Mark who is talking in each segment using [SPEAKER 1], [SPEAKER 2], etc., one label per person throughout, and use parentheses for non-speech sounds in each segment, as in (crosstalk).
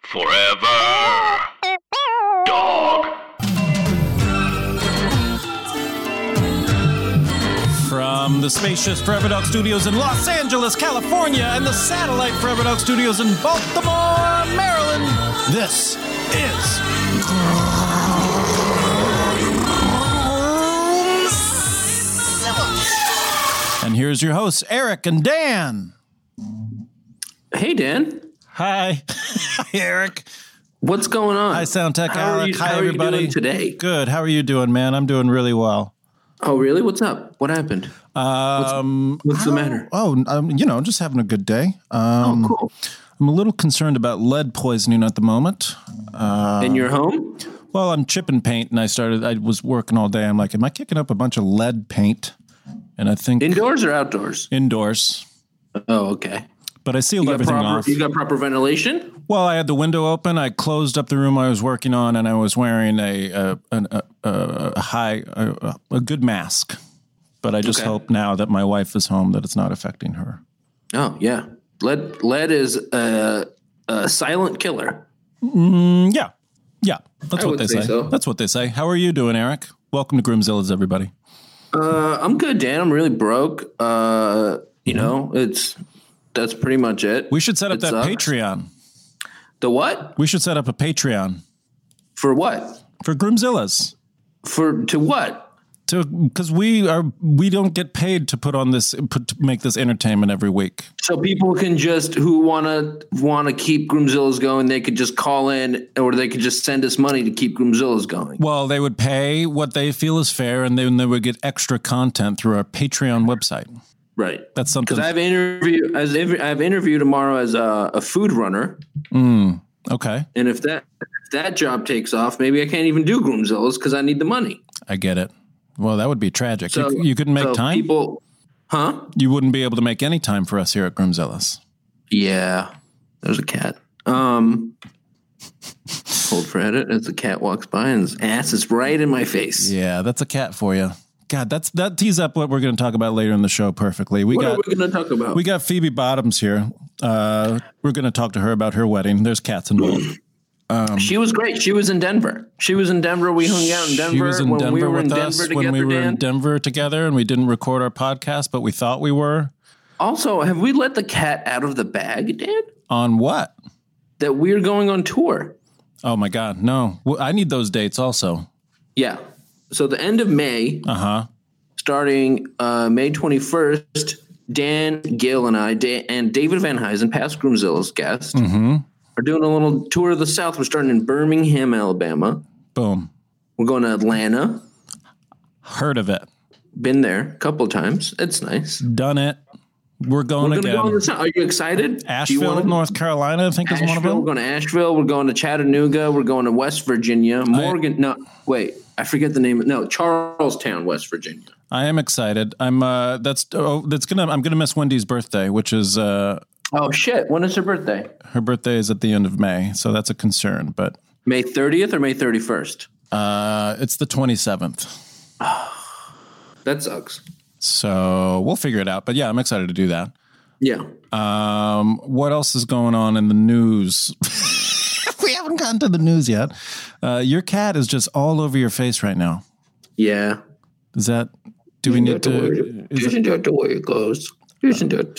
[SPEAKER 1] Forever. Dog.
[SPEAKER 2] From the spacious Forever Dog Studios in Los Angeles, California, and the satellite Forever Dog Studios in Baltimore, Maryland, this is. And here's your hosts, Eric and Dan.
[SPEAKER 3] Hey Dan,
[SPEAKER 2] Hi. (laughs) Hi, Eric.
[SPEAKER 3] what's going on?
[SPEAKER 2] Hi, Sound Tech
[SPEAKER 3] How are
[SPEAKER 2] Alec.
[SPEAKER 3] you-
[SPEAKER 2] Hi,
[SPEAKER 3] how are you
[SPEAKER 2] everybody.
[SPEAKER 3] doing today?
[SPEAKER 2] Good. How are you doing, man? I'm doing really well.
[SPEAKER 3] oh, really? What's up? What happened?
[SPEAKER 2] Um,
[SPEAKER 3] What's the matter?
[SPEAKER 2] Oh, um, you know, I'm just having a good day. Um,
[SPEAKER 3] oh, cool.
[SPEAKER 2] I'm a little concerned about lead poisoning at the moment.
[SPEAKER 3] and you're home?
[SPEAKER 2] Well, I'm chipping paint, and I started. I was working all day. I'm like, am I kicking up a bunch of lead paint? And I think
[SPEAKER 3] Indoors or outdoors?
[SPEAKER 2] indoors,
[SPEAKER 3] Oh, okay.
[SPEAKER 2] but I sealed
[SPEAKER 3] You got,
[SPEAKER 2] everything
[SPEAKER 3] proper,
[SPEAKER 2] off.
[SPEAKER 3] you got proper ventilation?
[SPEAKER 2] Well, I had the window open. I closed up the room I was working on, and I was wearing a a, an, a, a a high a, a good mask. But I just
[SPEAKER 3] Okay.
[SPEAKER 2] hope now that my wife is home that it's not affecting her.
[SPEAKER 3] Oh, yeah. Lead lead is a, a silent killer.
[SPEAKER 2] Mm, Yeah, yeah, that's
[SPEAKER 3] I
[SPEAKER 2] what
[SPEAKER 3] would
[SPEAKER 2] they
[SPEAKER 3] say
[SPEAKER 2] say.
[SPEAKER 3] so.
[SPEAKER 2] That's what they say. How are you doing, Eric? Welcome to Groomzilla's, everybody.
[SPEAKER 3] Uh, I'm good, Dan. I'm really broke. Uh, you know, it's that's pretty much it.
[SPEAKER 2] Mm-hmm. We should set up
[SPEAKER 3] It
[SPEAKER 2] that
[SPEAKER 3] sucks.
[SPEAKER 2] Patreon.
[SPEAKER 3] The what?
[SPEAKER 2] We should set up a Patreon
[SPEAKER 3] For what?
[SPEAKER 2] for Groomzilla's.
[SPEAKER 3] For to what?
[SPEAKER 2] to because we are we don't get paid to put on this put, to make this entertainment every week.
[SPEAKER 3] So people can just who wanna wanna keep Groomzilla's going, they could just call in or they could just send us money to keep Groomzilla's going.
[SPEAKER 2] Well, they would pay what they feel is fair, and then they would get extra content through our Patreon website.
[SPEAKER 3] Right.
[SPEAKER 2] That's something.
[SPEAKER 3] Because I have an interview as if- I have an interview tomorrow as a, a food runner,
[SPEAKER 2] Hmm. okay,
[SPEAKER 3] and if that if that job takes off, maybe I can't even do Groomzilla's because I need the money.
[SPEAKER 2] I get it. Well, that would be tragic.
[SPEAKER 3] So
[SPEAKER 2] you, you couldn't make
[SPEAKER 3] so
[SPEAKER 2] time.
[SPEAKER 3] People, huh?
[SPEAKER 2] you wouldn't be able to make any time for us here at Groomzilla's.
[SPEAKER 3] Yeah, there's a cat. Um, hold for edit as the cat walks by and his ass is right in my face.
[SPEAKER 2] Yeah, that's a cat for you. God, that's that tees up what we're going to talk about later in the show perfectly. We
[SPEAKER 3] What
[SPEAKER 2] got
[SPEAKER 3] are we going to talk about?
[SPEAKER 2] we got Phoebe Bottoms here. Uh, we're going to talk to her about her wedding. There's cats
[SPEAKER 3] (clears throat)
[SPEAKER 2] involved.
[SPEAKER 3] she was great. She was in Denver. She was in Denver. We hung out in Denver
[SPEAKER 2] She was in
[SPEAKER 3] when
[SPEAKER 2] Denver
[SPEAKER 3] we were
[SPEAKER 2] with
[SPEAKER 3] in Denver
[SPEAKER 2] us
[SPEAKER 3] together.
[SPEAKER 2] when we were
[SPEAKER 3] Dan.
[SPEAKER 2] in Denver together, and we didn't record our podcast, but we thought we were
[SPEAKER 3] also, have we let the cat out of the bag, Dan?
[SPEAKER 2] on what?
[SPEAKER 3] That we're going on tour.
[SPEAKER 2] Oh my God, no! Well, I need those dates also.
[SPEAKER 3] Yeah. So the end of May,
[SPEAKER 2] Uh huh.
[SPEAKER 3] starting uh, May 21st, Dan Gill and I da- and David Van Huysen, past Groomzilla's guest,
[SPEAKER 2] Mm-hmm.
[SPEAKER 3] are doing a little tour of the South. We're starting in Birmingham, Alabama.
[SPEAKER 2] Boom.
[SPEAKER 3] We're going to Atlanta.
[SPEAKER 2] Heard of it?
[SPEAKER 3] Been there a couple times. It's nice.
[SPEAKER 2] Done it. We're going
[SPEAKER 3] We're going to
[SPEAKER 2] again.
[SPEAKER 3] go on the South. Are you excited? Do you
[SPEAKER 2] Asheville,
[SPEAKER 3] wanna-
[SPEAKER 2] North Carolina, I think is one of
[SPEAKER 3] Asheville. We're
[SPEAKER 2] them.
[SPEAKER 3] going to Asheville. We're going to Chattanooga. We're going to West Virginia. Morgan. no, wait. I forget the name. No, Charlestown, West Virginia.
[SPEAKER 2] I am excited. I'm. Uh, that's. Oh, that's gonna. I'm gonna miss Wendy's birthday, which is. Uh,
[SPEAKER 3] Oh shit! When is her birthday?
[SPEAKER 2] her birthday is at the end of May, so that's a concern. But
[SPEAKER 3] May 30th or May 31st?
[SPEAKER 2] uh, it's the 27th.
[SPEAKER 3] That sucks.
[SPEAKER 2] So we'll figure it out. But yeah, I'm excited to do that.
[SPEAKER 3] Yeah.
[SPEAKER 2] Um, what else is going on in the news? (laughs) we haven't gotten to the news yet. Uh, your cat is just all over your face right now.
[SPEAKER 3] Yeah.
[SPEAKER 2] Is that? Do we need to? Is it,
[SPEAKER 3] Isn't that the way it goes? Isn't that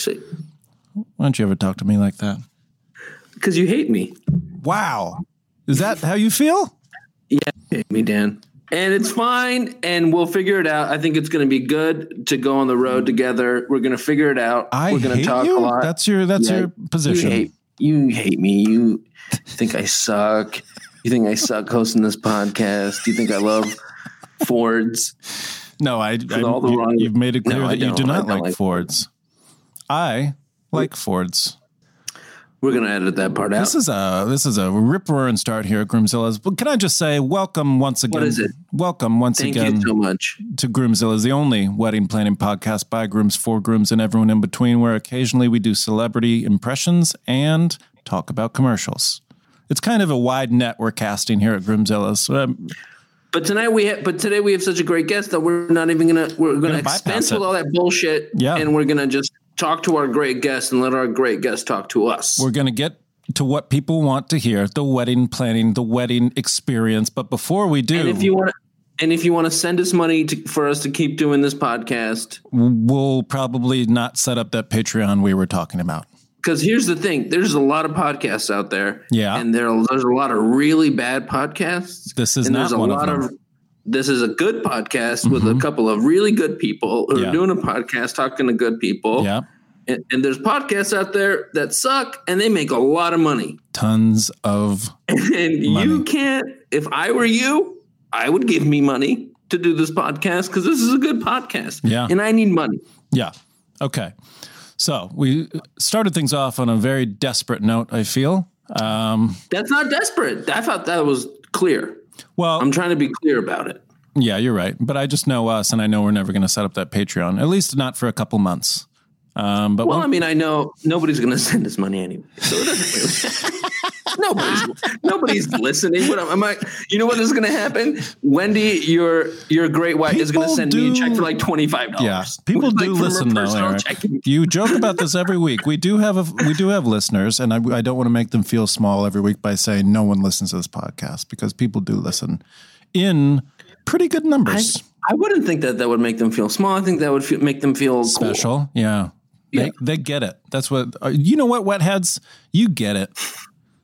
[SPEAKER 2] why don't you ever talk to me like that?
[SPEAKER 3] because you hate me,
[SPEAKER 2] Wow, is that how you feel?
[SPEAKER 3] hate me, Dan. And it's fine, and we'll figure it out. I think it's going to be good to go on the road together. We're going to figure it out.
[SPEAKER 2] I
[SPEAKER 3] We're gonna
[SPEAKER 2] hate you. That's your. That's
[SPEAKER 3] Yeah.
[SPEAKER 2] your position.
[SPEAKER 3] You hate, you hate me. You think I suck. You think I suck hosting this podcast. You think I love Fords.
[SPEAKER 2] no, I. I
[SPEAKER 3] all the
[SPEAKER 2] you,
[SPEAKER 3] wrong-
[SPEAKER 2] have made it clear
[SPEAKER 3] No, I
[SPEAKER 2] that you do
[SPEAKER 3] don't. I
[SPEAKER 2] not
[SPEAKER 3] don't
[SPEAKER 2] like,
[SPEAKER 3] like-
[SPEAKER 2] Fords. I like Fords.
[SPEAKER 3] We're gonna edit that part out.
[SPEAKER 2] This is a this is a rip roaring start here at Groomzilla's. But can I just say, welcome once again.
[SPEAKER 3] is it?
[SPEAKER 2] Welcome once
[SPEAKER 3] Thank
[SPEAKER 2] again
[SPEAKER 3] you so much.
[SPEAKER 2] to Groomzilla's, the only wedding planning podcast by grooms for grooms and everyone in between, where occasionally we do celebrity impressions and talk about commercials. It's kind of a wide net we're casting here at Groomzilla's. So, um,
[SPEAKER 3] But tonight we have, but today we have such a great guest that we're not even gonna we're gonna,
[SPEAKER 2] bypass
[SPEAKER 3] expense
[SPEAKER 2] it.
[SPEAKER 3] with all that bullshit.
[SPEAKER 2] Yeah.
[SPEAKER 3] And we're gonna just talk to our great guest and let our great guest talk to us.
[SPEAKER 2] We're going to get to what people want to hear the wedding planning, the wedding experience. But before we do,
[SPEAKER 3] and if you want and if you want to send us money to, for us to keep doing this podcast,
[SPEAKER 2] we'll probably not set up that Patreon we were talking about.
[SPEAKER 3] because here's the thing: there's a lot of podcasts out there.
[SPEAKER 2] Yeah.
[SPEAKER 3] And there are- there's a lot of really bad podcasts.
[SPEAKER 2] This is
[SPEAKER 3] and
[SPEAKER 2] not
[SPEAKER 3] there's a
[SPEAKER 2] one of
[SPEAKER 3] lot
[SPEAKER 2] them. Mm-hmm.
[SPEAKER 3] of this is a good podcast with a couple of really good people who
[SPEAKER 2] Yeah.
[SPEAKER 3] are doing a podcast talking to good people.
[SPEAKER 2] Yeah.
[SPEAKER 3] And, and there's podcasts out there that suck and they make a lot of money. (laughs)
[SPEAKER 2] Tons of.
[SPEAKER 3] And
[SPEAKER 2] Money.
[SPEAKER 3] you can't, if I were you, I would give me money to do this podcast because this is a good podcast.
[SPEAKER 2] Yeah.
[SPEAKER 3] And I need money.
[SPEAKER 2] Yeah. Okay. So we started things off on a very desperate note, I feel. Um,
[SPEAKER 3] That's not desperate. I thought that was clear.
[SPEAKER 2] well,
[SPEAKER 3] I'm trying to be clear about it.
[SPEAKER 2] yeah, you're right. But I just know us, and I know we're never going to set up that Patreon, at least not for a couple months. Um, but
[SPEAKER 3] Well,
[SPEAKER 2] when-
[SPEAKER 3] I mean, I know nobody's going to (laughs) send us money anyway, so it doesn't really. nobody's nobody's listening. What am am I? You know what is going to happen? Wendy, your your great wife is going to
[SPEAKER 2] People
[SPEAKER 3] send me a check
[SPEAKER 2] do-
[SPEAKER 3] for like twenty five dollars.
[SPEAKER 2] Yeah, people do listen though, Eric. You joke about this every week. We do have a, we do have listeners, and I, I don't want to make them feel small every week by saying no one listens to this podcast because people do listen in pretty good numbers.
[SPEAKER 3] I wouldn't think that that would make them feel small. I think that would fe- make them feel cool.
[SPEAKER 2] Special, yeah. They,
[SPEAKER 3] Yeah.
[SPEAKER 2] they get it. That's what uh, you know. What wetheads, you get it.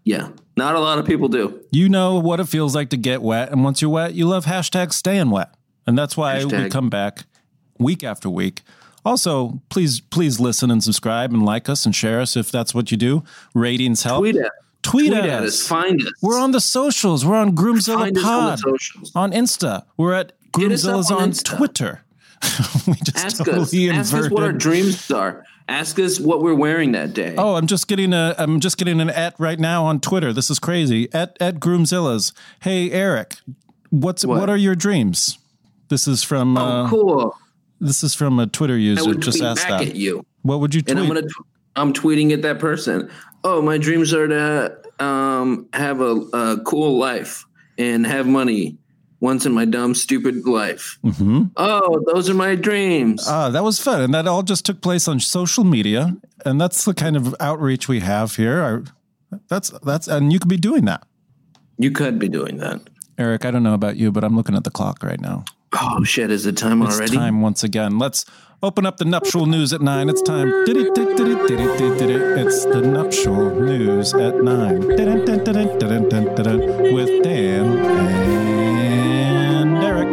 [SPEAKER 3] Yeah, not a lot of people do.
[SPEAKER 2] You know what it feels like to get wet, and once you're wet, you love hashtag staying wet, and that's why we
[SPEAKER 3] Hashtag.
[SPEAKER 2] come back week after week. Also, please please listen and subscribe and like us and share us if that's what you do. Ratings help.
[SPEAKER 3] Tweet at
[SPEAKER 2] Tweet,
[SPEAKER 3] tweet
[SPEAKER 2] at,
[SPEAKER 3] at us.
[SPEAKER 2] us.
[SPEAKER 3] Find us.
[SPEAKER 2] We're on the socials. We're on Groomzilla
[SPEAKER 3] Find us on the
[SPEAKER 2] Pod
[SPEAKER 3] socials.
[SPEAKER 2] on Insta. We're at
[SPEAKER 3] Hit us up
[SPEAKER 2] Groomzilla's
[SPEAKER 3] on
[SPEAKER 2] on,
[SPEAKER 3] Insta.
[SPEAKER 2] Twitter. (laughs) we just
[SPEAKER 3] Ask
[SPEAKER 2] totally
[SPEAKER 3] us.
[SPEAKER 2] inverted.
[SPEAKER 3] Ask us what our dreams are. Ask us what we're wearing that day.
[SPEAKER 2] Oh, I'm just getting a I'm just getting an at right now on Twitter. This is crazy. At at Groomzilla's. Hey Eric, what's what,
[SPEAKER 3] What?
[SPEAKER 2] are your dreams? This is from uh,
[SPEAKER 3] cool.
[SPEAKER 2] this is from a Twitter
[SPEAKER 3] I
[SPEAKER 2] user.
[SPEAKER 3] would
[SPEAKER 2] Just
[SPEAKER 3] tweet
[SPEAKER 2] asked
[SPEAKER 3] back
[SPEAKER 2] that.
[SPEAKER 3] at you.
[SPEAKER 2] What would you tweet?
[SPEAKER 3] and I'm gonna tw- I'm tweeting at that person. Oh, my dreams are to um, have a, a cool life and have money once in my dumb stupid life.
[SPEAKER 2] Mm-hmm.
[SPEAKER 3] Oh, those are my dreams.
[SPEAKER 2] Ah, that was fun, and that all just took place on social media, and that's the kind of outreach we have here. Our- that's that's, and you could be doing that,
[SPEAKER 3] you could be doing that.
[SPEAKER 2] Eric. I don't know about you, but I'm looking at the clock right now.
[SPEAKER 3] Oh shit! Is the time
[SPEAKER 2] It's
[SPEAKER 3] already?
[SPEAKER 2] time once again. Let's open up the nuptial news at nine. It's time. It's the nuptial news at nine with Dan and Eric.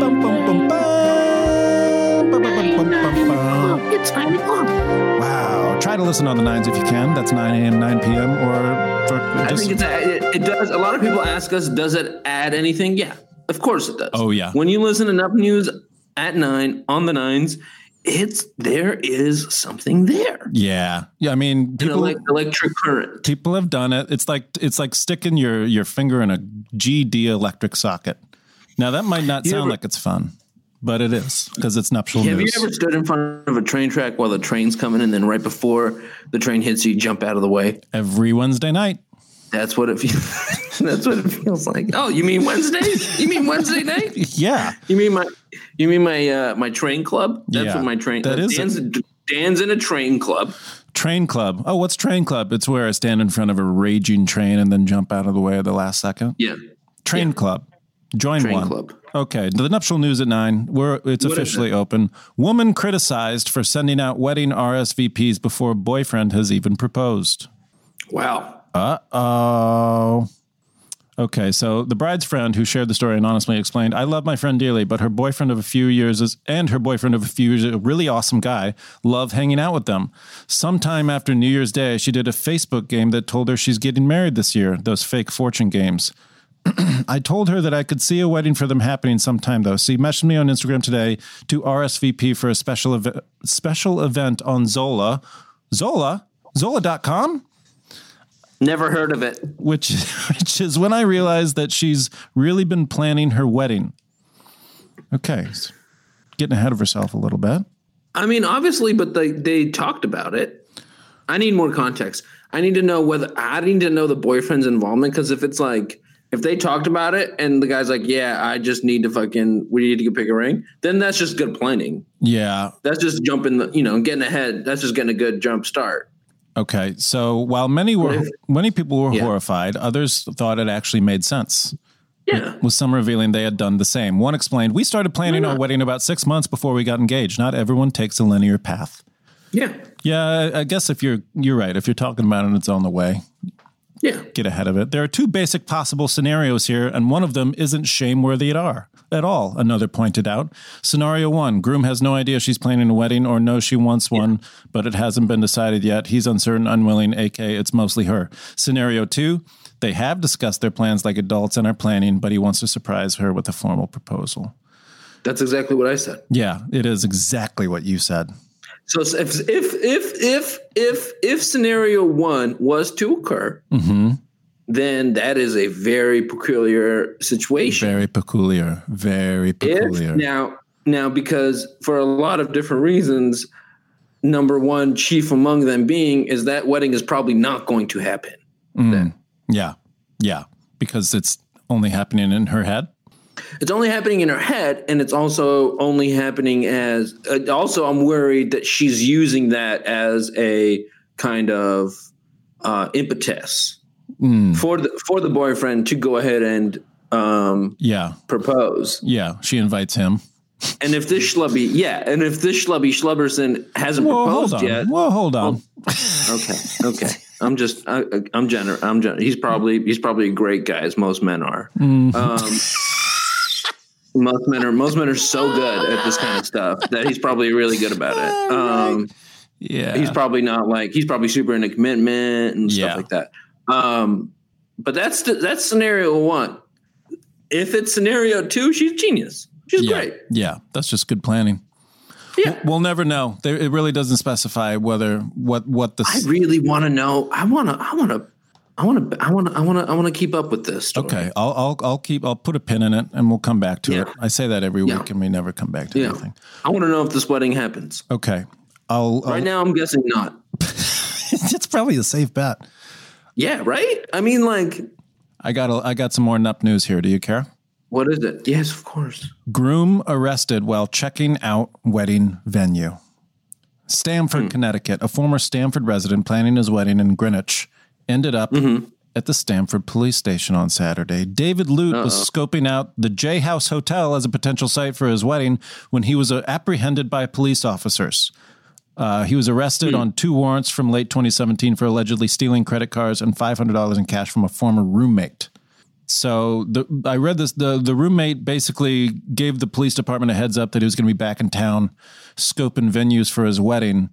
[SPEAKER 2] Bum, bum, bum, bum. Bum, bum, bum, bum, bum.
[SPEAKER 4] It's fine.
[SPEAKER 2] Wow. Try to listen on the nines if you can. That's 9 a.m., 9 p.m., or for-
[SPEAKER 3] I
[SPEAKER 2] just.
[SPEAKER 3] think it's a, it, it does. A lot of people ask us, does it add anything? Yeah, of course it does.
[SPEAKER 2] Oh, yeah.
[SPEAKER 3] When you listen to Enough News at nine on the nines, it's there is something there.
[SPEAKER 2] yeah. Yeah. I mean,
[SPEAKER 3] An
[SPEAKER 2] people.
[SPEAKER 3] elec electric current.
[SPEAKER 2] People have done it. It's like it's like sticking your your finger in a GD electric socket. Now that might not sound
[SPEAKER 3] ever-
[SPEAKER 2] like it's fun, but it is because it's nuptial
[SPEAKER 3] Have you
[SPEAKER 2] news.
[SPEAKER 3] ever stood in front of a train track while the train's coming, and then right before the train hits you, you jump out of the way?
[SPEAKER 2] Every Wednesday night.
[SPEAKER 3] That's what it feels. (laughs) that's what it feels like. Oh, you mean Wednesday? You mean Wednesday night?
[SPEAKER 2] Yeah,
[SPEAKER 3] You mean my? You mean my uh, my train club? That's
[SPEAKER 2] Yeah,
[SPEAKER 3] what my train. uh,
[SPEAKER 2] that is
[SPEAKER 3] Dan's, Dan's in a train club.
[SPEAKER 2] train club. Oh, what's train club? It's where I stand in front of a raging train and then jump out of the way at the last second.
[SPEAKER 3] Yeah,
[SPEAKER 2] Train club. Join
[SPEAKER 3] train
[SPEAKER 2] one.
[SPEAKER 3] club.
[SPEAKER 2] Okay, the nuptial news at nine. We're it's
[SPEAKER 3] What is
[SPEAKER 2] officially open. Woman criticized for sending out wedding RSVPs before boyfriend has even proposed.
[SPEAKER 3] Wow.
[SPEAKER 2] Uh oh. Okay, so the bride's friend who shared the story anonymously explained, I love my friend dearly, but her boyfriend of a few years is, and her boyfriend of a few years, is a really awesome guy, love hanging out with them. Sometime after New Year's Day, she did a Facebook game that told her she's getting married this year, those fake fortune games. (clears throat) I told her that I could see a wedding for them happening sometime, though. She messaged me on Instagram today to RSVP for a special, ev- special event on Zola. Zola? Zola.com,
[SPEAKER 3] Never heard of it.
[SPEAKER 2] which, (laughs) which is when I realized that she's really been planning her wedding. Okay. s- Getting ahead of herself a little bit.
[SPEAKER 3] I mean, obviously, but they they talked about it. I need more context. I need to know whether I need to know the boyfriend's involvement because if it's like if they talked about it and the guy's like, "Yeah, I just need to fucking we need to go pick a ring," then that's just good planning.
[SPEAKER 2] Yeah.
[SPEAKER 3] That's just jumping the you know getting ahead. That's just getting a good jump start.
[SPEAKER 2] Okay. So while many were many people were
[SPEAKER 3] Yeah.
[SPEAKER 2] horrified, others thought it actually made sense.
[SPEAKER 3] Yeah,
[SPEAKER 2] With some revealing they had done the same. One explained, "We started planning our wedding about 6 months before we got engaged. Not everyone takes a linear path."
[SPEAKER 3] yeah,
[SPEAKER 2] Yeah, I I guess if you're you're right. If you're talking about it, it's on the way.
[SPEAKER 3] yeah.
[SPEAKER 2] Get ahead of it. There are two basic possible scenarios here, and one of them isn't shameworthy at all. At all, another pointed out. Scenario one: groom has no idea she's planning a wedding, or knows she wants one, but it hasn't been decided yet. He's uncertain, unwilling. A.K. It's mostly her. Scenario two: they have discussed their plans like adults and are planning, but he wants to surprise her with a formal proposal.
[SPEAKER 3] That's exactly what I said.
[SPEAKER 2] Yeah, it is exactly what you said.
[SPEAKER 3] So if if if if if if scenario one was to occur, then that is a very peculiar situation.
[SPEAKER 2] Very peculiar. Very peculiar.
[SPEAKER 3] If now, now because for a lot of different reasons, number one, chief among them being is that wedding is probably not going to happen.
[SPEAKER 2] Mm. Yeah. Yeah. Because it's only happening in her head.
[SPEAKER 3] It's only happening in her head, and it's also only happening as. uh, Also, I'm worried that she's using that as a kind of uh, impetus for the for the boyfriend to go ahead and um,
[SPEAKER 2] Yeah.
[SPEAKER 3] propose.
[SPEAKER 2] Yeah. She invites him.
[SPEAKER 3] And if this schlubby, yeah, and if this schlubby schlubberson hasn't
[SPEAKER 2] Whoa, hold
[SPEAKER 3] proposed
[SPEAKER 2] on.
[SPEAKER 3] yet,
[SPEAKER 2] Whoa, hold on.
[SPEAKER 3] Okay. Okay. I'm just I, I'm generous. I'm generous. He's probably he's probably a great guy as most men are.
[SPEAKER 2] Mm.
[SPEAKER 3] Um, most men are most men are so good at this kind of stuff that he's probably really good
[SPEAKER 2] (laughs)
[SPEAKER 3] about it. Um,
[SPEAKER 2] yeah.
[SPEAKER 3] he's probably not like he's probably super into commitment and stuff
[SPEAKER 2] Yeah.
[SPEAKER 3] like that. Um, but that's the, that's scenario one. If it's scenario two, she's genius. She's
[SPEAKER 2] yeah.
[SPEAKER 3] great.
[SPEAKER 2] Yeah. That's just good planning.
[SPEAKER 3] Yeah.
[SPEAKER 2] We'll never know. There, it really doesn't specify whether what what the
[SPEAKER 3] I really want to know. I want to. I want to. I want to. I want to. I want to. I want to keep up with this. Story.
[SPEAKER 2] Okay, I'll, I'll I'll keep I'll put a pin in it and we'll come back to
[SPEAKER 3] Yeah.
[SPEAKER 2] it. I say that every
[SPEAKER 3] Yeah.
[SPEAKER 2] week and we never come back to
[SPEAKER 3] Yeah.
[SPEAKER 2] anything.
[SPEAKER 3] I want to know if this wedding happens.
[SPEAKER 2] Okay, I'll, I'll
[SPEAKER 3] Right now, I'm guessing not.
[SPEAKER 2] (laughs) it's probably a safe bet.
[SPEAKER 3] Yeah, right? I mean, like,
[SPEAKER 2] I got a, I got some more nup news here. Do you care?
[SPEAKER 3] what is it? Yes, of course.
[SPEAKER 2] Groom arrested while checking out wedding venue. Stamford, Connecticut, a former Stamford resident planning his wedding in Greenwich, ended up at the Stamford police station on Saturday. David Lute was scoping out the J House Hotel as a potential site for his wedding when he was uh, apprehended by police officers. Uh, he was arrested on two warrants from late 2017 for allegedly stealing credit cards and $500 in cash from a former roommate. So the, I read this. The, the roommate basically gave the police department a heads up that he was going to be back in town, scoping venues for his wedding,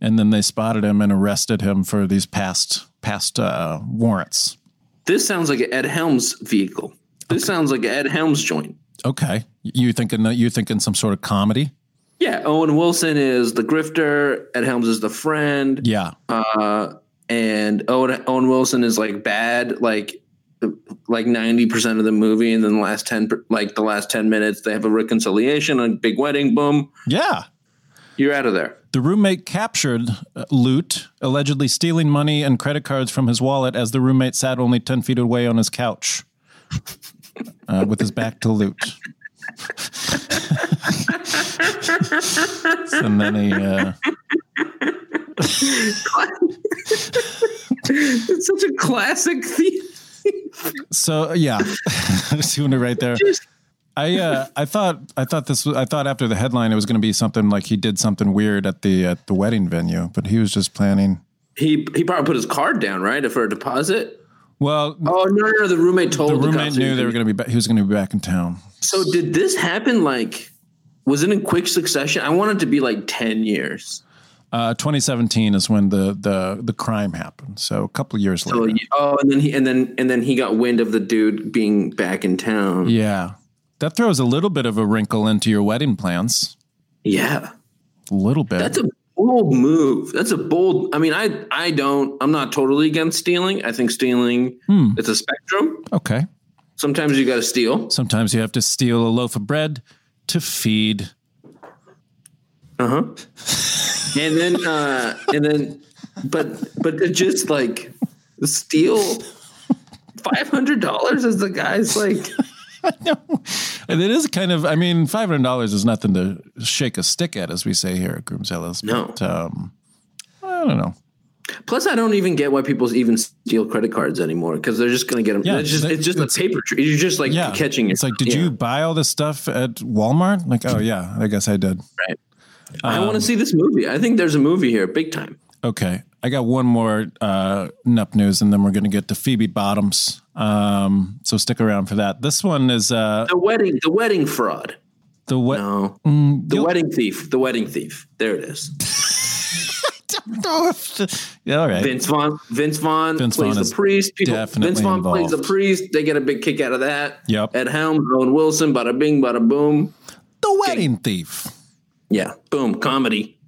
[SPEAKER 2] and then they spotted him and arrested him for these past past uh, warrants.
[SPEAKER 3] This sounds like an Ed Helms vehicle. This sounds like an Ed Helms joint.
[SPEAKER 2] Okay, you thinking that you thinking some sort of comedy?
[SPEAKER 3] Yeah, Owen Wilson is the grifter, Ed Helms is the friend,
[SPEAKER 2] Yeah,
[SPEAKER 3] uh, and Owen, Owen Wilson is like bad, like like 90% of the movie and then the last 10 per- like the last 10 minutes they have a reconciliation a big wedding boom
[SPEAKER 2] yeah.
[SPEAKER 3] you're out of there
[SPEAKER 2] The roommate captured uh, Lute, allegedly stealing money and credit cards from his wallet as the roommate sat only 10 feet away on his couch uh, with his back to (laughs) Lute. and then he, uh,
[SPEAKER 3] it's such a classic (laughs) theme
[SPEAKER 2] so yeah, (laughs) just doing it right there.
[SPEAKER 3] Just-
[SPEAKER 2] I uh, I thought I thought this was, I thought after the headline it was going to be something like he did something weird at the at the wedding venue, but he was just planning.
[SPEAKER 3] he he probably put his card down right for a deposit
[SPEAKER 2] Well,
[SPEAKER 3] Oh no, no, no! The roommate told
[SPEAKER 2] the
[SPEAKER 3] the,
[SPEAKER 2] roommate
[SPEAKER 3] cops
[SPEAKER 2] knew they were going to be ba- he was going to be back in town.
[SPEAKER 3] So did this happen? Like, was it in quick succession? I want it to be like ten years.
[SPEAKER 2] Uh, 2017 is when the the the crime happened. So a couple of years
[SPEAKER 3] Oh,
[SPEAKER 2] later.
[SPEAKER 3] yeah. Oh, and then he and then and then he got wind of the dude being back in town.
[SPEAKER 2] Yeah. That throws a little bit of a wrinkle into your wedding plans.
[SPEAKER 3] Yeah,
[SPEAKER 2] A little bit.
[SPEAKER 3] that's a. Ooh, bold move. That's a bold. I mean, I I don't. I'm not totally against stealing. I think stealing
[SPEAKER 2] Hmm.
[SPEAKER 3] it's a spectrum.
[SPEAKER 2] Okay.
[SPEAKER 3] Sometimes you got to steal.
[SPEAKER 2] Sometimes you have to steal a loaf of bread to feed.
[SPEAKER 3] Uh huh. and then uh and then, but but to just like steal five hundred dollars as the guy's like.
[SPEAKER 2] And it is kind of, I mean, $500 is nothing to shake a stick at, as we say here at Groomzella's.
[SPEAKER 3] No.
[SPEAKER 2] But, um, I don't know.
[SPEAKER 3] Plus, I don't even get why people even steal credit cards anymore because they're just going to get them.
[SPEAKER 2] Yeah,
[SPEAKER 3] it's just
[SPEAKER 2] they-
[SPEAKER 3] it's just a paper. Tree. You're just like
[SPEAKER 2] Yeah.
[SPEAKER 3] catching it.
[SPEAKER 2] It's like, did
[SPEAKER 3] Yeah,
[SPEAKER 2] you buy all this stuff at Walmart? Like, oh, yeah, I guess I did.
[SPEAKER 3] Right. I
[SPEAKER 2] um,
[SPEAKER 3] want to see this movie. I think there's a movie here, big time.
[SPEAKER 2] Okay. I got one more uh, NUP news, and then we're going to get to Phoebe Bottoms. Um, so stick around for that. This one is uh,
[SPEAKER 3] The wedding, the wedding fraud.
[SPEAKER 2] the what? (laughs)
[SPEAKER 3] No,
[SPEAKER 2] Mm,
[SPEAKER 3] the wedding thief, the wedding thief. There it is.
[SPEAKER 2] Oh, yeah, all right.
[SPEAKER 3] Vince Vaughn. Vince Vaughn
[SPEAKER 2] Vince
[SPEAKER 3] plays
[SPEAKER 2] Vaughn is
[SPEAKER 3] the priest. People,
[SPEAKER 2] definitely
[SPEAKER 3] Vince Vaughn
[SPEAKER 2] involved.
[SPEAKER 3] plays the priest. They get a big kick out of that.
[SPEAKER 2] Yep.
[SPEAKER 3] Ed Helms, Owen Wilson, bada bing, bada boom.
[SPEAKER 2] the wedding thief.
[SPEAKER 3] Yeah, boom,
[SPEAKER 2] (laughs)
[SPEAKER 3] comedy.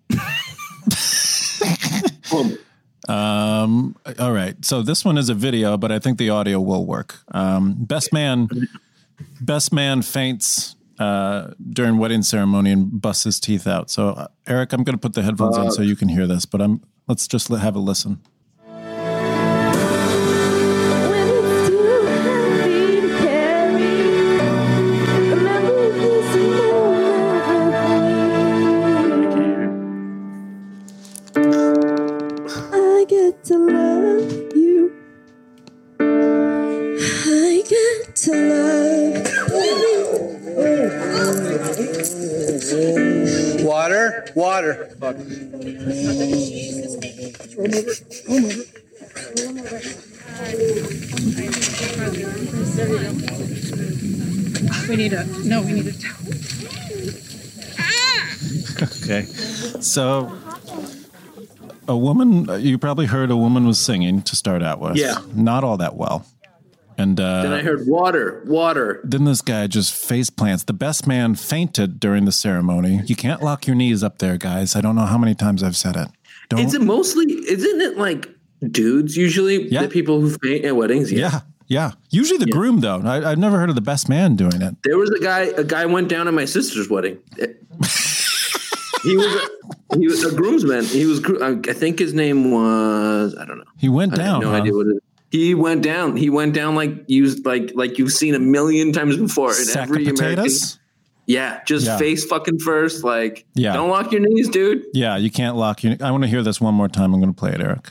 [SPEAKER 3] boom.
[SPEAKER 2] Um, all right. So this one is a video, but I think the audio will work. Um, best man, best man faints uh, during wedding ceremony and busts his teeth out. So uh, Eric, I'm going to put the headphones on so you can hear this, but I'm let's just li- have a listen.
[SPEAKER 4] When it's too heavy to carry, remember this moment. I get to love you. I get to love you.
[SPEAKER 5] Water, water.
[SPEAKER 6] We need a no. We need a towel.
[SPEAKER 2] Okay. So a woman, you probably heard a woman was singing to start out with.
[SPEAKER 3] Yeah.
[SPEAKER 2] Not all that well. And uh,
[SPEAKER 3] And I heard water, water.
[SPEAKER 2] then this guy just face plants. The best man fainted during the ceremony. You can't lock your knees up there, guys. I don't know how many times I've said it. Don't.
[SPEAKER 3] Is it mostly? Isn't it like dudes usually?
[SPEAKER 2] Yeah.
[SPEAKER 3] The people who faint at weddings.
[SPEAKER 2] yeah, yeah. Usually the groom though. I, I've never heard of the best man doing it.
[SPEAKER 3] There was a guy. A guy went down at my
[SPEAKER 2] (laughs)
[SPEAKER 3] sister's wedding. he was a, he was a groomsman. He was. gro- I I think his name was. I don't know.
[SPEAKER 2] He went
[SPEAKER 3] I have
[SPEAKER 2] down.
[SPEAKER 3] no
[SPEAKER 2] huh?
[SPEAKER 3] idea what it is. He went down. He went down like used like like you've seen a million times before in
[SPEAKER 2] Sack of
[SPEAKER 3] every American.
[SPEAKER 2] potatoes.
[SPEAKER 3] Yeah, just
[SPEAKER 2] Yeah.
[SPEAKER 3] face fucking first. Like,
[SPEAKER 2] Yeah.
[SPEAKER 3] don't lock your knees, dude.
[SPEAKER 2] Yeah, you can't lock your. I want to hear this one more time. I'm going to play it, Eric.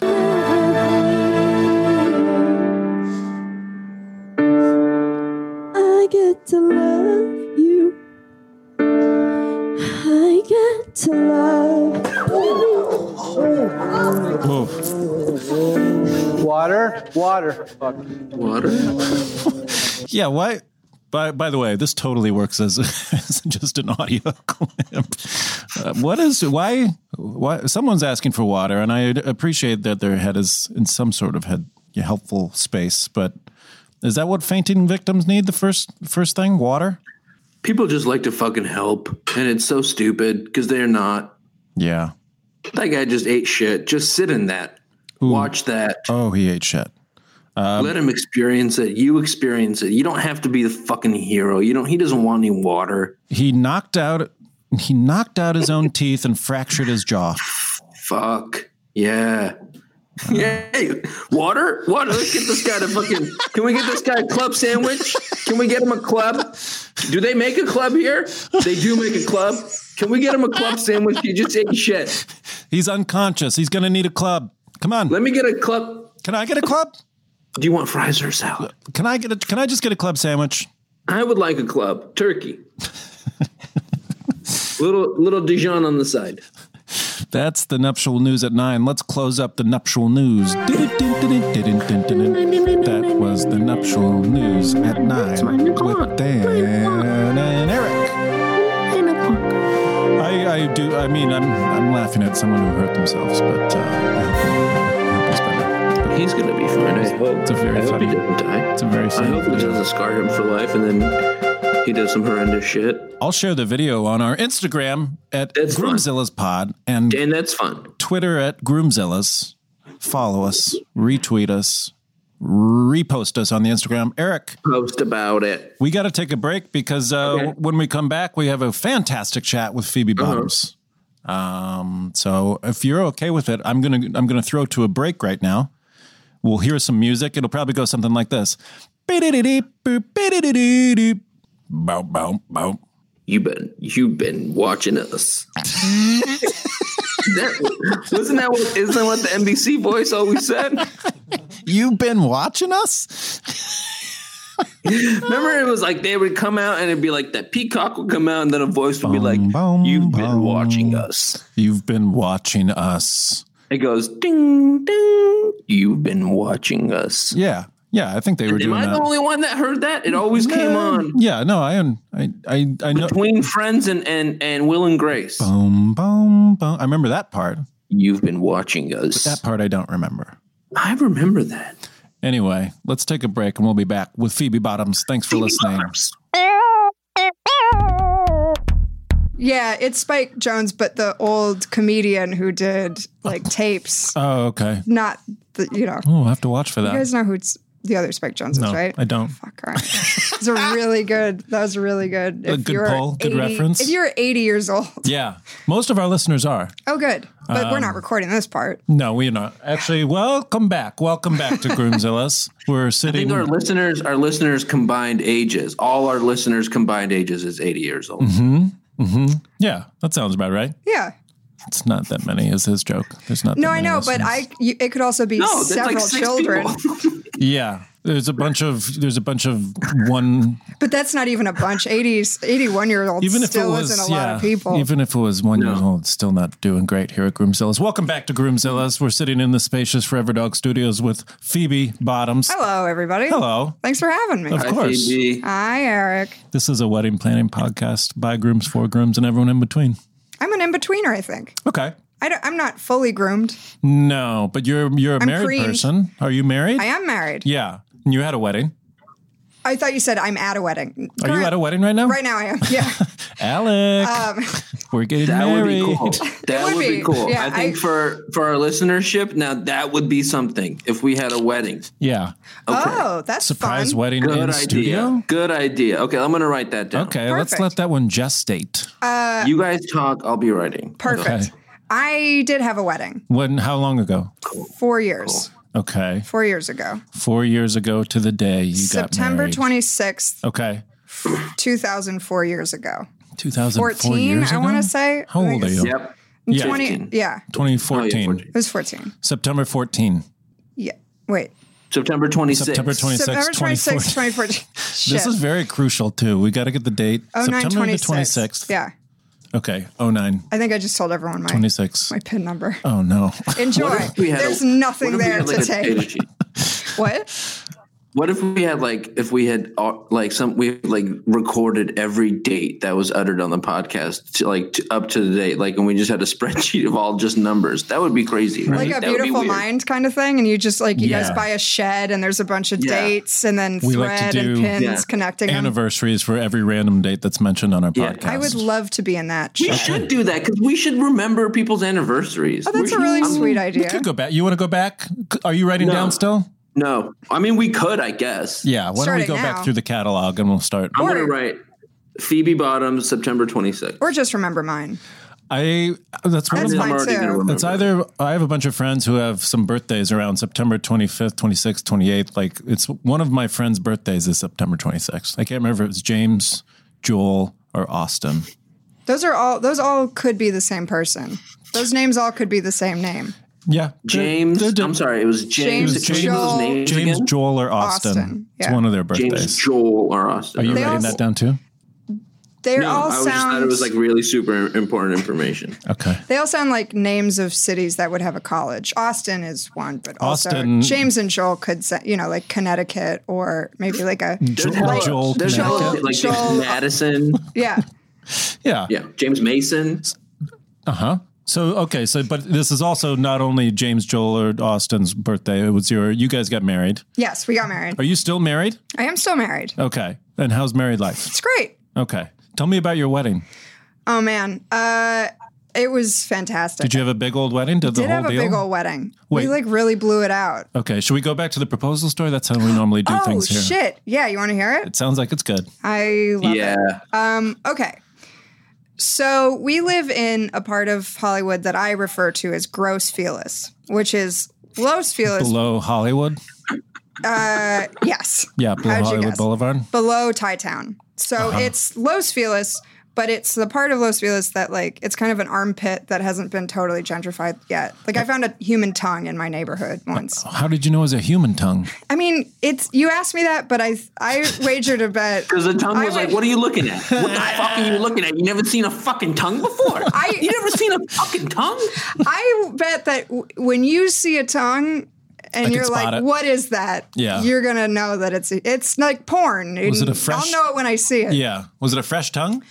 [SPEAKER 4] I get to love you. I get to love you.
[SPEAKER 2] Oof.
[SPEAKER 5] Water, water.
[SPEAKER 3] Water.
[SPEAKER 2] Yeah. Why? By by the way, this totally works as, (laughs) as just an audio (laughs) clip. Uh, what is why? Why someone's asking for water, and I appreciate that their head is in some sort of head helpful space, but. Is that what fainting victims need? The first first thing, water.
[SPEAKER 3] People just like to fucking help, and it's so stupid because they're not.
[SPEAKER 2] Yeah.
[SPEAKER 3] That guy just ate shit. Just sit in that. Watch that.
[SPEAKER 2] Oh, he ate shit. Um,
[SPEAKER 3] Let him experience it. You experience it. You don't have to be the fucking hero. You don't. He doesn't want any water.
[SPEAKER 2] He knocked out. He knocked out his own teeth and fractured his jaw.
[SPEAKER 3] Fuck.
[SPEAKER 2] (laughs)
[SPEAKER 3] Yeah. Yay. Water? Water. Let's get this guy to fucking. Can we get this guy a club sandwich? Can we get him a club? Do they make a club here? They do make a club. Can we get him a club sandwich? He just ate shit.
[SPEAKER 2] He's unconscious. He's gonna need a club. Come on.
[SPEAKER 3] Let me get a club.
[SPEAKER 2] Can I get a club?
[SPEAKER 3] Do you want fries or salad?
[SPEAKER 2] Can I get a? Can I just get a club sandwich?
[SPEAKER 3] I would like a
[SPEAKER 2] (laughs)
[SPEAKER 3] club. Turkey. little little Dijon on the side.
[SPEAKER 2] That's the nuptial news at nine. Let's close up the nuptial news. That was the nuptial news at nine with Dan and Eric. I, I do. I mean, I'm I'm laughing at someone who hurt themselves, but uh, I hope he- I hope he's better.
[SPEAKER 3] He's gonna be fine. I hope.
[SPEAKER 2] It's a very
[SPEAKER 3] I hope he
[SPEAKER 2] funny-
[SPEAKER 3] doesn't die.
[SPEAKER 2] It's a very
[SPEAKER 3] I
[SPEAKER 2] sad.
[SPEAKER 3] hope it doesn't scar him for life, and then He did some horrendous shit,
[SPEAKER 2] I'll share the video on our Instagram at
[SPEAKER 3] That's fine.
[SPEAKER 2] Groomzilla's Pod and
[SPEAKER 3] and that's fun.
[SPEAKER 2] Twitter at Groomzilla's. Follow us, retweet us, repost us on the Instagram. Eric,
[SPEAKER 3] Post about it.
[SPEAKER 2] we got to take a break because uh,
[SPEAKER 3] Okay. Uh-huh.
[SPEAKER 2] when we come back, we have a fantastic chat with Phoebe Bottoms. Um, so if you're okay with it, I'm gonna I'm gonna throw to a break right now. We'll hear some music. It'll probably go something like this: Be-de-de-de, boop, be-de-de-de-de, bow, bow, bow.
[SPEAKER 3] You've been you've been watching us. that, wasn't that what, isn't that what the NBC voice always said?
[SPEAKER 2] You've been watching us.
[SPEAKER 3] Remember, it was like they would come out and it'd be like that peacock would come out, and then a voice would be like,
[SPEAKER 2] boom, boom.
[SPEAKER 3] "You've been watching us."
[SPEAKER 2] You've been watching us.
[SPEAKER 3] It goes ding ding. You've been watching us.
[SPEAKER 2] Yeah, yeah. I think they were
[SPEAKER 3] Am
[SPEAKER 2] doing
[SPEAKER 3] I
[SPEAKER 2] that.
[SPEAKER 3] the only one that heard that? It always came on
[SPEAKER 2] Yeah, no, I I I, I know.
[SPEAKER 3] between Friends and and and Will and Grace.
[SPEAKER 2] Boom, boom, boom. I remember that part.
[SPEAKER 3] You've been watching us.
[SPEAKER 2] That part I don't remember.
[SPEAKER 3] I remember that.
[SPEAKER 2] Anyway, let's take a break and we'll be back with Phoebe Bottoms. Thanks for listening.
[SPEAKER 7] Yeah, it's Spike Jones, but the old comedian who did
[SPEAKER 2] (laughs)
[SPEAKER 7] like tapes,
[SPEAKER 2] Oh, okay.
[SPEAKER 7] not the you know.
[SPEAKER 2] Oh, I have to watch for
[SPEAKER 7] You
[SPEAKER 2] that.
[SPEAKER 7] guys know who it's, the other Spike Jones
[SPEAKER 2] no,
[SPEAKER 7] is, right?
[SPEAKER 2] I don't.
[SPEAKER 7] Fuck, all right. It's a really good. That was really good.
[SPEAKER 2] A good poll, good reference.
[SPEAKER 7] If you're 80 years old, (laughs)
[SPEAKER 2] Yeah, most of our listeners are.
[SPEAKER 7] oh, good. But we're
[SPEAKER 2] Um,
[SPEAKER 7] not recording this part.
[SPEAKER 2] No, we're not. Actually, welcome back. Welcome back to Groomzillas. (laughs) We're
[SPEAKER 3] I
[SPEAKER 2] sitting.
[SPEAKER 3] think our listeners, our listeners combined ages, all our listeners combined ages is 80 years old.
[SPEAKER 2] Mm-hmm. Yeah, that sounds about right.
[SPEAKER 7] Yeah.
[SPEAKER 2] It's not that many. Is his joke? There's not.
[SPEAKER 7] No,
[SPEAKER 2] that
[SPEAKER 7] I
[SPEAKER 2] many
[SPEAKER 7] know, but
[SPEAKER 2] listeners.
[SPEAKER 7] I you, it could also be
[SPEAKER 3] No, that's
[SPEAKER 7] several
[SPEAKER 3] like six
[SPEAKER 7] (laughs) children.
[SPEAKER 3] people.
[SPEAKER 2] Yeah, there's a bunch of there's a bunch of one.
[SPEAKER 7] But that's not even a bunch. 80s, 81 year olds
[SPEAKER 2] Even if
[SPEAKER 7] still
[SPEAKER 2] it was
[SPEAKER 7] isn't a
[SPEAKER 2] yeah,
[SPEAKER 7] lot of people.
[SPEAKER 2] even if it was one year old, it's still not doing great here at Groomzillas. Welcome back to Groomzillas. We're sitting in the spacious Forever Dog Studios with Phoebe Bottoms.
[SPEAKER 7] Hello, everybody.
[SPEAKER 2] Hello.
[SPEAKER 7] Thanks for having me.
[SPEAKER 2] Of course.
[SPEAKER 3] IPB.
[SPEAKER 7] Hi, Eric.
[SPEAKER 2] This is a wedding planning podcast by grooms for grooms and everyone in between.
[SPEAKER 7] I'm an in betweener, I think.
[SPEAKER 2] Okay.
[SPEAKER 7] I don't, I'm not
[SPEAKER 2] (laughs)
[SPEAKER 7] fully groomed.
[SPEAKER 2] No, but you're you're a married
[SPEAKER 7] creamed.
[SPEAKER 2] person. Are you married?
[SPEAKER 7] I am married.
[SPEAKER 2] Yeah. And You had a wedding.
[SPEAKER 7] I thought you said I'm at a wedding.
[SPEAKER 2] Are you at a wedding right now?
[SPEAKER 7] Right Um, now, I am.
[SPEAKER 2] (laughs)
[SPEAKER 7] Yeah.
[SPEAKER 2] Alec. (laughs) we're getting
[SPEAKER 3] That would
[SPEAKER 2] married.
[SPEAKER 3] be cool. That
[SPEAKER 7] would
[SPEAKER 3] would, be.
[SPEAKER 7] be.
[SPEAKER 3] cool.
[SPEAKER 7] Yeah,
[SPEAKER 3] I think
[SPEAKER 7] I-
[SPEAKER 3] for for our listenership, now that would be something if we had a wedding.
[SPEAKER 2] Yeah.
[SPEAKER 7] Oh, that's
[SPEAKER 2] Surprise
[SPEAKER 7] fun.
[SPEAKER 2] wedding
[SPEAKER 3] Good
[SPEAKER 2] in
[SPEAKER 3] idea.
[SPEAKER 2] studio.
[SPEAKER 3] Good idea. Okay, I'm gonna write that down.
[SPEAKER 2] Okay, let's
[SPEAKER 7] Perfect.
[SPEAKER 2] let that one gestate.
[SPEAKER 3] You guys talk. I'll be writing. Oh,
[SPEAKER 7] Perfect.
[SPEAKER 2] Okay.
[SPEAKER 7] I did have a wedding
[SPEAKER 2] When? How long ago?
[SPEAKER 7] four years,
[SPEAKER 2] Okay,
[SPEAKER 7] four years ago,
[SPEAKER 2] four years ago to the day you
[SPEAKER 7] September
[SPEAKER 2] got married. Oh.
[SPEAKER 7] 26th,
[SPEAKER 2] Okay,
[SPEAKER 7] 2004 years ago.
[SPEAKER 2] two thousand
[SPEAKER 7] 14, I want to say.
[SPEAKER 2] How
[SPEAKER 7] I
[SPEAKER 2] old
[SPEAKER 7] think
[SPEAKER 2] are
[SPEAKER 7] it's
[SPEAKER 2] you?
[SPEAKER 3] Yep. Oh,
[SPEAKER 7] 20,
[SPEAKER 3] 15.
[SPEAKER 7] yeah, it
[SPEAKER 2] Twenty fourteen.
[SPEAKER 3] 14.
[SPEAKER 7] was 14.
[SPEAKER 2] September fourteen.
[SPEAKER 7] Yeah. Wait.
[SPEAKER 3] September 26th.
[SPEAKER 2] September twenty sixth,
[SPEAKER 7] September
[SPEAKER 2] twenty
[SPEAKER 7] 26th,
[SPEAKER 2] fourteen. (laughs)
[SPEAKER 7] 2014.
[SPEAKER 2] This is very crucial too. We got to get the date. September the twenty sixth.
[SPEAKER 7] Oh Yeah.
[SPEAKER 2] Okay. Oh nine.
[SPEAKER 7] I think I just told everyone my,
[SPEAKER 2] Twenty six.
[SPEAKER 7] my PIN number.
[SPEAKER 2] Oh no. (laughs)
[SPEAKER 7] Enjoy.
[SPEAKER 3] We had a-
[SPEAKER 7] There's
[SPEAKER 3] what
[SPEAKER 7] nothing
[SPEAKER 3] if we
[SPEAKER 7] there
[SPEAKER 3] had,
[SPEAKER 7] to
[SPEAKER 3] like, a data
[SPEAKER 7] take.
[SPEAKER 3] sheet?
[SPEAKER 7] What?
[SPEAKER 3] What if we had like if we had uh, like some we like recorded every date that was uttered on the podcast to like to, up to the date like and we just had a (laughs) spreadsheet of all just numbers that would be crazy right?
[SPEAKER 7] Like a
[SPEAKER 3] That would be
[SPEAKER 7] beautiful
[SPEAKER 3] weird.
[SPEAKER 7] mind kind of thing. And you just like, you
[SPEAKER 2] Yeah.
[SPEAKER 7] guys buy a shed and there's a bunch of
[SPEAKER 3] Yeah.
[SPEAKER 7] dates and then
[SPEAKER 2] We
[SPEAKER 7] thread
[SPEAKER 2] like to do-
[SPEAKER 7] and pins
[SPEAKER 3] Yeah.
[SPEAKER 7] connecting them.
[SPEAKER 2] Anniversaries for every random date that's mentioned on our
[SPEAKER 3] Yeah.
[SPEAKER 2] podcast.
[SPEAKER 7] I would love to be in that.
[SPEAKER 3] We
[SPEAKER 7] shed.
[SPEAKER 3] should do that because we should remember people's anniversaries.
[SPEAKER 7] Oh, that's
[SPEAKER 3] We-
[SPEAKER 7] a really
[SPEAKER 3] I'm-
[SPEAKER 7] sweet
[SPEAKER 2] We
[SPEAKER 7] idea.
[SPEAKER 2] could go back. You want to go back? Are you writing
[SPEAKER 3] No.
[SPEAKER 2] down still?
[SPEAKER 3] no. I mean, we could, I guess.
[SPEAKER 2] Yeah. Why don't
[SPEAKER 7] Start
[SPEAKER 2] we
[SPEAKER 7] it
[SPEAKER 2] go back
[SPEAKER 7] now.
[SPEAKER 2] through the catalog and we'll start.
[SPEAKER 3] I'm gonna
[SPEAKER 7] Or-
[SPEAKER 3] write Phoebe Bottoms, September 26th.
[SPEAKER 7] Or just remember mine.
[SPEAKER 2] I that's one
[SPEAKER 7] That's
[SPEAKER 2] of my
[SPEAKER 7] fine.
[SPEAKER 3] I'm already
[SPEAKER 7] too.
[SPEAKER 3] gonna remember.
[SPEAKER 2] It's either I have a bunch of friends who have some birthdays around September 25th, 26th, 28th. Like it's one of my friends' birthdays is September 26th. I can't remember if it's James, Joel, or Austin.
[SPEAKER 7] Those are all, those all could be the same person. Those names all could be the same name.
[SPEAKER 2] Yeah, They're-
[SPEAKER 3] James.
[SPEAKER 2] they're-
[SPEAKER 3] I'm sorry, it was James.
[SPEAKER 7] James
[SPEAKER 3] Can we do those
[SPEAKER 7] Joel-
[SPEAKER 3] names
[SPEAKER 2] James,
[SPEAKER 3] again?
[SPEAKER 2] Joel, or Austin.
[SPEAKER 7] Austin,
[SPEAKER 2] It's
[SPEAKER 7] yeah.
[SPEAKER 2] one of their
[SPEAKER 3] James
[SPEAKER 2] birthdays.
[SPEAKER 3] Joel or Austin.
[SPEAKER 2] Are you
[SPEAKER 7] They
[SPEAKER 2] writing
[SPEAKER 7] all-
[SPEAKER 2] that down too?
[SPEAKER 7] They're
[SPEAKER 3] No,
[SPEAKER 7] all
[SPEAKER 3] I was just thought
[SPEAKER 7] sound.
[SPEAKER 3] it was like really super important information.
[SPEAKER 2] Okay.
[SPEAKER 7] They all sound like names of cities that would have a college. Austin is one, but
[SPEAKER 2] Austin-
[SPEAKER 7] also James and Joel could, sa- you know, like Connecticut or maybe like a
[SPEAKER 2] Joel,
[SPEAKER 3] Hello.
[SPEAKER 2] Joel
[SPEAKER 3] There's
[SPEAKER 7] Joel-
[SPEAKER 3] hella-
[SPEAKER 2] Connecticut.
[SPEAKER 3] like
[SPEAKER 7] Joel-
[SPEAKER 3] James Madison.
[SPEAKER 7] yeah.
[SPEAKER 2] Yeah.
[SPEAKER 3] Yeah, James Mason.
[SPEAKER 2] Uh huh. So okay. So but this is also not only James, Joel, or Austin's birthday. It was your. You guys got married.
[SPEAKER 7] Yes, we got married.
[SPEAKER 2] Are you still married?
[SPEAKER 7] I am still married.
[SPEAKER 2] Okay. And how's married life?
[SPEAKER 7] It's great.
[SPEAKER 2] Okay. Tell me about your wedding.
[SPEAKER 7] Oh man, uh, it was fantastic.
[SPEAKER 2] Did you have a big old wedding? Did, the
[SPEAKER 7] Did
[SPEAKER 2] whole
[SPEAKER 7] have a
[SPEAKER 2] deal?
[SPEAKER 7] big old wedding.
[SPEAKER 2] Wait.
[SPEAKER 7] We like really blew it out.
[SPEAKER 2] okay. Should we go back to the proposal story? That's how we normally do
[SPEAKER 7] Oh
[SPEAKER 2] things here.
[SPEAKER 7] shit! Yeah, you want to hear it?
[SPEAKER 2] It sounds like it's good.
[SPEAKER 7] I love it.
[SPEAKER 3] Yeah.
[SPEAKER 7] Um, okay. So we live in a part of Hollywood that I refer to as Gross Felis, which is Los Feliz.
[SPEAKER 2] Below Hollywood.
[SPEAKER 7] Uh, yes,
[SPEAKER 2] Yeah, below
[SPEAKER 7] How'd you
[SPEAKER 2] Hollywood
[SPEAKER 7] guess?
[SPEAKER 2] Boulevard.
[SPEAKER 7] below Thai Town. So
[SPEAKER 2] Uh-huh.
[SPEAKER 7] it's Los Feliz, but it's the part of Los Feliz that like it's kind of an armpit that hasn't been totally gentrified yet. Like I found a human tongue in my neighborhood once.
[SPEAKER 2] How did you know it was a human tongue?
[SPEAKER 7] I mean, it's you asked me that, but I I wagered a bet.
[SPEAKER 2] (laughs)
[SPEAKER 3] Because the tongue
[SPEAKER 7] I
[SPEAKER 3] was like,
[SPEAKER 7] would-
[SPEAKER 3] "What are you looking at? What the fuck are you looking at? You never seen a fucking tongue before.
[SPEAKER 7] (laughs) I-
[SPEAKER 3] you never seen a fucking tongue?
[SPEAKER 7] I bet that w- when you see a tongue and
[SPEAKER 2] can
[SPEAKER 7] you're
[SPEAKER 2] spot
[SPEAKER 7] like,
[SPEAKER 2] it.
[SPEAKER 7] "What is that?"
[SPEAKER 2] Yeah.
[SPEAKER 7] you're gonna know that it's it's like porn.
[SPEAKER 2] Was it a
[SPEAKER 7] And
[SPEAKER 2] fresh-
[SPEAKER 7] I'll know it when I see it.
[SPEAKER 2] Yeah. Was it a fresh tongue?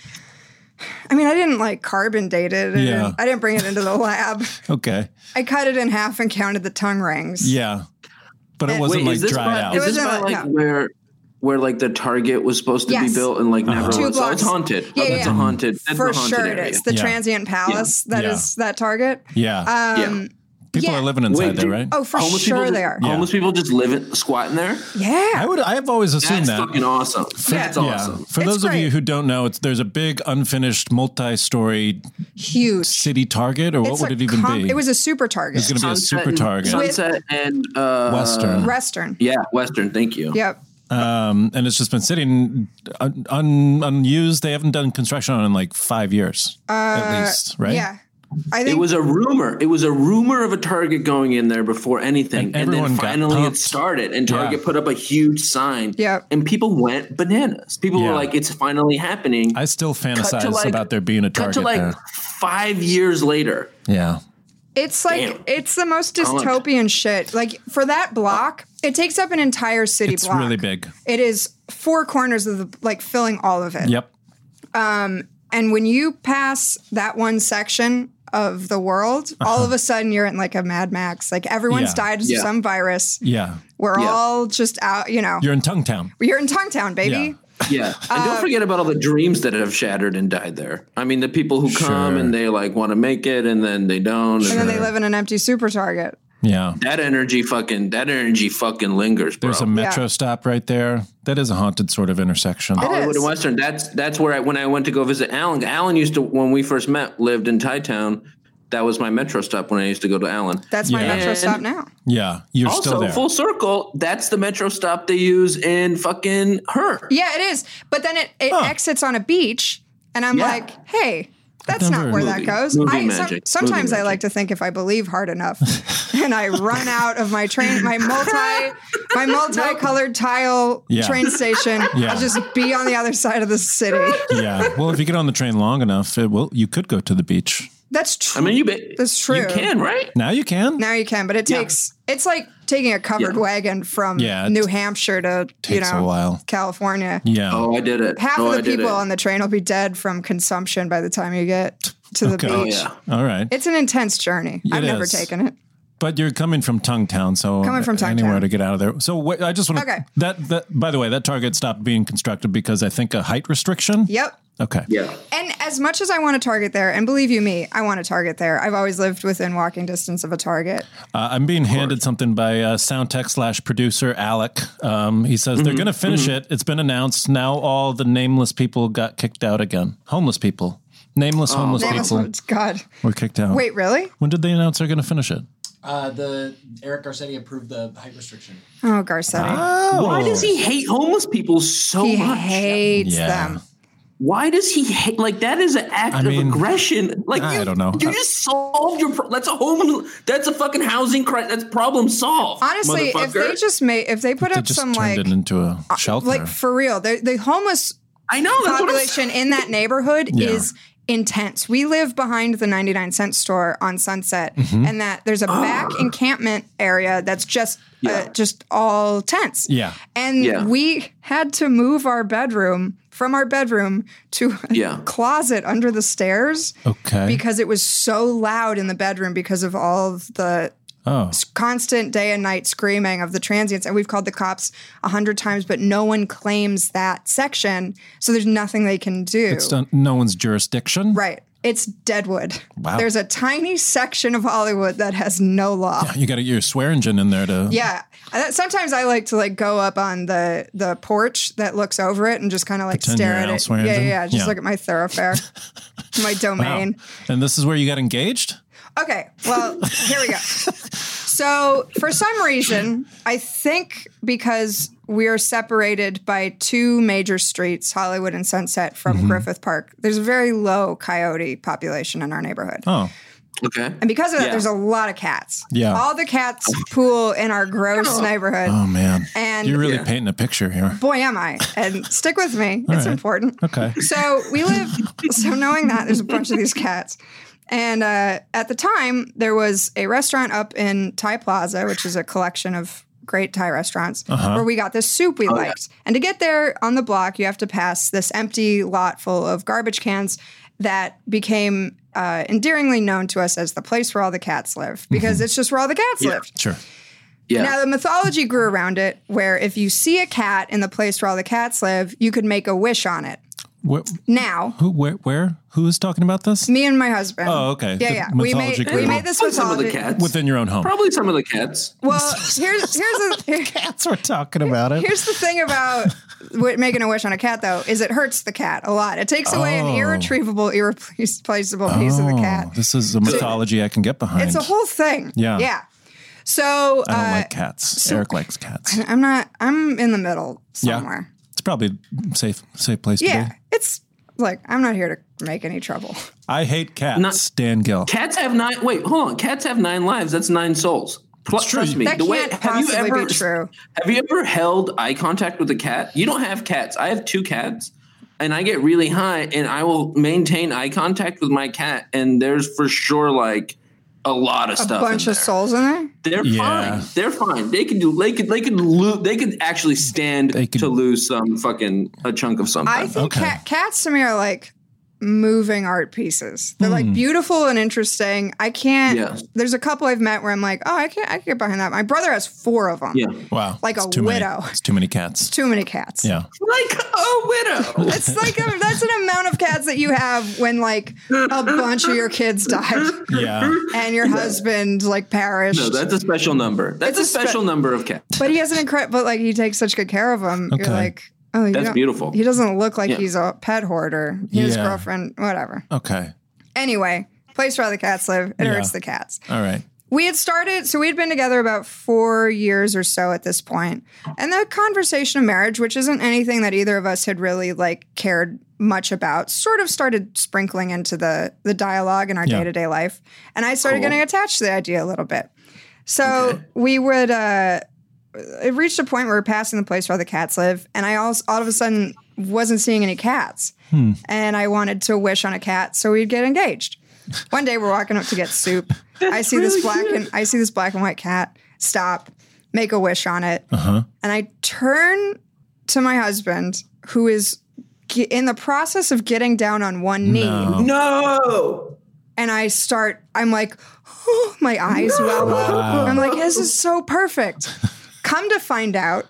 [SPEAKER 7] I mean, I didn't like carbon date it. and
[SPEAKER 2] Yeah.
[SPEAKER 7] I didn't bring it into the (laughs) lab.
[SPEAKER 2] Okay.
[SPEAKER 7] I cut it in half and counted the tongue rings.
[SPEAKER 2] Yeah. But
[SPEAKER 7] Uh,
[SPEAKER 2] it wasn't
[SPEAKER 3] Wait,
[SPEAKER 2] like
[SPEAKER 3] is this
[SPEAKER 2] dried
[SPEAKER 3] by,
[SPEAKER 2] out.
[SPEAKER 3] Is this
[SPEAKER 7] It
[SPEAKER 3] by
[SPEAKER 7] wasn't
[SPEAKER 3] like
[SPEAKER 7] like- no.
[SPEAKER 3] where where like the Target was supposed to
[SPEAKER 7] Yes.
[SPEAKER 3] be built and like never
[SPEAKER 7] Two
[SPEAKER 3] was? So it's
[SPEAKER 7] blocks.
[SPEAKER 3] haunted.
[SPEAKER 7] Yeah,
[SPEAKER 3] oh, that's
[SPEAKER 7] yeah.
[SPEAKER 3] a haunted. That's
[SPEAKER 7] For
[SPEAKER 3] a haunted
[SPEAKER 7] sure,
[SPEAKER 3] area.
[SPEAKER 7] it is the
[SPEAKER 2] Yeah.
[SPEAKER 7] Transient Palace. that is
[SPEAKER 2] Yeah.
[SPEAKER 7] that Target.
[SPEAKER 2] yeah.
[SPEAKER 3] yeah.
[SPEAKER 7] Um,
[SPEAKER 2] People
[SPEAKER 7] yeah.
[SPEAKER 2] are living inside
[SPEAKER 3] Wait,
[SPEAKER 2] there,
[SPEAKER 3] do-
[SPEAKER 2] right?
[SPEAKER 7] Oh, for
[SPEAKER 3] homeless
[SPEAKER 7] sure
[SPEAKER 3] people
[SPEAKER 7] they
[SPEAKER 3] just-
[SPEAKER 7] are.
[SPEAKER 2] Yeah.
[SPEAKER 3] Homeless people just live squatting there.
[SPEAKER 7] Yeah.
[SPEAKER 2] I would I have always assumed
[SPEAKER 3] That's
[SPEAKER 2] that.
[SPEAKER 3] fucking awesome. That's
[SPEAKER 2] yeah.
[SPEAKER 3] awesome.
[SPEAKER 2] For
[SPEAKER 7] It's
[SPEAKER 2] those of you
[SPEAKER 7] great.
[SPEAKER 2] who don't know, it's there's a big unfinished multi-story
[SPEAKER 7] Huge.
[SPEAKER 2] city target, or
[SPEAKER 7] It's
[SPEAKER 2] what would
[SPEAKER 7] a
[SPEAKER 2] it even
[SPEAKER 7] comp-
[SPEAKER 2] be?
[SPEAKER 7] It was a super target.
[SPEAKER 2] It's going to be a
[SPEAKER 3] Sunset
[SPEAKER 2] super
[SPEAKER 3] and-
[SPEAKER 2] target,
[SPEAKER 3] Sunset and uh,
[SPEAKER 2] Western,
[SPEAKER 7] Western.
[SPEAKER 3] Yeah, Western. Thank you.
[SPEAKER 7] Yep.
[SPEAKER 2] um, and it's just been sitting un- un- unused. They haven't done construction on it in like five years, at least, right?
[SPEAKER 7] Uh, Yeah. I think
[SPEAKER 3] It was a rumor. It was a rumor of a Target going in there before anything,
[SPEAKER 2] And
[SPEAKER 3] and,
[SPEAKER 2] everyone
[SPEAKER 3] then
[SPEAKER 2] got
[SPEAKER 3] finally
[SPEAKER 2] pumped.
[SPEAKER 3] it started. And
[SPEAKER 2] Yeah.
[SPEAKER 3] Target put up a huge sign.
[SPEAKER 7] Yep.
[SPEAKER 3] and people went bananas. People
[SPEAKER 2] Yeah.
[SPEAKER 3] were like, "It's finally happening."
[SPEAKER 2] I still fantasize
[SPEAKER 3] like-
[SPEAKER 2] about there being a target
[SPEAKER 3] Cut to like
[SPEAKER 2] there.
[SPEAKER 3] five years later.
[SPEAKER 2] Yeah,
[SPEAKER 7] It's like
[SPEAKER 3] Damn.
[SPEAKER 7] it's the most
[SPEAKER 3] Colin.
[SPEAKER 7] dystopian shit. Like for that block, it takes up an entire city
[SPEAKER 2] it's
[SPEAKER 7] block.
[SPEAKER 2] really big.
[SPEAKER 7] It is four corners of the like filling all of it.
[SPEAKER 2] Yep.
[SPEAKER 7] And when you pass that one section of the world, all of a sudden you're in like a Mad Max. Like everyone's
[SPEAKER 2] Uh-huh. Yeah.
[SPEAKER 7] died of
[SPEAKER 3] Yeah.
[SPEAKER 7] some virus.
[SPEAKER 2] Yeah,
[SPEAKER 7] We're
[SPEAKER 3] Yeah.
[SPEAKER 7] all just out, you know. You're,
[SPEAKER 2] you're in Tongue Town.
[SPEAKER 7] in Tongtown, baby. (laughs)
[SPEAKER 3] Yeah, and
[SPEAKER 7] Uh,
[SPEAKER 3] don't forget about all the dreams that have shattered and died there. I mean, the people who come
[SPEAKER 2] Sure.
[SPEAKER 3] and they like want to make it, and then they don't.
[SPEAKER 7] And then they
[SPEAKER 3] and
[SPEAKER 7] live in an empty super target.
[SPEAKER 2] Yeah.
[SPEAKER 3] that energy fucking that energy fucking lingers, bro.
[SPEAKER 2] There's a metro
[SPEAKER 7] Yeah.
[SPEAKER 2] stop right there. That is a haunted sort of intersection.
[SPEAKER 3] Hollywood
[SPEAKER 7] is.
[SPEAKER 3] and Western. That's that's where I when I went to go visit Alan. Alan used to when we first met lived in Thai Town. That was my metro stop when I used to go to Alan.
[SPEAKER 7] That's my
[SPEAKER 2] Yeah.
[SPEAKER 7] metro
[SPEAKER 3] And-
[SPEAKER 7] stop now.
[SPEAKER 2] Yeah, you're still
[SPEAKER 3] also,
[SPEAKER 2] there.
[SPEAKER 3] full circle. That's the metro stop they use in fucking her.
[SPEAKER 7] Yeah, it is. But then it, it
[SPEAKER 2] Huh.
[SPEAKER 7] exits on a beach, and I'm
[SPEAKER 3] Yeah.
[SPEAKER 7] like, hey, that's
[SPEAKER 2] Another
[SPEAKER 7] not where that
[SPEAKER 3] movie.
[SPEAKER 7] goes.
[SPEAKER 3] Movie
[SPEAKER 7] I,
[SPEAKER 3] magic.
[SPEAKER 7] sometimes
[SPEAKER 3] Movie
[SPEAKER 7] I like to think if I believe
[SPEAKER 2] (laughs)
[SPEAKER 7] hard enough, and I run out of my train,
[SPEAKER 2] (laughs)
[SPEAKER 7] my multi, my multicolored tile
[SPEAKER 2] Yeah.
[SPEAKER 7] train station,
[SPEAKER 2] Yeah.
[SPEAKER 7] I'll just be on the other side of the
[SPEAKER 2] (laughs)
[SPEAKER 7] city.
[SPEAKER 2] yeah. Well, if you get on the train long enough, it will. You could go to the beach.
[SPEAKER 3] I
[SPEAKER 7] That's true.
[SPEAKER 3] mean, you be,
[SPEAKER 7] That's true.
[SPEAKER 3] You can right?
[SPEAKER 2] Now you can.
[SPEAKER 7] now you can, but it takes. It's like taking a covered
[SPEAKER 3] Yeah.
[SPEAKER 7] wagon from
[SPEAKER 2] Yeah, it
[SPEAKER 7] New Hampshire to you
[SPEAKER 2] takes a
[SPEAKER 7] know
[SPEAKER 2] while.
[SPEAKER 7] California.
[SPEAKER 2] yeah.
[SPEAKER 3] Oh, I did it.
[SPEAKER 7] Half
[SPEAKER 3] oh, I
[SPEAKER 7] of the
[SPEAKER 3] did
[SPEAKER 7] people
[SPEAKER 3] it.
[SPEAKER 7] on the train will be dead from consumption by the time you get to the
[SPEAKER 2] Okay.
[SPEAKER 7] beach.
[SPEAKER 3] Oh yeah.
[SPEAKER 2] All right.
[SPEAKER 7] It's an intense journey. I've
[SPEAKER 2] It
[SPEAKER 7] never
[SPEAKER 2] is.
[SPEAKER 7] taken it.
[SPEAKER 2] But you're coming from Tongue Town, so uh,
[SPEAKER 7] Coming from Tongue
[SPEAKER 2] anywhere
[SPEAKER 7] Town.
[SPEAKER 2] to get out of there. So wait, I just want to
[SPEAKER 7] Okay.
[SPEAKER 2] that that by the way, that target stopped being constructed because I think a height restriction.
[SPEAKER 7] Yep.
[SPEAKER 2] Okay.
[SPEAKER 3] Yeah.
[SPEAKER 7] And as much as I want to target there, and believe you me, I want to target there. I've always lived within walking distance of a target.
[SPEAKER 2] Uh, I'm being handed something by uh, sound tech slash producer Alec. Um, he says they're going to finish it. It's been announced. Now all the nameless people got kicked out again. Homeless people, nameless homeless
[SPEAKER 7] Damn,
[SPEAKER 2] people
[SPEAKER 7] it's- Oh, God.
[SPEAKER 2] were kicked out.
[SPEAKER 7] Wait, really?
[SPEAKER 2] when did they announce they're going to finish it?
[SPEAKER 8] Uh, the Eric Garcetti approved the height restriction.
[SPEAKER 7] Oh, Garcetti.
[SPEAKER 3] Why does
[SPEAKER 2] Oh.
[SPEAKER 3] he hate homeless people so
[SPEAKER 7] he
[SPEAKER 3] much?
[SPEAKER 7] hates
[SPEAKER 2] Yeah.
[SPEAKER 7] them.
[SPEAKER 3] Why does he hate? Like that is an act
[SPEAKER 2] I mean,
[SPEAKER 3] of aggression. Like
[SPEAKER 2] I
[SPEAKER 3] you,
[SPEAKER 2] don't know.
[SPEAKER 3] You just solved your. Pro- that's a home. That's a fucking housing crisis. That's problem solved.
[SPEAKER 7] Honestly, if
[SPEAKER 3] motherfucker.
[SPEAKER 7] they just made, if they put
[SPEAKER 2] They
[SPEAKER 7] up
[SPEAKER 2] just
[SPEAKER 7] some
[SPEAKER 2] turned
[SPEAKER 7] like, uh,
[SPEAKER 2] it into a shelter.
[SPEAKER 7] like for real, the the homeless
[SPEAKER 3] I know that's what I'm saying.
[SPEAKER 7] population in that neighborhood
[SPEAKER 2] Yeah.
[SPEAKER 7] is intense. We live behind the 99 cent store on Sunset
[SPEAKER 2] Mm-hmm.
[SPEAKER 7] and that there's a
[SPEAKER 3] Ah.
[SPEAKER 7] back encampment area that's just uh, just all tents.
[SPEAKER 2] Yeah.
[SPEAKER 7] And
[SPEAKER 3] Yeah.
[SPEAKER 7] we had to move our bedroom from our bedroom to a
[SPEAKER 3] Yeah.
[SPEAKER 7] closet under the stairs
[SPEAKER 2] okay.
[SPEAKER 7] because it was so loud in the bedroom because of all of the
[SPEAKER 2] Oh.
[SPEAKER 7] constant day and night screaming of the transients, and we've called the cops a hundred times, but no one claims that section, so there's nothing they can do.
[SPEAKER 2] It's done, no one's jurisdiction.
[SPEAKER 7] Right. It's Deadwood.
[SPEAKER 2] Wow.
[SPEAKER 7] There's a tiny section of Hollywood that has no law.
[SPEAKER 2] You got to get your swear engine in there to.
[SPEAKER 7] Yeah. I- Sometimes I like to like go up on the the porch that looks over it and just kind of like
[SPEAKER 2] Pretend
[SPEAKER 7] stare
[SPEAKER 2] you're
[SPEAKER 7] at
[SPEAKER 2] Al
[SPEAKER 7] it.
[SPEAKER 2] Swearingen?
[SPEAKER 7] Yeah, yeah, yeah. Just
[SPEAKER 2] Yeah.
[SPEAKER 7] look at
[SPEAKER 2] (laughs)
[SPEAKER 7] my thoroughfare, my
[SPEAKER 2] Wow.
[SPEAKER 7] domain.
[SPEAKER 2] And this is where you got engaged?
[SPEAKER 7] Okay, well, here we go. So, for some reason, I think because we are separated by two major streets, Hollywood and Sunset, from
[SPEAKER 2] Mm-hmm.
[SPEAKER 7] Griffith Park, there's a very low coyote population in our neighborhood.
[SPEAKER 2] Oh.
[SPEAKER 3] Okay.
[SPEAKER 7] And because of that,
[SPEAKER 3] Yeah.
[SPEAKER 7] there's a lot of cats.
[SPEAKER 2] Yeah.
[SPEAKER 7] All the cats pool in our gross neighborhood.
[SPEAKER 2] Oh, man.
[SPEAKER 7] And-
[SPEAKER 2] You're really
[SPEAKER 3] Yeah.
[SPEAKER 2] painting a picture here.
[SPEAKER 7] Boy, am I. And stick with me,
[SPEAKER 2] All
[SPEAKER 7] it's
[SPEAKER 2] right.
[SPEAKER 7] important.
[SPEAKER 2] Okay.
[SPEAKER 7] So we live. so knowing that there's a bunch of these cats, and uh, at the time there was a restaurant up in Thai Plaza, which is a collection of great Thai restaurants, where we got this soup we liked. And to get there on the block, you have to pass this empty lot full of garbage cans that became. Uh, endearingly known to us as the place where all the cats live because it's just where all the cats lived.
[SPEAKER 2] Sure.
[SPEAKER 3] Yeah.
[SPEAKER 7] Now, the mythology grew around it where if you see a cat in the place where all the cats live, you could make a wish on it.
[SPEAKER 2] Where,
[SPEAKER 7] Now,
[SPEAKER 2] who, where, where? Who is talking about this?
[SPEAKER 7] me and my husband.
[SPEAKER 2] Oh, okay.
[SPEAKER 7] Yeah,
[SPEAKER 2] The
[SPEAKER 7] yeah. We made,
[SPEAKER 2] mythology
[SPEAKER 7] we
[SPEAKER 2] grew.
[SPEAKER 7] made this
[SPEAKER 3] Probably some of
[SPEAKER 7] mythology.
[SPEAKER 3] the cats.
[SPEAKER 2] Within your own home.
[SPEAKER 3] Probably some of the cats.
[SPEAKER 7] Well,
[SPEAKER 3] (laughs)
[SPEAKER 7] here's here's the
[SPEAKER 2] That's what we're talking about it.
[SPEAKER 7] here's the thing about wi- making a wish on a cat though is it hurts the cat a lot. It takes away
[SPEAKER 2] Oh.
[SPEAKER 7] an irretrievable, irreplaceable piece of the
[SPEAKER 2] Oh,
[SPEAKER 7] cat.
[SPEAKER 2] This is a mythology I can get behind.
[SPEAKER 7] It's a whole thing.
[SPEAKER 2] Yeah.
[SPEAKER 7] yeah. So
[SPEAKER 2] I don't
[SPEAKER 7] uh,
[SPEAKER 2] like cats. Eric likes
[SPEAKER 7] (laughs)
[SPEAKER 2] cats.
[SPEAKER 7] I'm not. I'm in the middle
[SPEAKER 2] Yeah.
[SPEAKER 7] somewhere.
[SPEAKER 2] It's probably a safe safe place
[SPEAKER 7] Yeah,
[SPEAKER 2] to be.
[SPEAKER 7] it's like I'm not here to make any trouble.
[SPEAKER 2] I hate cats.
[SPEAKER 3] Not-
[SPEAKER 2] Dan Gill.
[SPEAKER 3] Cats have nine. Wait, hold on. Cats have nine lives. That's nine souls. Plus,
[SPEAKER 2] true.
[SPEAKER 3] trust me.
[SPEAKER 7] That
[SPEAKER 3] the way
[SPEAKER 7] can't
[SPEAKER 3] have you
[SPEAKER 7] possibly
[SPEAKER 3] ever
[SPEAKER 7] be true.
[SPEAKER 3] have you ever held eye contact with a cat? You don't have cats. I have two cats, and I get really high, and I will maintain eye contact with my cat, and there's for sure like a lot of
[SPEAKER 7] A
[SPEAKER 3] stuff.
[SPEAKER 7] bunch
[SPEAKER 3] in
[SPEAKER 7] of
[SPEAKER 3] there.
[SPEAKER 7] souls in there.
[SPEAKER 3] They're
[SPEAKER 2] Yeah.
[SPEAKER 3] fine. They're fine. They could do. They could. They could lose. They could actually stand
[SPEAKER 2] They could-
[SPEAKER 3] to lose some fucking a chunk of something.
[SPEAKER 7] I think
[SPEAKER 2] Okay.
[SPEAKER 7] cat, cats to me are like moving art pieces. They're like beautiful and interesting. I can't.
[SPEAKER 3] Hmm. Yeah.
[SPEAKER 7] There's a couple I've met where I'm like, oh, I can't. I can get behind that. My brother has four of them.
[SPEAKER 3] yeah,
[SPEAKER 2] Wow.
[SPEAKER 7] Like
[SPEAKER 2] It's
[SPEAKER 7] a
[SPEAKER 2] too many-
[SPEAKER 7] widow.
[SPEAKER 2] it's too many cats.
[SPEAKER 7] Too many cats. (laughs)
[SPEAKER 2] Yeah.
[SPEAKER 3] like a widow.
[SPEAKER 7] It's like a, that's an amount of cats that you have when like a bunch of your
[SPEAKER 3] (laughs)
[SPEAKER 7] kids died
[SPEAKER 2] Yeah.
[SPEAKER 7] and your husband like perished.
[SPEAKER 3] No, that's a special number. That's
[SPEAKER 7] It's a
[SPEAKER 3] a special
[SPEAKER 7] spe-
[SPEAKER 3] number of cats.
[SPEAKER 7] but he has an incredible. But like he takes such good care of them.
[SPEAKER 2] Okay.
[SPEAKER 7] You're like, oh, you
[SPEAKER 3] That's
[SPEAKER 7] don't-
[SPEAKER 3] beautiful.
[SPEAKER 7] He doesn't look like
[SPEAKER 3] Yeah.
[SPEAKER 7] he's a pet hoarder. His
[SPEAKER 2] Yeah.
[SPEAKER 7] girlfriend, whatever.
[SPEAKER 2] Okay.
[SPEAKER 7] Anyway, place where all the cats live. It
[SPEAKER 2] Yeah.
[SPEAKER 7] hurts the cats.
[SPEAKER 2] All right.
[SPEAKER 7] We had started, so we had been together about four years or so at this point, and the conversation of marriage, which isn't anything that either of us had really like cared much about, sort of started sprinkling into the the dialogue in our
[SPEAKER 2] Yeah.
[SPEAKER 7] day to day life, and I started
[SPEAKER 3] Cool.
[SPEAKER 7] getting attached to the idea a little bit. So we would. uh it reached a point where we were passing the place where the cats live, and I also all of a sudden wasn't seeing any cats,
[SPEAKER 2] Hmm.
[SPEAKER 7] and I wanted to wish on a cat, so we'd get engaged. One day we're walking up to
[SPEAKER 2] (laughs)
[SPEAKER 7] get soup. I see this black and I see this black and white cat. Stop, make a wish on it,
[SPEAKER 2] Uh-huh.
[SPEAKER 7] and I turn to my husband, who is ge- in the process of getting down on one knee,
[SPEAKER 2] No.
[SPEAKER 7] (laughs)
[SPEAKER 3] No.
[SPEAKER 7] and I start. I'm like, oh, my eyes well up.
[SPEAKER 2] Wow.
[SPEAKER 7] I'm like, this is
[SPEAKER 2] (laughs)
[SPEAKER 7] so perfect. Come to find out,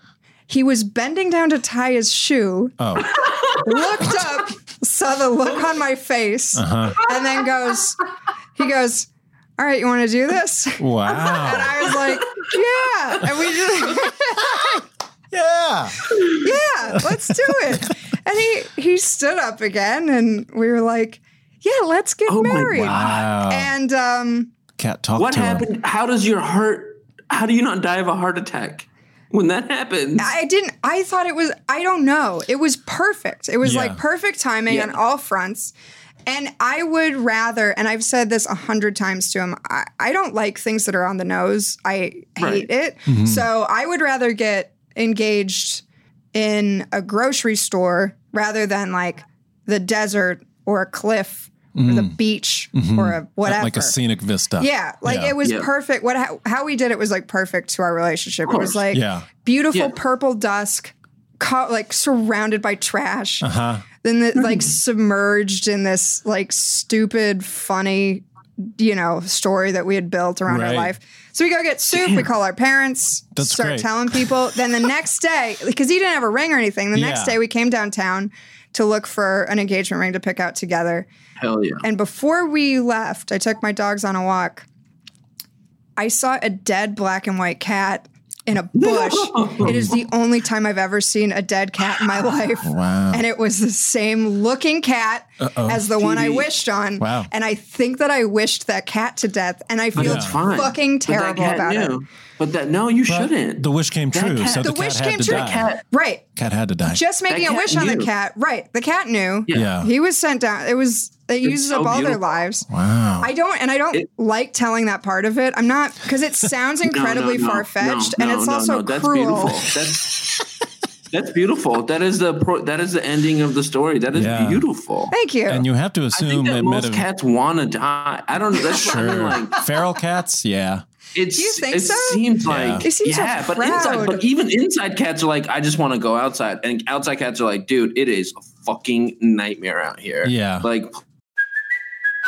[SPEAKER 7] he was bending down to tie his shoe,
[SPEAKER 2] Oh.
[SPEAKER 7] looked
[SPEAKER 2] (laughs)
[SPEAKER 7] up, saw the look on my face,
[SPEAKER 2] Uh-huh.
[SPEAKER 7] and then goes, he goes, all right, you want to
[SPEAKER 2] (laughs)
[SPEAKER 7] do this? And
[SPEAKER 2] Wow.
[SPEAKER 7] I was like, yeah. And we just,
[SPEAKER 2] Yeah.
[SPEAKER 7] yeah, let's do it. And he, he stood up again and we were like, yeah, let's get
[SPEAKER 3] Oh my
[SPEAKER 7] married.
[SPEAKER 2] Wow.
[SPEAKER 7] And, um,
[SPEAKER 2] Cat talk
[SPEAKER 3] What
[SPEAKER 2] to him.
[SPEAKER 3] happened? How does your heart? How do you not die of a heart attack when that happens?
[SPEAKER 7] I didn't. I thought it was. I don't know. It was perfect. It was
[SPEAKER 2] Yeah.
[SPEAKER 7] like perfect timing
[SPEAKER 3] Yeah.
[SPEAKER 7] on all fronts. And I would rather, and I've said this a hundred times to him. I, I don't like things that are on the nose. I
[SPEAKER 3] Right.
[SPEAKER 7] hate it.
[SPEAKER 2] Mm-hmm.
[SPEAKER 7] So I would rather get engaged in a grocery store rather than like the desert or a cliff or the beach or a
[SPEAKER 2] Mm.
[SPEAKER 7] whatever.
[SPEAKER 2] Mm-hmm. Like a scenic vista.
[SPEAKER 7] Yeah, like
[SPEAKER 2] Yeah.
[SPEAKER 7] it was
[SPEAKER 3] Yeah.
[SPEAKER 7] perfect. What how, how we did it was like perfect to our relationship. It was
[SPEAKER 3] course.
[SPEAKER 7] like
[SPEAKER 2] Yeah.
[SPEAKER 7] beautiful
[SPEAKER 3] Yeah.
[SPEAKER 7] purple dusk, co- like surrounded by trash,
[SPEAKER 2] Uh huh.
[SPEAKER 7] then the, like submerged in this like stupid funny you know, story that we had built around our
[SPEAKER 2] Right.
[SPEAKER 7] life. So we go get soup, we call our parents,
[SPEAKER 2] That's
[SPEAKER 7] start
[SPEAKER 2] great.
[SPEAKER 7] telling people. Then the next day, because he didn't have a ring or anything, the next
[SPEAKER 2] Yeah.
[SPEAKER 7] day we came downtown to look for an engagement ring to pick out together.
[SPEAKER 3] Hell yeah.
[SPEAKER 7] And before we left, I took my dogs on a walk. I saw a dead black and white cat in a
[SPEAKER 3] (laughs)
[SPEAKER 7] bush. it is the only time I've ever seen a dead cat
[SPEAKER 3] (laughs)
[SPEAKER 7] in my life.
[SPEAKER 2] Wow.
[SPEAKER 7] And it was the same looking cat as the one I wished on.
[SPEAKER 2] Wow.
[SPEAKER 7] And I think that I wished that cat to death. And I feel
[SPEAKER 3] That's fine.
[SPEAKER 7] fucking
[SPEAKER 3] But that
[SPEAKER 7] terrible
[SPEAKER 3] cat
[SPEAKER 7] about it.
[SPEAKER 3] knew. But that no, you
[SPEAKER 2] But
[SPEAKER 3] shouldn't.
[SPEAKER 2] The wish came
[SPEAKER 3] That
[SPEAKER 2] true,
[SPEAKER 3] cat-
[SPEAKER 2] so the,
[SPEAKER 7] The wish
[SPEAKER 2] cat had
[SPEAKER 7] came
[SPEAKER 2] to
[SPEAKER 7] true.
[SPEAKER 2] die.
[SPEAKER 7] The
[SPEAKER 2] Cat.
[SPEAKER 7] cat, right.
[SPEAKER 2] had to die.
[SPEAKER 7] Just making a
[SPEAKER 3] cat
[SPEAKER 7] wish on the
[SPEAKER 3] knew.
[SPEAKER 7] cat. Right. The cat knew.
[SPEAKER 2] yeah.
[SPEAKER 7] He was sent down. It was, it uses
[SPEAKER 3] so
[SPEAKER 7] up all
[SPEAKER 3] beautiful.
[SPEAKER 7] their lives.
[SPEAKER 2] wow.
[SPEAKER 7] I don't, and I don't
[SPEAKER 3] It-
[SPEAKER 7] like telling that part of it. I'm not
[SPEAKER 3] (laughs)
[SPEAKER 7] because it sounds incredibly
[SPEAKER 3] no, no,
[SPEAKER 7] far fetched,
[SPEAKER 3] no,
[SPEAKER 7] and
[SPEAKER 3] no,
[SPEAKER 7] it's
[SPEAKER 3] no,
[SPEAKER 7] also
[SPEAKER 3] no. That's
[SPEAKER 7] cruel. (laughs)
[SPEAKER 3] beautiful. That's that's beautiful. That is the pro- that is the ending of the story. That is
[SPEAKER 2] Yeah.
[SPEAKER 3] beautiful.
[SPEAKER 7] Thank you.
[SPEAKER 2] and you have to
[SPEAKER 3] I
[SPEAKER 2] assume
[SPEAKER 3] think
[SPEAKER 2] they
[SPEAKER 3] that
[SPEAKER 2] might
[SPEAKER 3] most
[SPEAKER 2] have.
[SPEAKER 3] cats want to die. I don't. That's what I mean,
[SPEAKER 2] Sure.
[SPEAKER 3] like
[SPEAKER 2] (laughs) Feral cats, yeah.
[SPEAKER 3] it's.
[SPEAKER 7] Do you think
[SPEAKER 3] it
[SPEAKER 7] so?
[SPEAKER 3] seems
[SPEAKER 2] Yeah.
[SPEAKER 3] like
[SPEAKER 7] It seems so
[SPEAKER 3] yeah, but inside,
[SPEAKER 7] proud.
[SPEAKER 3] but even inside cats are like, I just want to go outside, and outside cats are like, dude, it is a fucking nightmare out here.
[SPEAKER 2] Yeah.
[SPEAKER 3] like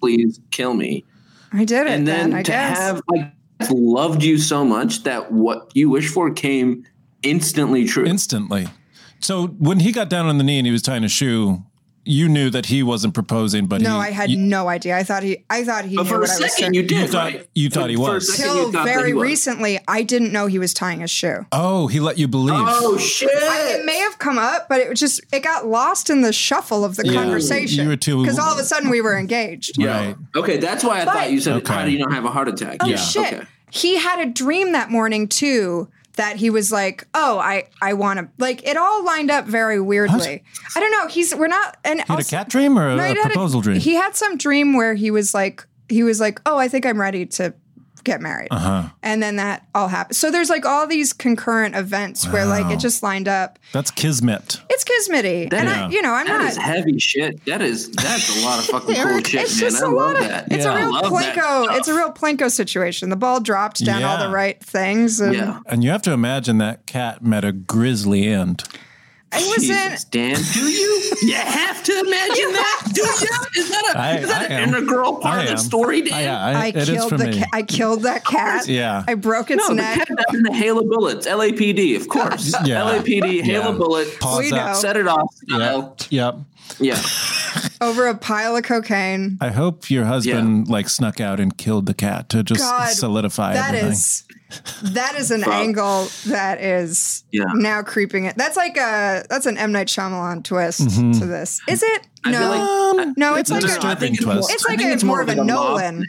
[SPEAKER 3] please kill me.
[SPEAKER 7] I did it,
[SPEAKER 3] and then,
[SPEAKER 7] I
[SPEAKER 3] to
[SPEAKER 7] guess.
[SPEAKER 3] have like loved you so much that what you wish for came instantly true.
[SPEAKER 2] Instantly. So when he got down on the knee and he was tying a shoe, you knew that he wasn't proposing, but
[SPEAKER 7] no,
[SPEAKER 2] he,
[SPEAKER 7] I had
[SPEAKER 2] you,
[SPEAKER 7] no idea. I thought he, I thought he
[SPEAKER 3] but
[SPEAKER 7] knew
[SPEAKER 3] for a
[SPEAKER 7] what I was
[SPEAKER 3] second,
[SPEAKER 7] saying.
[SPEAKER 3] you did.
[SPEAKER 2] You thought-
[SPEAKER 3] right?
[SPEAKER 2] you thought he
[SPEAKER 3] For a
[SPEAKER 2] was.
[SPEAKER 3] second, you
[SPEAKER 7] Till
[SPEAKER 3] thought that he
[SPEAKER 7] very
[SPEAKER 3] was.
[SPEAKER 7] recently, I didn't know he was tying a shoe.
[SPEAKER 2] Oh, he let you believe.
[SPEAKER 3] Oh shit!
[SPEAKER 7] It may have come up, but it was just it got lost in the shuffle of the
[SPEAKER 2] Yeah.
[SPEAKER 7] conversation.
[SPEAKER 2] You were too-
[SPEAKER 7] because
[SPEAKER 2] (laughs)
[SPEAKER 7] all of a sudden we were engaged.
[SPEAKER 2] Right.
[SPEAKER 3] Okay, that's why I thought you said,
[SPEAKER 2] Okay.
[SPEAKER 3] "How do you not have a heart attack?"
[SPEAKER 7] Oh shit.
[SPEAKER 3] Okay.
[SPEAKER 7] He had a dream that morning too that he was like, "Oh, I I want to like it all lined up very weirdly." I don't know. He's we're not and
[SPEAKER 2] He had a cat dream or a, a proposal dream?
[SPEAKER 7] He had some dream where he was like he was like, "Oh, I think I'm ready to get married."
[SPEAKER 2] uh-huh.
[SPEAKER 7] And then that all happened. So there's like all these concurrent events where like it just lined up.
[SPEAKER 2] That's kismet.
[SPEAKER 7] It's kismety. and
[SPEAKER 3] Yeah.
[SPEAKER 7] I, you know, I'm
[SPEAKER 3] That
[SPEAKER 7] not
[SPEAKER 3] is heavy shit. That is that's a lot
[SPEAKER 7] (laughs)
[SPEAKER 3] of fucking cool
[SPEAKER 7] Eric,
[SPEAKER 3] shit,
[SPEAKER 7] it's
[SPEAKER 3] man.
[SPEAKER 7] just
[SPEAKER 3] I
[SPEAKER 7] a
[SPEAKER 3] love
[SPEAKER 7] lot of
[SPEAKER 3] that.
[SPEAKER 7] it's
[SPEAKER 3] I
[SPEAKER 7] a real
[SPEAKER 3] love that
[SPEAKER 7] Plinko.
[SPEAKER 3] stuff.
[SPEAKER 7] It's a real Plinko situation. The ball dropped down all
[SPEAKER 2] Yeah.
[SPEAKER 7] the right things. And
[SPEAKER 3] Yeah.
[SPEAKER 2] And you have to imagine that cat met a grisly end.
[SPEAKER 7] I was in
[SPEAKER 3] Jesus, Dan, do you? You have to
[SPEAKER 7] (laughs)
[SPEAKER 3] imagine that. Do you? Is that a
[SPEAKER 2] I-
[SPEAKER 3] is that
[SPEAKER 2] I
[SPEAKER 3] an
[SPEAKER 2] am.
[SPEAKER 3] integral
[SPEAKER 2] I
[SPEAKER 3] part of
[SPEAKER 2] am.
[SPEAKER 3] the story,
[SPEAKER 2] I,
[SPEAKER 3] Dan?
[SPEAKER 2] I,
[SPEAKER 7] I
[SPEAKER 2] it is
[SPEAKER 7] killed
[SPEAKER 2] for
[SPEAKER 7] the
[SPEAKER 2] me.
[SPEAKER 7] cat. I killed that cat.
[SPEAKER 2] Yeah.
[SPEAKER 7] I broke its
[SPEAKER 3] No, the
[SPEAKER 7] neck.
[SPEAKER 3] cat that's in the hail a bullet. LAPD,
[SPEAKER 7] (laughs)
[SPEAKER 3] of course.
[SPEAKER 2] Yeah.
[SPEAKER 3] LAPD, hail
[SPEAKER 2] Yeah.
[SPEAKER 3] a bullet.
[SPEAKER 2] Paws
[SPEAKER 7] We
[SPEAKER 2] up.
[SPEAKER 7] know.
[SPEAKER 3] Set it off.
[SPEAKER 2] Yep.
[SPEAKER 3] style.
[SPEAKER 2] Yep.
[SPEAKER 3] Yeah.
[SPEAKER 7] over a pile of cocaine.
[SPEAKER 2] I hope your husband like snuck out and killed the cat to just
[SPEAKER 7] God,
[SPEAKER 2] solidify
[SPEAKER 7] That
[SPEAKER 2] everything.
[SPEAKER 7] is that is an angle that is
[SPEAKER 3] Yeah.
[SPEAKER 7] now creeping it. That's like a that's an M Night Shyamalan twist
[SPEAKER 2] Mm-hmm.
[SPEAKER 7] to this. Is it?
[SPEAKER 3] I feel
[SPEAKER 7] No,
[SPEAKER 2] Um,
[SPEAKER 3] like- I-
[SPEAKER 7] no. It's
[SPEAKER 2] a
[SPEAKER 7] like
[SPEAKER 3] I
[SPEAKER 7] a,
[SPEAKER 2] disturbing
[SPEAKER 3] think it's more-
[SPEAKER 2] twist.
[SPEAKER 7] it's
[SPEAKER 3] I
[SPEAKER 7] like
[SPEAKER 3] think
[SPEAKER 7] a, more of
[SPEAKER 3] like
[SPEAKER 7] a
[SPEAKER 3] mob
[SPEAKER 7] Nolan.
[SPEAKER 3] thing.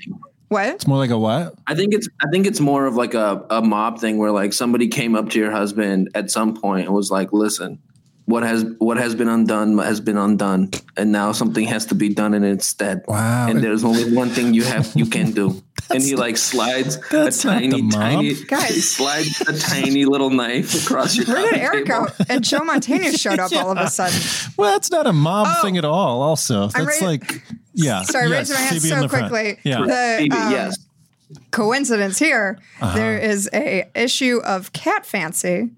[SPEAKER 7] What?
[SPEAKER 2] More like a what?
[SPEAKER 3] I think it's I think it's more of like a, a mob thing where like somebody came up to your husband at some point and was like, listen, what has what has been undone has been undone, and now something has to be done in its stead.
[SPEAKER 2] Wow.
[SPEAKER 3] And there's only one thing you have you
[SPEAKER 2] (laughs)
[SPEAKER 3] can do. and he like slides a
[SPEAKER 2] that's not the
[SPEAKER 3] tiny,
[SPEAKER 2] mob.
[SPEAKER 3] tiny
[SPEAKER 7] Guys.
[SPEAKER 3] he slides a tiny little knife
[SPEAKER 7] (laughs)
[SPEAKER 3] across your
[SPEAKER 7] Where did
[SPEAKER 3] coffee
[SPEAKER 7] Eric
[SPEAKER 3] table.
[SPEAKER 7] go? And Joe
[SPEAKER 2] (laughs)
[SPEAKER 7] Montana showed up all of a sudden.
[SPEAKER 2] Well, that's not a mob
[SPEAKER 7] Oh.
[SPEAKER 2] thing at all. Also, that's
[SPEAKER 7] raising-
[SPEAKER 2] like yeah.
[SPEAKER 7] Sorry,
[SPEAKER 2] yes,
[SPEAKER 7] raising my hand
[SPEAKER 2] Phoebe in
[SPEAKER 7] so
[SPEAKER 2] the front.
[SPEAKER 7] quickly.
[SPEAKER 2] Yeah.
[SPEAKER 7] The,
[SPEAKER 3] Phoebe,
[SPEAKER 7] um,
[SPEAKER 3] yes.
[SPEAKER 7] coincidence here,
[SPEAKER 2] Uh-huh.
[SPEAKER 7] there is a issue of Cat Fancy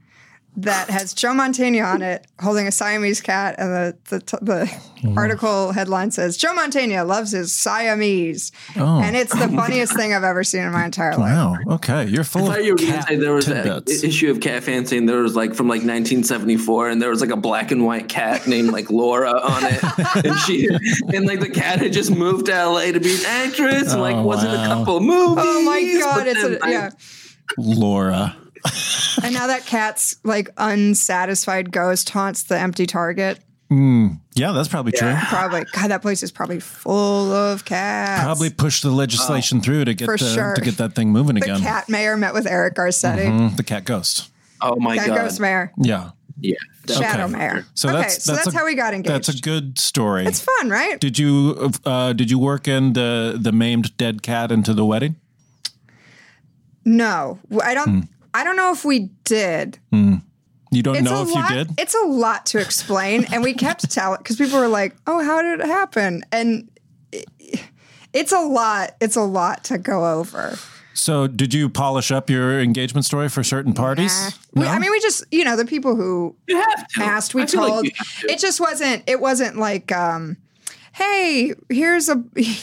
[SPEAKER 7] that has Joe Montaigne on it holding a Siamese cat, and the the, t- the article headline says Joe Montaigne loves his Siamese,
[SPEAKER 2] Oh.
[SPEAKER 7] and it's
[SPEAKER 2] (laughs)
[SPEAKER 7] the funniest thing I've ever seen in my entire life.
[SPEAKER 2] Wow. Okay. You're
[SPEAKER 3] I
[SPEAKER 2] full
[SPEAKER 3] thought
[SPEAKER 2] of
[SPEAKER 3] you were going to
[SPEAKER 2] cat
[SPEAKER 3] say there was an
[SPEAKER 2] tidbits.
[SPEAKER 3] issue of Cat Fancy, and there was like from like 1974, and there was like a black and white cat named like Laura on it, and she and like the cat had just moved to LA to be an actress, and like
[SPEAKER 2] Oh,
[SPEAKER 3] was in a
[SPEAKER 2] wow.
[SPEAKER 3] couple movies.
[SPEAKER 7] Oh my god!
[SPEAKER 3] but
[SPEAKER 7] It's a,
[SPEAKER 3] then, like,
[SPEAKER 7] yeah,
[SPEAKER 2] Laura.
[SPEAKER 7] and now that cat's like unsatisfied ghost haunts the empty Target.
[SPEAKER 2] Yeah, that's probably true.
[SPEAKER 7] Probably, God, that place is probably full of cats.
[SPEAKER 2] Probably push the
[SPEAKER 3] Oh.
[SPEAKER 2] legislation through to get
[SPEAKER 7] For
[SPEAKER 2] the,
[SPEAKER 7] sure.
[SPEAKER 2] to get that thing moving
[SPEAKER 7] the
[SPEAKER 2] again. Mm-hmm.
[SPEAKER 7] cat mayor met with Eric Garcetti.
[SPEAKER 2] Mm, the cat ghost.
[SPEAKER 3] Oh my
[SPEAKER 7] Cat
[SPEAKER 3] god!
[SPEAKER 7] ghost mayor.
[SPEAKER 2] Yeah.
[SPEAKER 3] Yeah.
[SPEAKER 7] Shadow Mayor. okay, so that's how we got engaged.
[SPEAKER 2] That's a good story.
[SPEAKER 7] it's fun, right?
[SPEAKER 2] Did you uh, did you work in the the maimed dead cat into the wedding?
[SPEAKER 7] No, I don't.
[SPEAKER 2] Hmm.
[SPEAKER 7] I don't know if we did.
[SPEAKER 2] You don't
[SPEAKER 7] It's
[SPEAKER 2] know
[SPEAKER 7] a
[SPEAKER 2] if
[SPEAKER 7] lot,
[SPEAKER 2] you did.
[SPEAKER 7] It's a lot to explain, and
[SPEAKER 2] (laughs)
[SPEAKER 7] we kept telling because people were like, "Oh, how did it happen?" And it- it's a lot. It's a lot to go over.
[SPEAKER 2] So did you polish up your engagement story for certain parties?
[SPEAKER 7] We, I mean, we just you know the people who asked, we
[SPEAKER 3] I feel like
[SPEAKER 7] told.
[SPEAKER 3] you have to.
[SPEAKER 7] it just wasn't. It wasn't like, um, hey, here's a (laughs) you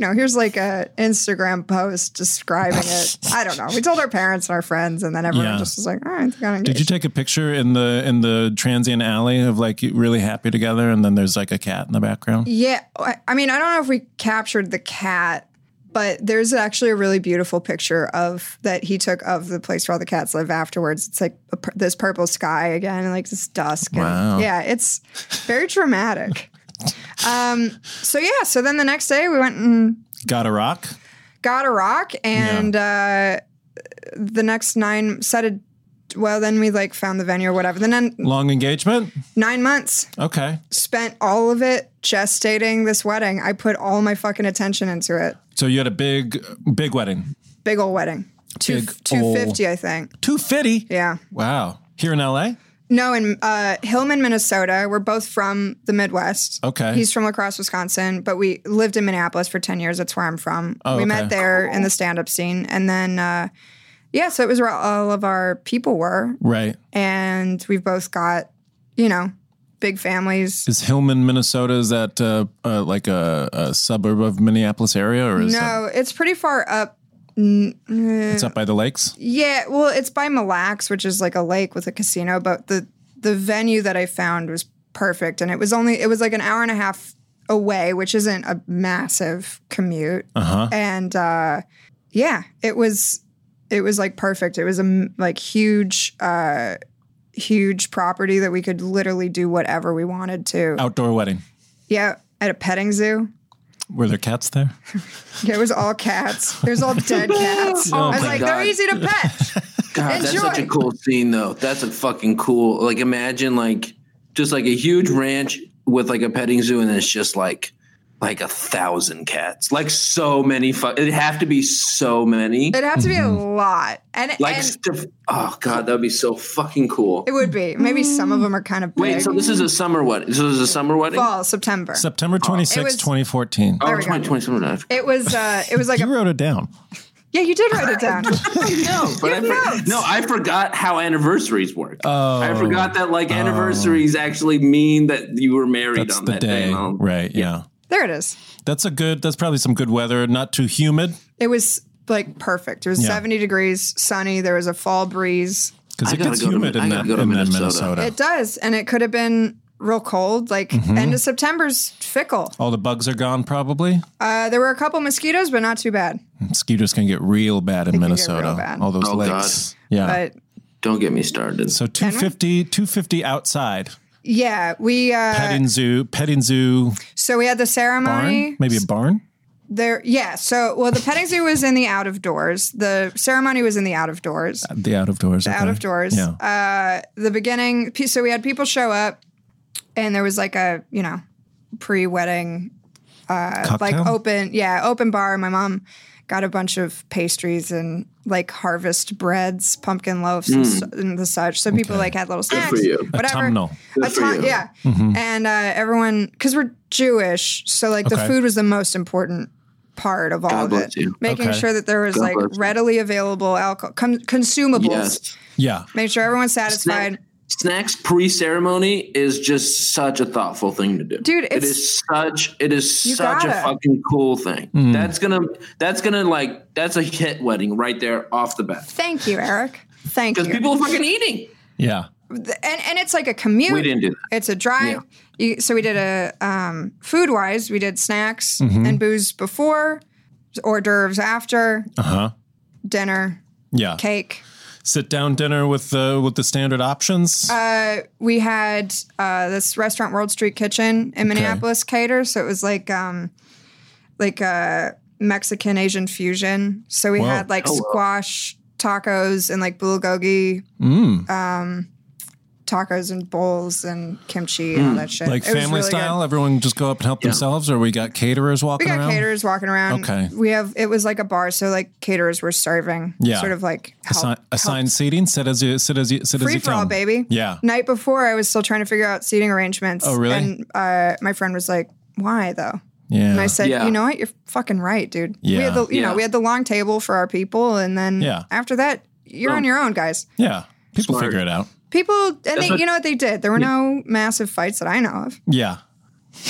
[SPEAKER 7] know here's like a Instagram post describing
[SPEAKER 2] (laughs)
[SPEAKER 7] it. I don't know. We told our parents and our friends, and then everyone
[SPEAKER 2] Yeah.
[SPEAKER 7] just was like, all right, they're gonna
[SPEAKER 2] Did you take a picture in the in the transient alley of like you really happy together, and then there's like a cat in the background?
[SPEAKER 7] Yeah, I I mean, I don't know if we captured the cat, but there's actually a really beautiful picture of that he took of the place where all the cats live afterwards. It's like a, pur- this purple sky again, and like this dusk. and-
[SPEAKER 2] Wow.
[SPEAKER 7] yeah, it's very dramatic. um. So yeah. So then the next day we went and
[SPEAKER 2] Got a rock?
[SPEAKER 7] got a rock, and uh, the next nine set of well, then we like found the venue or whatever. Then nine-
[SPEAKER 2] Long engagement?
[SPEAKER 7] nine months
[SPEAKER 2] Okay.
[SPEAKER 7] spent all of it gestating this wedding. I put all my fucking attention into it.
[SPEAKER 2] So you had a big big wedding.
[SPEAKER 7] Big old wedding. Two,
[SPEAKER 2] Big
[SPEAKER 7] 250, I think.
[SPEAKER 2] Two fifty.
[SPEAKER 7] Yeah.
[SPEAKER 2] Wow. Here in L.A.
[SPEAKER 7] No, in uh, Hillman, Minnesota. We're both from the Midwest.
[SPEAKER 2] Okay.
[SPEAKER 7] He's from La Crosse, Wisconsin, but we lived in Minneapolis for 10 years. That's where I'm from.
[SPEAKER 2] Oh,
[SPEAKER 7] we
[SPEAKER 2] okay.
[SPEAKER 7] met there in the stand up scene. And then, uh, yeah, so it was where all of our people were.
[SPEAKER 2] Right.
[SPEAKER 7] And we've both got, you know, big families.
[SPEAKER 2] Is Hillman, Minnesota, is that uh, uh, like a, a suburb of Minneapolis area, or is that,
[SPEAKER 7] No, it's pretty far up. N- uh,
[SPEAKER 2] it's up by the lakes?
[SPEAKER 7] Yeah, well, it's by Mille Lacs, which is like a lake with a casino, but the the venue that I found was perfect, and it was only it was like an hour and a half away, which isn't a massive commute,
[SPEAKER 2] Uh huh.
[SPEAKER 7] and uh, yeah, it was it was like perfect. It was a m- like huge uh, huge property that we could literally do whatever we wanted to.
[SPEAKER 3] Oh.
[SPEAKER 2] Outdoor wedding.
[SPEAKER 7] Yeah, at a petting zoo.
[SPEAKER 2] Were there cats there?
[SPEAKER 7] Yeah, it was all cats. There's
[SPEAKER 3] (laughs)
[SPEAKER 7] all dead cats.
[SPEAKER 3] Oh
[SPEAKER 7] I was
[SPEAKER 3] my
[SPEAKER 7] like,
[SPEAKER 3] God.
[SPEAKER 7] they're easy to pet.
[SPEAKER 3] God, that's such a
[SPEAKER 7] Enjoy.
[SPEAKER 3] cool scene, though. That's a fucking cool. Like, imagine like just like a huge ranch with like a petting zoo, and it's just like like a thousand cats. Like so many. Fu- it'd have to be so many.
[SPEAKER 7] It'd have to be a lot, and
[SPEAKER 3] Like,
[SPEAKER 7] and,
[SPEAKER 3] st- oh god, that would be so fucking cool.
[SPEAKER 7] It would be. Maybe some of them are kind of big.
[SPEAKER 3] Wait, so this is a summer wedding. So this is a summer wedding.
[SPEAKER 7] fall
[SPEAKER 2] (laughs)
[SPEAKER 7] September.
[SPEAKER 2] September twenty sixth,
[SPEAKER 7] Oh, was-
[SPEAKER 2] 2014.
[SPEAKER 3] Oh,
[SPEAKER 7] There we go.
[SPEAKER 3] 2020 summer
[SPEAKER 7] (laughs)
[SPEAKER 3] wedding.
[SPEAKER 7] It was. Uh, it
[SPEAKER 3] (laughs)
[SPEAKER 7] was like.
[SPEAKER 2] You
[SPEAKER 7] A,
[SPEAKER 2] wrote it down.
[SPEAKER 7] yeah, you did write it down.
[SPEAKER 3] No, but I for- no, I forgot how anniversaries work.
[SPEAKER 2] Oh.
[SPEAKER 3] I forgot that like anniversaries actually mean that you were married
[SPEAKER 2] That's
[SPEAKER 3] on
[SPEAKER 2] the
[SPEAKER 3] that
[SPEAKER 2] day.
[SPEAKER 3] day. Mom.
[SPEAKER 2] Right. Yeah.
[SPEAKER 7] There it is.
[SPEAKER 2] That's a good, that's probably some good weather. Not too humid.
[SPEAKER 7] It was like perfect. It was
[SPEAKER 2] Yeah.
[SPEAKER 7] seventy degrees, sunny. There was a fall breeze.
[SPEAKER 2] Because it
[SPEAKER 3] I gotta
[SPEAKER 2] gets
[SPEAKER 3] go to
[SPEAKER 2] humid
[SPEAKER 3] Min-
[SPEAKER 2] in,
[SPEAKER 3] I
[SPEAKER 2] that,
[SPEAKER 3] gotta go to
[SPEAKER 2] in that
[SPEAKER 3] Minnesota.
[SPEAKER 2] Minnesota.
[SPEAKER 7] It does, and it could have been real cold. Like
[SPEAKER 3] Mm-hmm.
[SPEAKER 7] end of September's fickle.
[SPEAKER 2] All the bugs are gone, probably.
[SPEAKER 7] Uh, there were a couple mosquitoes, but not too bad.
[SPEAKER 2] Mosquitoes can get real bad in
[SPEAKER 7] get
[SPEAKER 2] Minnesota.
[SPEAKER 7] real bad.
[SPEAKER 2] All those
[SPEAKER 3] Oh,
[SPEAKER 2] lakes. Yeah.
[SPEAKER 7] But
[SPEAKER 3] Don't get me started.
[SPEAKER 2] so 250, 250 outside.
[SPEAKER 7] yeah, we. Uh,
[SPEAKER 2] Petting zoo, petting zoo
[SPEAKER 7] so we had the ceremony.
[SPEAKER 2] barn. Maybe a barn.
[SPEAKER 7] There, yeah. So, well, the petting zoo was in the out of doors. The ceremony was in the out of doors.
[SPEAKER 2] The out of doors.
[SPEAKER 7] out of doors.
[SPEAKER 2] Yeah.
[SPEAKER 7] Uh, the beginning, pe- so we had people show up, and there was like a you know pre-wedding uh, like
[SPEAKER 2] Cocktail?
[SPEAKER 7] open yeah open bar. My mom got a bunch of pastries and like harvest breads, pumpkin loaves, and, su- and the such. So people like had little snacks,
[SPEAKER 3] Hmm. for you.
[SPEAKER 7] whatever.
[SPEAKER 2] Autumnal. Mm-hmm.
[SPEAKER 7] A
[SPEAKER 3] for
[SPEAKER 7] ton-
[SPEAKER 3] you.
[SPEAKER 7] yeah.
[SPEAKER 2] Hmm.
[SPEAKER 7] And uh, everyone, because we're Jewish, so like the
[SPEAKER 2] Okay.
[SPEAKER 7] food was the most important part of all
[SPEAKER 3] God
[SPEAKER 7] of
[SPEAKER 3] bless
[SPEAKER 7] it.
[SPEAKER 3] you.
[SPEAKER 7] Making
[SPEAKER 2] Okay.
[SPEAKER 7] sure that there was
[SPEAKER 3] God
[SPEAKER 7] like
[SPEAKER 3] bless you.
[SPEAKER 7] readily available alcohol, com- consumables.
[SPEAKER 3] yes.
[SPEAKER 2] Yeah.
[SPEAKER 7] Make sure everyone's satisfied.
[SPEAKER 3] Snack- snacks pre-ceremony is just such a thoughtful thing to do,
[SPEAKER 7] Dude,
[SPEAKER 3] it
[SPEAKER 7] it's-
[SPEAKER 3] is such it is
[SPEAKER 7] You
[SPEAKER 3] such a
[SPEAKER 7] gotta.
[SPEAKER 3] fucking cool thing. That's gonna that's gonna like that's a hit wedding right there off the bat
[SPEAKER 7] Thank you, Eric. Thank you.
[SPEAKER 3] because people are fucking eating.
[SPEAKER 2] Yeah.
[SPEAKER 7] and and it's like a commute.
[SPEAKER 3] We didn't do that.
[SPEAKER 7] It's a drive. You, so we did a um, food wise. We did snacks
[SPEAKER 3] Mm-hmm.
[SPEAKER 7] and booze before, hors d'oeuvres after,
[SPEAKER 2] Uh huh.
[SPEAKER 7] dinner,
[SPEAKER 2] Yeah.
[SPEAKER 7] cake.
[SPEAKER 2] Sit down dinner with the with the standard options.
[SPEAKER 7] Uh, we had uh, this restaurant, World Street Kitchen, in Minneapolis cater. So it was like um, like a Mexican Asian fusion. So we
[SPEAKER 2] Whoa.
[SPEAKER 3] Oh,
[SPEAKER 7] had like squash tacos and like bulgogi.
[SPEAKER 2] mm.
[SPEAKER 7] um, tacos and bowls and kimchi and all that shit.
[SPEAKER 2] Hmm. Like
[SPEAKER 7] It was
[SPEAKER 2] family
[SPEAKER 7] really good.
[SPEAKER 2] style, everyone just go up and help themselves, or we got caterers walking
[SPEAKER 7] We got
[SPEAKER 2] around.
[SPEAKER 7] caterers walking around.
[SPEAKER 2] Okay.
[SPEAKER 7] We have it was like a bar, so like caterers were serving.
[SPEAKER 2] Yeah.
[SPEAKER 7] Sort of like help,
[SPEAKER 2] Assi- assigned seating, sit as you sit as you sit as
[SPEAKER 7] free
[SPEAKER 2] you
[SPEAKER 7] for all,
[SPEAKER 2] come.
[SPEAKER 7] baby.
[SPEAKER 2] Yeah.
[SPEAKER 7] Night before, I was still trying to figure out seating arrangements.
[SPEAKER 2] Oh, really?
[SPEAKER 7] And uh, my friend was like, "Why though?"
[SPEAKER 2] Yeah.
[SPEAKER 7] And I said,
[SPEAKER 2] Yeah.
[SPEAKER 7] "You know what? You're fucking right, dude. We had
[SPEAKER 2] Yeah.
[SPEAKER 7] the you
[SPEAKER 2] Yeah.
[SPEAKER 7] know we had the long table for our people, and then
[SPEAKER 2] Yeah.
[SPEAKER 7] after that, you're
[SPEAKER 2] Yeah.
[SPEAKER 7] on your own, guys.
[SPEAKER 2] Yeah. People figure it out.
[SPEAKER 7] People, and
[SPEAKER 2] That's
[SPEAKER 7] they,
[SPEAKER 2] what-
[SPEAKER 7] you know what they did? There were no massive fights that I know of.
[SPEAKER 2] Yeah. (laughs)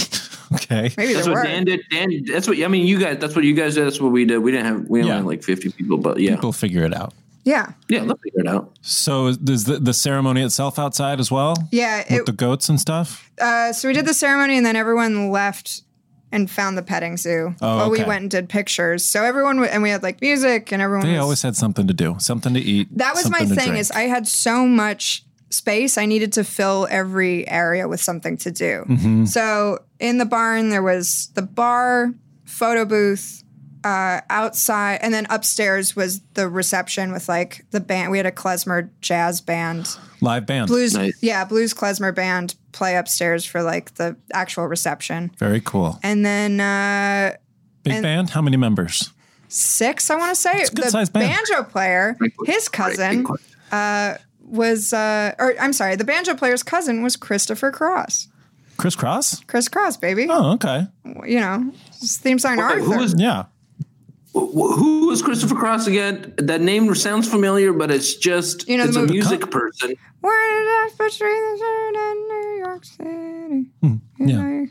[SPEAKER 2] okay.
[SPEAKER 7] Maybe
[SPEAKER 3] that's
[SPEAKER 7] there
[SPEAKER 3] what
[SPEAKER 7] were.
[SPEAKER 3] Dan did. Dan, that's what I mean. You guys, that's what you guys did. That's what we did. We didn't have. We only had like fifty people, but yeah, people
[SPEAKER 2] figure it out.
[SPEAKER 7] Yeah.
[SPEAKER 3] Yeah, they'll figure it out.
[SPEAKER 2] So is- is the, the ceremony itself outside as well?
[SPEAKER 7] Yeah,
[SPEAKER 2] With
[SPEAKER 7] it-
[SPEAKER 2] the goats and stuff?
[SPEAKER 7] Uh, so we did the ceremony, and then everyone left and found the petting zoo.
[SPEAKER 2] Oh,
[SPEAKER 7] Well, we
[SPEAKER 2] okay.
[SPEAKER 7] went and did pictures. So everyone w- and we had like music, and everyone.
[SPEAKER 2] They
[SPEAKER 7] was-
[SPEAKER 2] always had something to do, something to eat.
[SPEAKER 7] That was my
[SPEAKER 2] something to
[SPEAKER 7] thing.
[SPEAKER 2] drink.
[SPEAKER 7] Is I had so much space, I needed to fill every area with something to do.
[SPEAKER 2] Mhm.
[SPEAKER 7] So in the barn, there was the bar, photo booth. Uh, outside, and then upstairs was the reception with like the band. We had a klezmer jazz band.
[SPEAKER 2] live band.
[SPEAKER 7] Blues, yeah, blues klezmer band play upstairs for like the actual reception,
[SPEAKER 2] Very cool.
[SPEAKER 7] and then uh,
[SPEAKER 2] Big
[SPEAKER 7] and
[SPEAKER 2] band. How many members?
[SPEAKER 7] six, I want to say, the
[SPEAKER 2] sized band.
[SPEAKER 7] banjo player, his cousin, uh, was uh, or I'm sorry, the banjo player's cousin was Christopher Cross,
[SPEAKER 2] Chris Cross.
[SPEAKER 7] Chris Cross, baby.
[SPEAKER 2] Oh, okay.
[SPEAKER 7] You know, his theme song to
[SPEAKER 3] Wait,
[SPEAKER 7] Arthur.
[SPEAKER 3] who was
[SPEAKER 2] yeah?
[SPEAKER 3] Who was Christopher Cross again? That name sounds familiar, but it's just
[SPEAKER 7] You know the
[SPEAKER 3] it's a
[SPEAKER 7] movie-
[SPEAKER 3] music person.
[SPEAKER 7] Where did I put you in the town in New York City?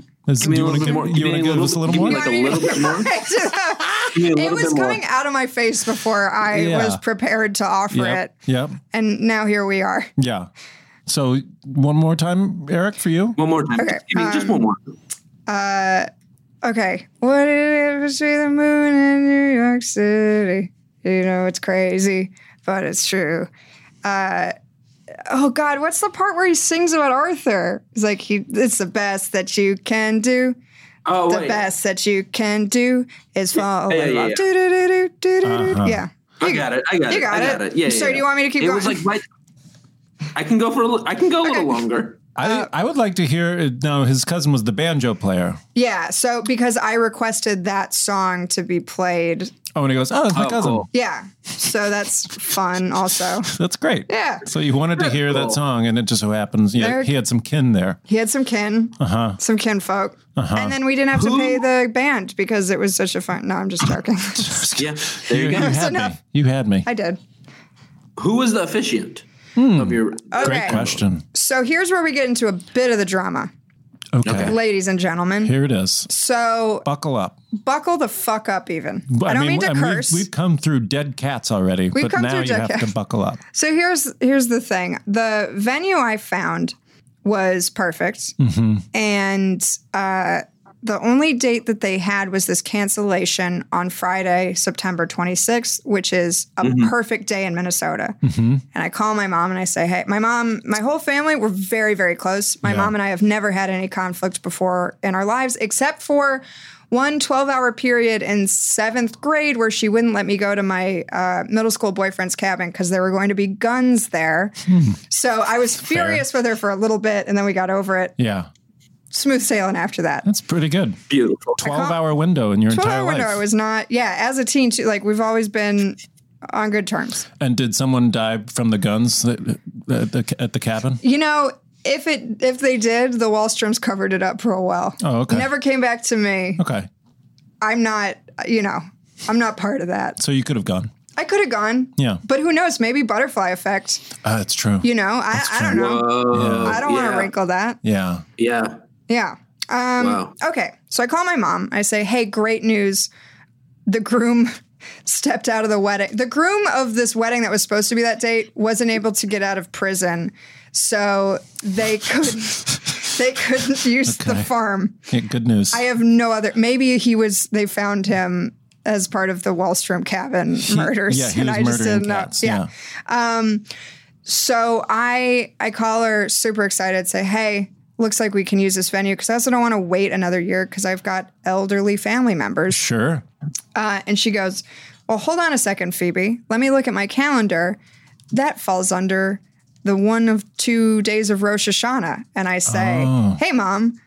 [SPEAKER 2] Yeah. Is-
[SPEAKER 3] Give me
[SPEAKER 2] do
[SPEAKER 3] a
[SPEAKER 2] you want
[SPEAKER 3] little
[SPEAKER 2] to
[SPEAKER 3] bit
[SPEAKER 2] give,
[SPEAKER 3] more-
[SPEAKER 2] you
[SPEAKER 3] give
[SPEAKER 2] wanna
[SPEAKER 3] me a
[SPEAKER 2] give
[SPEAKER 3] little-
[SPEAKER 2] us a little
[SPEAKER 3] give
[SPEAKER 2] more?
[SPEAKER 3] me like a little bit more. me a
[SPEAKER 7] (laughs) it
[SPEAKER 3] little
[SPEAKER 7] was
[SPEAKER 3] bit more.
[SPEAKER 7] coming out of my face before I
[SPEAKER 2] Yeah.
[SPEAKER 7] was prepared to offer
[SPEAKER 2] Yep.
[SPEAKER 7] it.
[SPEAKER 2] Yep.
[SPEAKER 7] And now here we are.
[SPEAKER 2] Yeah. So one more time, Eric, for you.
[SPEAKER 3] One more time.
[SPEAKER 7] Okay, um,
[SPEAKER 3] just one more.
[SPEAKER 7] Uh, okay. What did it was between the moon and New York City? You know, it's crazy, but it's true. Uh, oh God, what's the part where he sings about Arthur? He's like, he, it's the best that you can do.
[SPEAKER 3] Oh,
[SPEAKER 7] the
[SPEAKER 3] wait.
[SPEAKER 7] best that you can do is fall
[SPEAKER 3] yeah,
[SPEAKER 7] in
[SPEAKER 3] yeah,
[SPEAKER 7] love.
[SPEAKER 3] yeah.
[SPEAKER 7] Do, do, do, do, do, do, do.
[SPEAKER 3] Uh-huh.
[SPEAKER 7] Yeah.
[SPEAKER 3] I got it. I got
[SPEAKER 7] You
[SPEAKER 3] it.
[SPEAKER 7] got
[SPEAKER 3] I got
[SPEAKER 7] it.
[SPEAKER 3] it. Yeah.
[SPEAKER 7] So
[SPEAKER 3] yeah,
[SPEAKER 7] do
[SPEAKER 3] yeah.
[SPEAKER 7] you want me to keep
[SPEAKER 3] it
[SPEAKER 7] going?
[SPEAKER 3] was like right- I can go for a little. I can go a little longer.
[SPEAKER 2] I, I would like to hear. uh, Now, his cousin was the banjo player.
[SPEAKER 7] Yeah. So because I requested that song to be played.
[SPEAKER 2] Oh, and he goes, "Oh, it's my cousin."
[SPEAKER 7] Yeah. So that's fun also.
[SPEAKER 2] That's great.
[SPEAKER 7] Yeah.
[SPEAKER 2] So you wanted to hear that song, and it just so happens, yeah,
[SPEAKER 7] There-
[SPEAKER 2] he had some kin there.
[SPEAKER 7] He had some kin,
[SPEAKER 2] Uh huh.
[SPEAKER 7] some kinfolk.
[SPEAKER 2] Uh huh.
[SPEAKER 7] And then we didn't have to pay the band because it was such a fun. No, (laughs) I'm just joking.
[SPEAKER 3] Yeah.
[SPEAKER 2] you,
[SPEAKER 3] There you
[SPEAKER 2] you
[SPEAKER 3] go.
[SPEAKER 7] That was
[SPEAKER 2] had me.
[SPEAKER 7] enough.
[SPEAKER 2] You had me.
[SPEAKER 7] I did.
[SPEAKER 3] Who was the officiant
[SPEAKER 2] Hmm.
[SPEAKER 3] of your?
[SPEAKER 7] Okay.
[SPEAKER 2] Great question.
[SPEAKER 7] So here's where we get into a bit of the drama,
[SPEAKER 2] Okay.
[SPEAKER 7] ladies and gentlemen.
[SPEAKER 2] Here it is.
[SPEAKER 7] So
[SPEAKER 2] Buckle up.
[SPEAKER 7] buckle the fuck up, even. I, don't mean to
[SPEAKER 2] we've-
[SPEAKER 7] curse.
[SPEAKER 2] We've, come through dead cats already,
[SPEAKER 7] We've
[SPEAKER 2] but
[SPEAKER 7] come
[SPEAKER 2] now
[SPEAKER 7] through
[SPEAKER 2] you
[SPEAKER 7] dead
[SPEAKER 2] have
[SPEAKER 7] cats.
[SPEAKER 2] to buckle up.
[SPEAKER 7] so here's here's the thing. The venue I found was perfect.
[SPEAKER 2] Mm-hmm.
[SPEAKER 7] and uh, the only date that they had was this cancellation on Friday, September 26th, which is a
[SPEAKER 9] Mhm.
[SPEAKER 7] perfect day in Minnesota.
[SPEAKER 9] Mm-hmm.
[SPEAKER 7] And I call my mom and I say, "Hey, my mom, my whole family, we're very, very close. My
[SPEAKER 9] Yeah.
[SPEAKER 7] mom and I have never had any conflict before in our lives, except for one 12-hour period in seventh grade where she wouldn't let me go to my uh, middle school boyfriend's cabin because there were going to be guns there. So I was furious with her for a little bit, and then we got over it
[SPEAKER 2] Yeah.
[SPEAKER 7] smooth sailing after that.
[SPEAKER 2] That's pretty good.
[SPEAKER 3] Beautiful.
[SPEAKER 2] 12 hour window in your
[SPEAKER 7] 12
[SPEAKER 2] entire
[SPEAKER 7] hour window,
[SPEAKER 2] life.
[SPEAKER 7] I was not, yeah, as a teen, too, like we've always been on good terms.
[SPEAKER 2] and did someone die from the guns that, at, the, at the cabin?
[SPEAKER 7] You know, if it if they did, the Wallstroms covered it up real well.
[SPEAKER 2] Oh, okay.
[SPEAKER 7] Never came back to me.
[SPEAKER 2] Okay.
[SPEAKER 7] I'm not, you know, I'm not part of that.
[SPEAKER 2] So you could have gone.
[SPEAKER 7] I could have gone,
[SPEAKER 2] Yeah.
[SPEAKER 7] but who knows? Maybe butterfly effect.
[SPEAKER 2] Uh, that's true.
[SPEAKER 7] You know, I, I don't know.
[SPEAKER 3] Whoa.
[SPEAKER 7] I don't want
[SPEAKER 3] Oh, Yeah.
[SPEAKER 7] to wrinkle that.
[SPEAKER 2] Yeah.
[SPEAKER 3] Yeah.
[SPEAKER 7] Yeah. Um,
[SPEAKER 3] Wow.
[SPEAKER 7] Okay. So I call my mom. I say, hey, great news. The groom (laughs) stepped out of the wedding. The groom of this wedding that was supposed to be that date wasn't able to get out of prison. So they
[SPEAKER 2] (laughs)
[SPEAKER 7] couldn't. They couldn't use the
[SPEAKER 2] Okay.
[SPEAKER 7] farm.
[SPEAKER 2] Yeah, good news.
[SPEAKER 7] I have no other. Maybe he was. They found him as part of the Wallstrom cabin
[SPEAKER 2] He-
[SPEAKER 7] murders,
[SPEAKER 2] yeah, he
[SPEAKER 7] and
[SPEAKER 2] was
[SPEAKER 7] I just
[SPEAKER 2] murdering
[SPEAKER 7] didn't know.
[SPEAKER 2] cats,
[SPEAKER 7] Yeah. Um, so I I call her super excited, say, "Hey, looks like we can use this venue because I also don't want to wait another year because I've got elderly family members."
[SPEAKER 2] Sure.
[SPEAKER 7] Uh, and she goes, "Well, hold on a second, Phoebe. Let me look at my calendar. That falls under." the one of two days of Rosh Hashanah, and I say,
[SPEAKER 9] Oh.
[SPEAKER 7] "Hey, mom,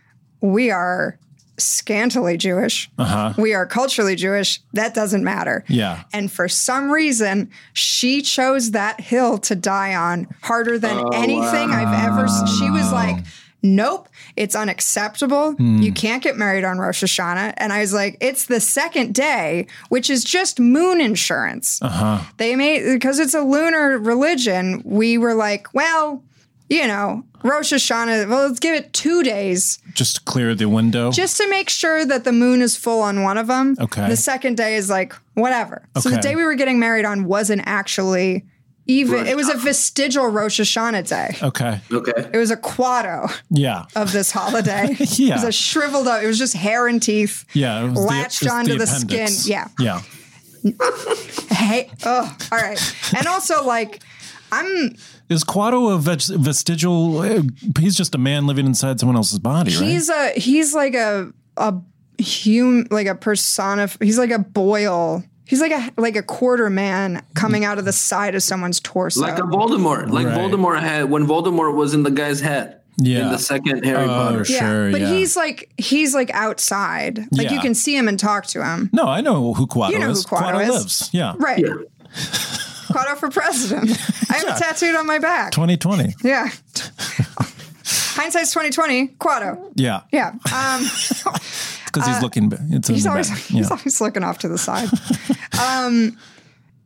[SPEAKER 7] we are scantily Jewish.
[SPEAKER 9] Uh-huh.
[SPEAKER 7] We are culturally Jewish. That doesn't matter."
[SPEAKER 9] Yeah.
[SPEAKER 7] And for some reason, she chose that hill to die on harder than
[SPEAKER 9] Oh,
[SPEAKER 7] anything I've ever. s- She was like, "Nope, it's unacceptable.
[SPEAKER 9] Hmm.
[SPEAKER 7] You can't get married on Rosh Hashanah." And I was like, "It's the second day, which is just moon insurance."
[SPEAKER 9] Uh huh.
[SPEAKER 7] They made because it's a lunar religion. We were like, well, you know, Rosh Hashanah. Well, let's give it two days
[SPEAKER 2] Just clear the window.
[SPEAKER 7] just to make sure that the moon is full on one of them.
[SPEAKER 2] Okay.
[SPEAKER 7] The second day is like whatever. So the
[SPEAKER 2] Okay.
[SPEAKER 7] day we were getting married on wasn't actually even.
[SPEAKER 2] Rosh
[SPEAKER 7] it was a vestigial Rosh Hashanah day.
[SPEAKER 2] okay.
[SPEAKER 3] Okay.
[SPEAKER 7] It was a quarto
[SPEAKER 2] Yeah.
[SPEAKER 7] of this holiday.
[SPEAKER 2] (laughs)
[SPEAKER 7] It
[SPEAKER 2] Yeah.
[SPEAKER 7] was a shriveled up. It was just hair and teeth.
[SPEAKER 2] Yeah. it was the-
[SPEAKER 7] Latched
[SPEAKER 2] it was
[SPEAKER 7] onto the
[SPEAKER 2] appendix.
[SPEAKER 7] skin. Yeah.
[SPEAKER 2] Yeah.
[SPEAKER 7] Hey, oh, all right. And also like. I'm
[SPEAKER 2] Is Quado a veg- vestigial? uh, He's just a man living inside someone else's body, (laughs) right?
[SPEAKER 7] He's a he's like a a hum like a persona. He's like a boil. He's like a like a quarter man
[SPEAKER 2] Mm.
[SPEAKER 7] coming out of the side of someone's torso.
[SPEAKER 3] Like a Voldemort, like
[SPEAKER 2] Right.
[SPEAKER 3] Voldemort had when Voldemort was in the guy's head.
[SPEAKER 2] Yeah.
[SPEAKER 3] In the second Harry
[SPEAKER 2] Oh,
[SPEAKER 3] Potter.
[SPEAKER 7] yeah, but he's like he's like outside. Like you
[SPEAKER 2] Yeah.
[SPEAKER 7] can see him and talk to him.
[SPEAKER 2] no, I know who Quado
[SPEAKER 7] You know who
[SPEAKER 2] is.
[SPEAKER 7] Quado is.
[SPEAKER 2] lives. Yeah.
[SPEAKER 7] Right. (laughs) Caught up for president. I have
[SPEAKER 2] Yeah.
[SPEAKER 7] it tattooed on my back.
[SPEAKER 2] 2020. (laughs)
[SPEAKER 7] Yeah. Hindsight's twenty twenty. Quado.
[SPEAKER 2] Yeah.
[SPEAKER 7] Yeah.
[SPEAKER 2] (laughs)
[SPEAKER 7] Um,
[SPEAKER 2] Because he's
[SPEAKER 7] Uh,
[SPEAKER 2] looking. ba- It's in
[SPEAKER 7] he's
[SPEAKER 2] the
[SPEAKER 7] always
[SPEAKER 2] back.
[SPEAKER 7] (laughs) he's
[SPEAKER 2] Yeah.
[SPEAKER 7] always looking off to
[SPEAKER 2] (laughs)
[SPEAKER 7] the side. um,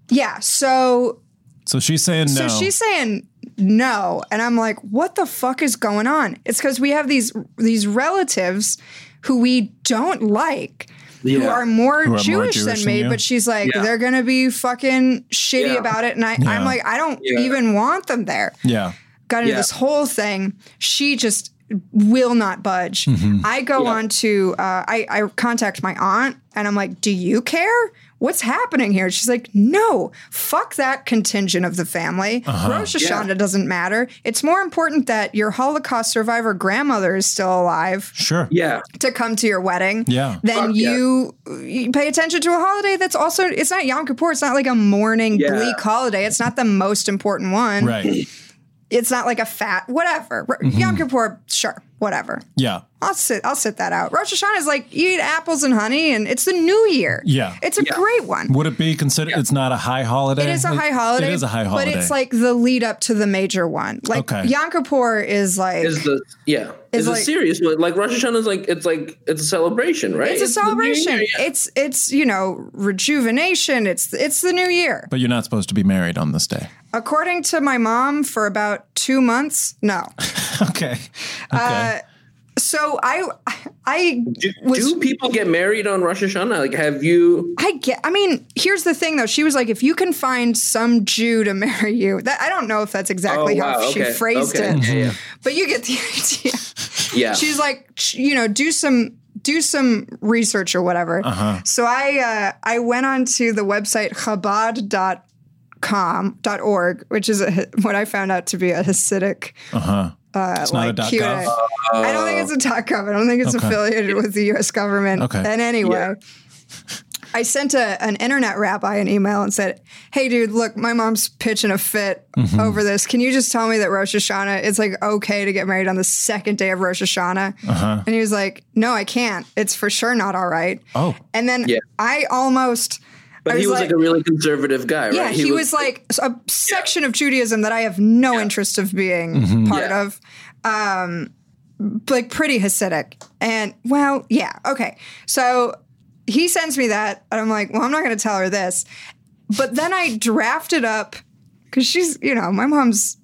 [SPEAKER 7] yeah. So
[SPEAKER 2] So she's saying no.
[SPEAKER 7] So she's saying no, and I'm like, what the fuck is going on? It's because we have these these relatives who we don't like. Who
[SPEAKER 9] Yeah.
[SPEAKER 7] are, more,
[SPEAKER 9] Who are more
[SPEAKER 7] Jewish
[SPEAKER 9] Jewish
[SPEAKER 7] than
[SPEAKER 9] than
[SPEAKER 7] me,
[SPEAKER 9] you.
[SPEAKER 7] but she's like,
[SPEAKER 9] Yeah.
[SPEAKER 7] they're gonna be fucking shitty
[SPEAKER 9] Yeah.
[SPEAKER 7] about it. And I,
[SPEAKER 9] Yeah.
[SPEAKER 7] I'm like, I don't
[SPEAKER 9] Yeah.
[SPEAKER 7] even want them there.
[SPEAKER 2] Yeah.
[SPEAKER 7] Got into
[SPEAKER 9] Yeah.
[SPEAKER 7] this whole thing. She just will not budge.
[SPEAKER 9] Mhm.
[SPEAKER 7] I go
[SPEAKER 9] Yeah.
[SPEAKER 7] on to, uh, I, I contact my aunt and I'm like, do you care? What's happening here? She's like, no, fuck that contingent of the family.
[SPEAKER 9] Uh-huh.
[SPEAKER 7] Rosh
[SPEAKER 9] Yeah.
[SPEAKER 7] Hashanah doesn't matter. It's more important that your Holocaust survivor grandmother is still alive.
[SPEAKER 2] Sure.
[SPEAKER 3] Yeah.
[SPEAKER 7] To come to your wedding,
[SPEAKER 9] Yeah.
[SPEAKER 7] Then
[SPEAKER 9] Fuck yeah.
[SPEAKER 7] you, you pay attention to a holiday that's also it's not Yom Kippur. It's not like a mourning
[SPEAKER 9] Yeah.
[SPEAKER 7] bleak holiday. It's not the most important one.
[SPEAKER 2] Right.
[SPEAKER 7] It's not like a fat whatever. R-
[SPEAKER 2] Mhm.
[SPEAKER 7] Yom Kippur, sure, whatever.
[SPEAKER 2] Yeah.
[SPEAKER 7] I'll sit. I'll sit that out. Rosh Hashanah is like you eat apples and honey, and it's the new year.
[SPEAKER 2] Yeah.
[SPEAKER 7] it's a great one.
[SPEAKER 2] Would it be considered? It's not a high holiday.
[SPEAKER 7] It is a high holiday.
[SPEAKER 2] It is a high holiday.
[SPEAKER 7] but it's like the lead up to the major one. Like
[SPEAKER 3] Okay.
[SPEAKER 7] Yom Kippur is like
[SPEAKER 3] Is the yeah.
[SPEAKER 7] It's
[SPEAKER 3] Is
[SPEAKER 7] like-
[SPEAKER 3] a serious one. Like Rosh Hashanah is like it's like it's a celebration, right?
[SPEAKER 7] it's a
[SPEAKER 3] the new
[SPEAKER 7] celebration.
[SPEAKER 3] year, yeah.
[SPEAKER 7] It's it's you know rejuvenation. It's it's the new year.
[SPEAKER 2] But you're not supposed to be married on this day. (laughs)
[SPEAKER 7] According to my mom, for about two months, no.
[SPEAKER 2] okay.
[SPEAKER 7] Uh, so I I was
[SPEAKER 3] Do people get married on Rosh Hashanah? Like have you
[SPEAKER 7] I get. I mean, here's the thing, though. She was like, if you can find some Jew to marry you, that I don't know if that's exactly
[SPEAKER 3] Oh,
[SPEAKER 7] how
[SPEAKER 3] wow,
[SPEAKER 7] she
[SPEAKER 3] okay,
[SPEAKER 7] phrased
[SPEAKER 3] okay,
[SPEAKER 7] it,
[SPEAKER 3] yeah, yeah.
[SPEAKER 7] but you get the idea.
[SPEAKER 3] (laughs) Yeah.
[SPEAKER 7] She's like, sh- you know, do some do some research or whatever.
[SPEAKER 9] Uh-huh.
[SPEAKER 7] So I uh, I went onto the website chabad.com dot org, which is a, what I found out to be a Hasidic.
[SPEAKER 2] Uh huh.
[SPEAKER 7] Uh,
[SPEAKER 2] It's not a dot
[SPEAKER 7] Q&A.
[SPEAKER 2] gov?
[SPEAKER 7] I don't think it's a dot gov. I don't think it's
[SPEAKER 2] Okay.
[SPEAKER 7] affiliated with the U.S. government.
[SPEAKER 2] Okay.
[SPEAKER 7] And anyway, I sent a, an internet rabbi an email and said, "Hey, dude, look, my mom's pitching a fit
[SPEAKER 2] Mm-hmm.
[SPEAKER 9] Mhm.
[SPEAKER 7] over this. Can you just tell me that Rosh Hashanah? It's like okay to get married on the second day of Rosh Hashanah."
[SPEAKER 9] Uh-huh.
[SPEAKER 7] And he was like, "No, I can't. It's for sure not all right."
[SPEAKER 2] Oh.
[SPEAKER 7] And then
[SPEAKER 3] Yeah.
[SPEAKER 7] I almost.
[SPEAKER 3] But
[SPEAKER 7] I
[SPEAKER 3] he was like, a really conservative guy,
[SPEAKER 7] yeah,
[SPEAKER 3] right?
[SPEAKER 7] he, was, like a section of Judaism that I have no interest of being
[SPEAKER 3] Mhm.
[SPEAKER 7] part
[SPEAKER 3] Yeah.
[SPEAKER 7] of. Um, like pretty Hasidic. And well, yeah, okay. So he sends me that, and I'm like, well, I'm not going to tell her this. But then I drafted up because she's, you know, my mom's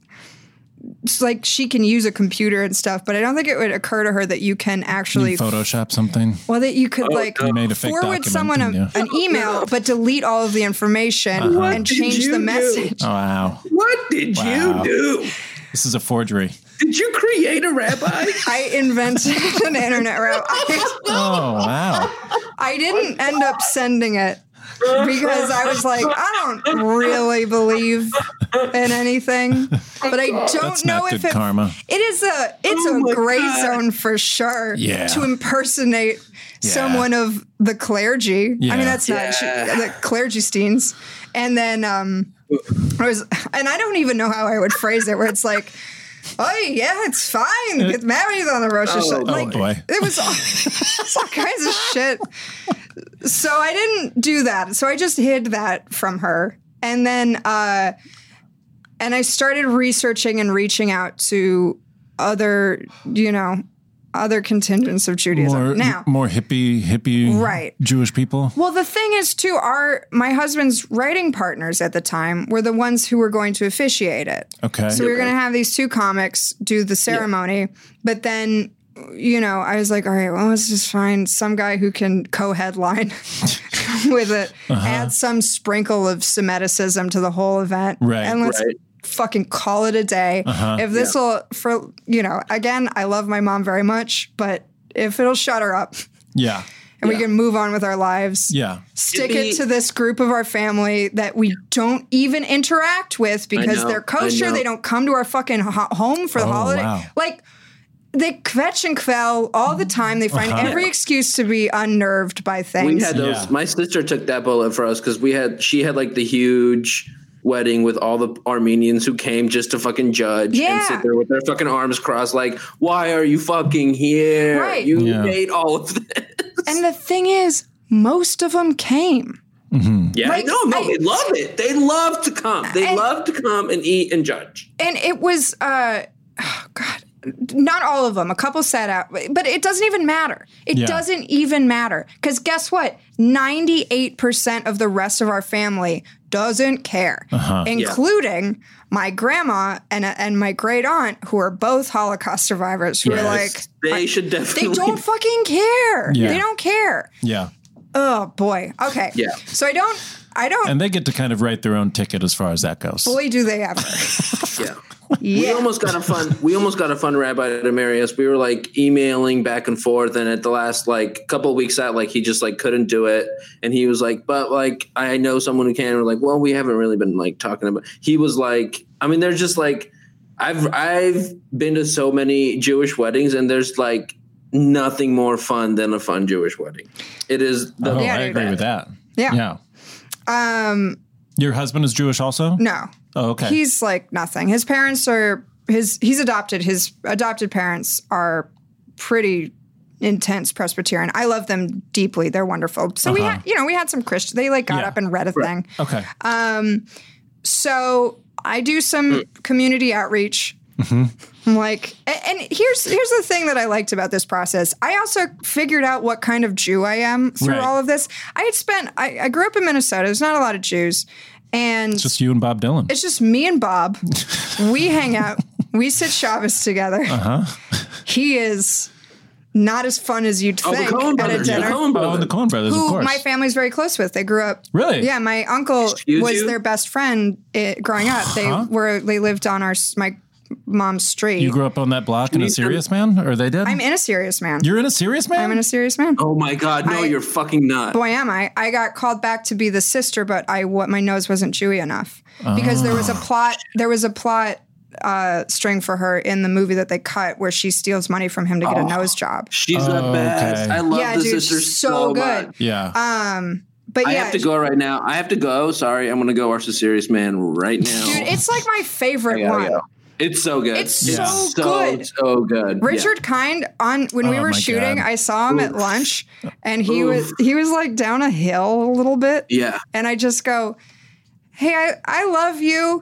[SPEAKER 7] it's like she can use a computer and stuff, but I don't think it would occur to her that you can actually
[SPEAKER 2] you Photoshop something.
[SPEAKER 7] well, that you could
[SPEAKER 2] Oh,
[SPEAKER 7] like
[SPEAKER 2] no. You made a fake
[SPEAKER 7] forward
[SPEAKER 2] document,
[SPEAKER 7] someone a,
[SPEAKER 2] didn't you?
[SPEAKER 7] an email, but delete all of the information
[SPEAKER 2] Uh-huh. What
[SPEAKER 7] and
[SPEAKER 2] did
[SPEAKER 7] change
[SPEAKER 3] you
[SPEAKER 7] the
[SPEAKER 3] do?
[SPEAKER 7] message.
[SPEAKER 2] (laughs) Oh, wow.
[SPEAKER 3] What did
[SPEAKER 2] Wow.
[SPEAKER 3] you do?
[SPEAKER 2] This is a
[SPEAKER 7] (laughs)
[SPEAKER 2] forgery.
[SPEAKER 3] Did you create a rabbi?
[SPEAKER 7] I invented an internet route. I,
[SPEAKER 2] Oh, wow.
[SPEAKER 7] I didn't end up sending it because I was like, I don't really believe in anything, but I don't
[SPEAKER 2] That's
[SPEAKER 7] know
[SPEAKER 2] not
[SPEAKER 7] if
[SPEAKER 2] good
[SPEAKER 7] it,
[SPEAKER 2] karma.
[SPEAKER 7] it is a it's a gray zone for sure.
[SPEAKER 2] Yeah.
[SPEAKER 7] to impersonate
[SPEAKER 2] Yeah.
[SPEAKER 7] someone of the clergy. I
[SPEAKER 2] Yeah.
[SPEAKER 7] mean, that's not
[SPEAKER 9] Yeah.
[SPEAKER 7] she, the clergy steens, and then um, I was, and I don't even know how I would phrase it. Where it's like, oh yeah, it's fine. Get married on the road.
[SPEAKER 2] Oh,
[SPEAKER 7] It's
[SPEAKER 2] Uh, oh,
[SPEAKER 7] like,
[SPEAKER 2] boy.
[SPEAKER 7] It was all, (laughs) it's all kinds of shit. So I didn't do that. So I just hid that from her, and then uh, and I started researching and reaching out to other, you know, other contingents of Judaism.
[SPEAKER 2] more,
[SPEAKER 7] now,
[SPEAKER 2] more hippie, hippie,
[SPEAKER 7] Right.
[SPEAKER 2] Jewish people.
[SPEAKER 7] well, the thing is, too, our my husband's writing partners at the time were the ones who were going to officiate it.
[SPEAKER 2] Okay.
[SPEAKER 7] So we were going to have these two comics do the ceremony, but then. You know, I was like, all right, well, let's just find some guy who can co-headline (laughs) with it,
[SPEAKER 2] Uh-huh.
[SPEAKER 7] add some sprinkle of Semiticism to the whole event,
[SPEAKER 2] Right.
[SPEAKER 7] and let's
[SPEAKER 2] Right.
[SPEAKER 7] fucking call it a day.
[SPEAKER 2] Uh-huh.
[SPEAKER 7] If this
[SPEAKER 2] Yeah.
[SPEAKER 7] will, for you know, again, I love my mom very much, but if it'll shut her up
[SPEAKER 2] Yeah.
[SPEAKER 7] and we can move on with our lives,
[SPEAKER 2] Yeah.
[SPEAKER 7] stick
[SPEAKER 3] It'd be-
[SPEAKER 7] it to this group of our family that we don't even interact with because
[SPEAKER 3] know,
[SPEAKER 7] they're
[SPEAKER 3] I
[SPEAKER 7] kosher.
[SPEAKER 3] know.
[SPEAKER 7] They don't come to our fucking ho- home for the
[SPEAKER 3] Oh,
[SPEAKER 7] holiday.
[SPEAKER 3] wow.
[SPEAKER 7] Like they kvetch and quell all the time. They find
[SPEAKER 3] Uh-huh.
[SPEAKER 7] every excuse to be unnerved by things.
[SPEAKER 3] We had those. My sister took that bullet for us because we had. She had like the huge wedding with all the Armenians who came just to fucking judge and
[SPEAKER 7] Yeah.
[SPEAKER 3] sit there with their fucking arms crossed, like, "Why are you fucking here?
[SPEAKER 7] Right.
[SPEAKER 3] You
[SPEAKER 7] Yeah.
[SPEAKER 3] made all of this."
[SPEAKER 7] And the thing is, most of them came.
[SPEAKER 2] Mm-hmm.
[SPEAKER 3] Yeah,
[SPEAKER 7] Like,
[SPEAKER 3] no, no,
[SPEAKER 7] I-
[SPEAKER 3] they love it. They love to come. They love to come and eat and judge.
[SPEAKER 7] And it was, uh, oh God, not all of them. A couple sat out, but it doesn't even matter. It
[SPEAKER 3] Yeah.
[SPEAKER 7] doesn't even matter. Because guess what? 98% of the rest of our family doesn't care,
[SPEAKER 9] Uh-huh. Yeah.
[SPEAKER 7] including my grandma and, uh, and my great aunt, who are both Holocaust survivors, who are like,
[SPEAKER 3] they should definitely. (laughs)
[SPEAKER 7] they don't fucking care.
[SPEAKER 2] Yeah.
[SPEAKER 7] They don't care.
[SPEAKER 2] Yeah.
[SPEAKER 7] Oh boy. Okay.
[SPEAKER 2] Yeah.
[SPEAKER 7] So I don't, I don't,
[SPEAKER 2] And they get to kind of write their own ticket as far as that goes.
[SPEAKER 7] boy, do they ever.
[SPEAKER 3] Yeah. We almost got a fun. We almost got a fun rabbi to marry us. We were like emailing back and forth, and at the last like couple weeks out, like he just like couldn't do it, and he was like, "But like I know someone who can." We're like, "Well, we haven't really been like talking about." He was like, "I mean, there's just like, I've I've been to so many Jewish weddings, and there's like nothing more fun than a fun Jewish wedding. It is. The
[SPEAKER 2] Oh, I agree with that.
[SPEAKER 7] Yeah.
[SPEAKER 2] Yeah.
[SPEAKER 7] Um,
[SPEAKER 2] Your husband is Jewish also?
[SPEAKER 7] No.
[SPEAKER 2] Oh, okay.
[SPEAKER 7] He's like nothing. His parents are his he's adopted. His adopted parents are pretty intense Presbyterian. I love them deeply. They're wonderful. So we
[SPEAKER 9] Uh-huh.
[SPEAKER 7] had you know, we had some Christian they like got
[SPEAKER 9] Yeah.
[SPEAKER 7] up and read a thing.
[SPEAKER 2] Okay.
[SPEAKER 7] Um so I do some community outreach.
[SPEAKER 2] Mm-hmm.
[SPEAKER 7] I'm like a- and here's here's the thing that I liked about this process. I also figured out what kind of Jew I am through
[SPEAKER 2] Right.
[SPEAKER 7] all of this. I had spent I, I grew up in Minnesota. There's not a lot of Jews. And
[SPEAKER 2] It's just you and Bob Dylan.
[SPEAKER 7] it's just me and Bob. we hang out. We sit Shabbos together.
[SPEAKER 2] Uh huh.
[SPEAKER 7] He is not as fun as you'd
[SPEAKER 2] Oh, the
[SPEAKER 7] think
[SPEAKER 2] Coen
[SPEAKER 7] at a
[SPEAKER 2] brothers, yeah.
[SPEAKER 7] dinner.
[SPEAKER 2] The Coen brothers. Oh, the Coen brothers, of
[SPEAKER 7] who
[SPEAKER 2] course.
[SPEAKER 7] my family's very close with. They grew up.
[SPEAKER 2] Really?
[SPEAKER 7] Yeah, my uncle
[SPEAKER 2] Excuse
[SPEAKER 7] was
[SPEAKER 2] you?
[SPEAKER 7] their best friend eh, growing up.
[SPEAKER 2] Huh?
[SPEAKER 7] They were they lived on our s- my mom's street.
[SPEAKER 2] Uh-huh. You grew up on that block in a serious man, or they did?
[SPEAKER 7] I'm in a serious man.
[SPEAKER 2] You're in a serious man.
[SPEAKER 7] I'm in a serious man.
[SPEAKER 3] Oh my God! No, you're fucking not.
[SPEAKER 7] Boy, am I! I got called back to be the sister, but I what my nose wasn't Jewy enough because there was a
[SPEAKER 3] Ah.
[SPEAKER 9] Oh.
[SPEAKER 7] plot. There was a plot uh, string for her in the movie that they cut where she steals money from him to get
[SPEAKER 3] Oh.
[SPEAKER 7] a nose job.
[SPEAKER 3] She's the
[SPEAKER 2] Oh, Okay.
[SPEAKER 3] best. I love
[SPEAKER 7] Yeah,
[SPEAKER 3] the
[SPEAKER 7] dude,
[SPEAKER 3] sister
[SPEAKER 7] she's
[SPEAKER 3] so,
[SPEAKER 7] so good.
[SPEAKER 3] much.
[SPEAKER 2] Yeah.
[SPEAKER 7] Um, but
[SPEAKER 3] I
[SPEAKER 7] yeah,
[SPEAKER 3] have to go right now. I have to go. Oh, Sorry, I'm gonna go watch the serious man right now.
[SPEAKER 7] dude, it's like my favorite
[SPEAKER 3] Yeah,
[SPEAKER 7] one.
[SPEAKER 3] yeah. It's so good.
[SPEAKER 7] It's
[SPEAKER 3] Yeah.
[SPEAKER 7] so good.
[SPEAKER 3] So good.
[SPEAKER 7] Richard Kind on when we
[SPEAKER 3] Oh
[SPEAKER 7] were
[SPEAKER 3] my
[SPEAKER 7] shooting,
[SPEAKER 3] God.
[SPEAKER 7] I saw him at
[SPEAKER 3] Oof.
[SPEAKER 7] lunch, and he was
[SPEAKER 3] Oof.
[SPEAKER 7] he was like down a hill a little bit.
[SPEAKER 3] Yeah.
[SPEAKER 7] and I just go, "Hey, I, I love you."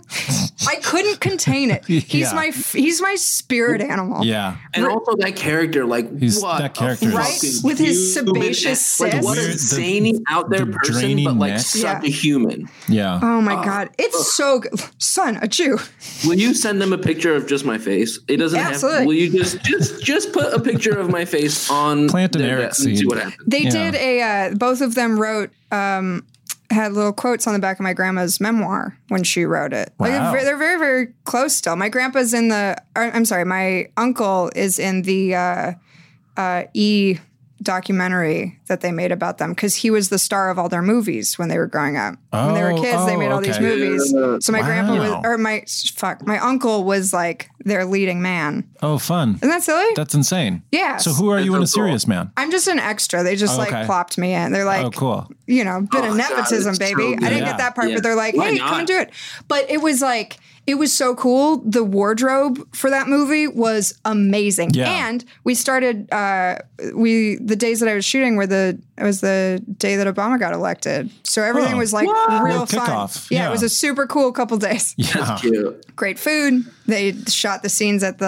[SPEAKER 7] I couldn't contain it. He's
[SPEAKER 3] Yeah.
[SPEAKER 7] my f- he's my spirit animal.
[SPEAKER 2] Yeah.
[SPEAKER 3] And also that character, like
[SPEAKER 2] He's-
[SPEAKER 3] what
[SPEAKER 2] that
[SPEAKER 3] a
[SPEAKER 2] character is-
[SPEAKER 7] Right?
[SPEAKER 3] fucking
[SPEAKER 7] With his
[SPEAKER 3] human-
[SPEAKER 7] sebaceous
[SPEAKER 3] like, what
[SPEAKER 2] cyst.
[SPEAKER 3] a
[SPEAKER 2] The-
[SPEAKER 3] zany out there person,
[SPEAKER 2] drainy
[SPEAKER 3] but like
[SPEAKER 2] neck.
[SPEAKER 3] such
[SPEAKER 7] Yeah.
[SPEAKER 3] a human.
[SPEAKER 2] Yeah.
[SPEAKER 7] Oh my god, it's so good, son, a Jew.
[SPEAKER 3] Will you send them a picture of just my face? It doesn't
[SPEAKER 7] Absolutely.
[SPEAKER 3] have. Will you just just just put a picture of my face on plant an Eric and see
[SPEAKER 2] seed.
[SPEAKER 3] what happens?
[SPEAKER 7] They did a uh, both of them wrote um, had little quotes on the back of my grandma's memoir when she wrote it. Like, they're,
[SPEAKER 9] Wow.
[SPEAKER 7] ve- they're very very close still. My grandpa's er, in the or, I'm sorry, my uncle is in the uh, uh, E documentary that they made about them because he was the star of all their movies when they were growing up. when they were
[SPEAKER 2] Oh,
[SPEAKER 7] kids, they
[SPEAKER 2] oh,
[SPEAKER 7] made all these
[SPEAKER 2] okay.
[SPEAKER 7] movies. So my grandpa
[SPEAKER 2] Wow.
[SPEAKER 7] was, or my fuck, my uncle was like their leading man.
[SPEAKER 2] Oh, fun.
[SPEAKER 7] Isn't that silly?
[SPEAKER 2] That's insane.
[SPEAKER 7] Yes.
[SPEAKER 2] So who are you in a serious man?
[SPEAKER 7] I'm just an extra. They just
[SPEAKER 2] Oh,
[SPEAKER 7] like
[SPEAKER 2] okay.
[SPEAKER 7] plopped me in. They're like,
[SPEAKER 2] oh, cool.
[SPEAKER 7] you know, bit
[SPEAKER 2] Oh, God,
[SPEAKER 7] of nepotism,
[SPEAKER 2] it's so
[SPEAKER 7] baby. I didn't
[SPEAKER 2] good.
[SPEAKER 7] get that part,
[SPEAKER 2] Yeah.
[SPEAKER 7] but they're like,
[SPEAKER 2] Why
[SPEAKER 7] hey,
[SPEAKER 2] not?
[SPEAKER 7] come and do it. But it was like, it was so cool. The wardrobe for that movie was amazing.
[SPEAKER 9] Yeah.
[SPEAKER 7] And we started, uh, we, the days that I was shooting were the, it was the day that Obama got elected. So everything
[SPEAKER 9] Oh.
[SPEAKER 7] was like
[SPEAKER 9] Wow.
[SPEAKER 7] real
[SPEAKER 9] Real
[SPEAKER 7] fun.
[SPEAKER 9] kickoff.
[SPEAKER 7] Yeah,
[SPEAKER 9] Yeah.
[SPEAKER 7] It was a super cool couple days.
[SPEAKER 2] Uh-huh.
[SPEAKER 3] That's cute.
[SPEAKER 7] Great food. They shot the scenes at the,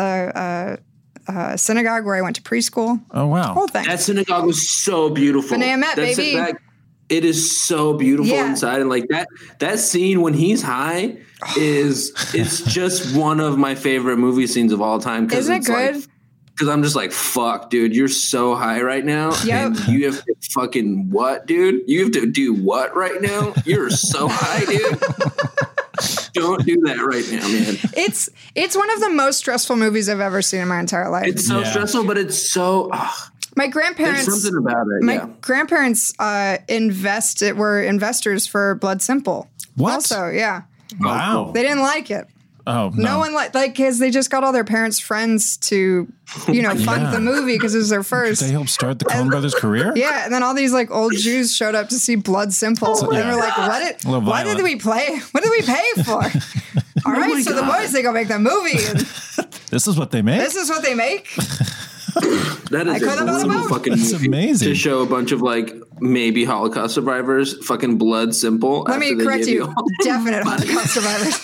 [SPEAKER 7] uh, uh, synagogue where I went to preschool.
[SPEAKER 2] Oh wow.
[SPEAKER 7] Whole thing.
[SPEAKER 3] That synagogue was so beautiful.
[SPEAKER 7] B'nai Emet,
[SPEAKER 3] That
[SPEAKER 7] baby.
[SPEAKER 3] synagogue- it is so beautiful
[SPEAKER 7] Yeah.
[SPEAKER 3] inside, and like that that scene when he's
[SPEAKER 7] (sighs)
[SPEAKER 3] high is it's just one of my favorite movie scenes of all time.
[SPEAKER 7] Isn't it good?
[SPEAKER 3] Because I'm just like, fuck, dude, you're so high right now, and you have to fucking what, dude? You have to do what right now? You're so high,
[SPEAKER 7] (laughs)
[SPEAKER 3] dude. Don't do that right now, man.
[SPEAKER 7] It's it's one of the most stressful movies I've ever seen in my entire life.
[SPEAKER 3] It's so stressful, but it's so. ugh,
[SPEAKER 7] My
[SPEAKER 3] there's
[SPEAKER 7] grandparents
[SPEAKER 3] something about it.
[SPEAKER 7] my
[SPEAKER 3] yeah.
[SPEAKER 7] grandparents uh invested were investors for Blood Simple.
[SPEAKER 2] What?
[SPEAKER 7] Also, yeah.
[SPEAKER 2] Wow.
[SPEAKER 7] They didn't like it.
[SPEAKER 2] Oh no.
[SPEAKER 7] No, one liked like cuz they just got all their parents friends to
[SPEAKER 2] (laughs)
[SPEAKER 7] you know fund
[SPEAKER 2] Yeah.
[SPEAKER 7] the movie cuz it was their first.
[SPEAKER 2] They helped start the Coen Brothers career.
[SPEAKER 7] Yeah, and then all these like old Jews showed up to see Blood Simple, and
[SPEAKER 2] yeah.
[SPEAKER 7] we're like, "What?
[SPEAKER 2] A little
[SPEAKER 7] Did, why did
[SPEAKER 2] violent. Oh
[SPEAKER 7] we play? What did we
[SPEAKER 2] (laughs)
[SPEAKER 7] pay for?" all right, so the boys they go make the movie, and
[SPEAKER 2] This is what they made.
[SPEAKER 7] this is what they make.
[SPEAKER 3] That
[SPEAKER 7] I
[SPEAKER 3] is
[SPEAKER 7] could've
[SPEAKER 3] a
[SPEAKER 7] bought a
[SPEAKER 3] reasonable
[SPEAKER 7] boat.
[SPEAKER 3] fucking
[SPEAKER 2] That's
[SPEAKER 3] movie
[SPEAKER 2] amazing.
[SPEAKER 3] to show a bunch of like maybe Holocaust survivors, fucking blood simple.
[SPEAKER 7] Let me
[SPEAKER 3] after they
[SPEAKER 7] correct
[SPEAKER 3] gave
[SPEAKER 7] you.
[SPEAKER 3] all-
[SPEAKER 7] (laughs) Definite Holocaust survivors.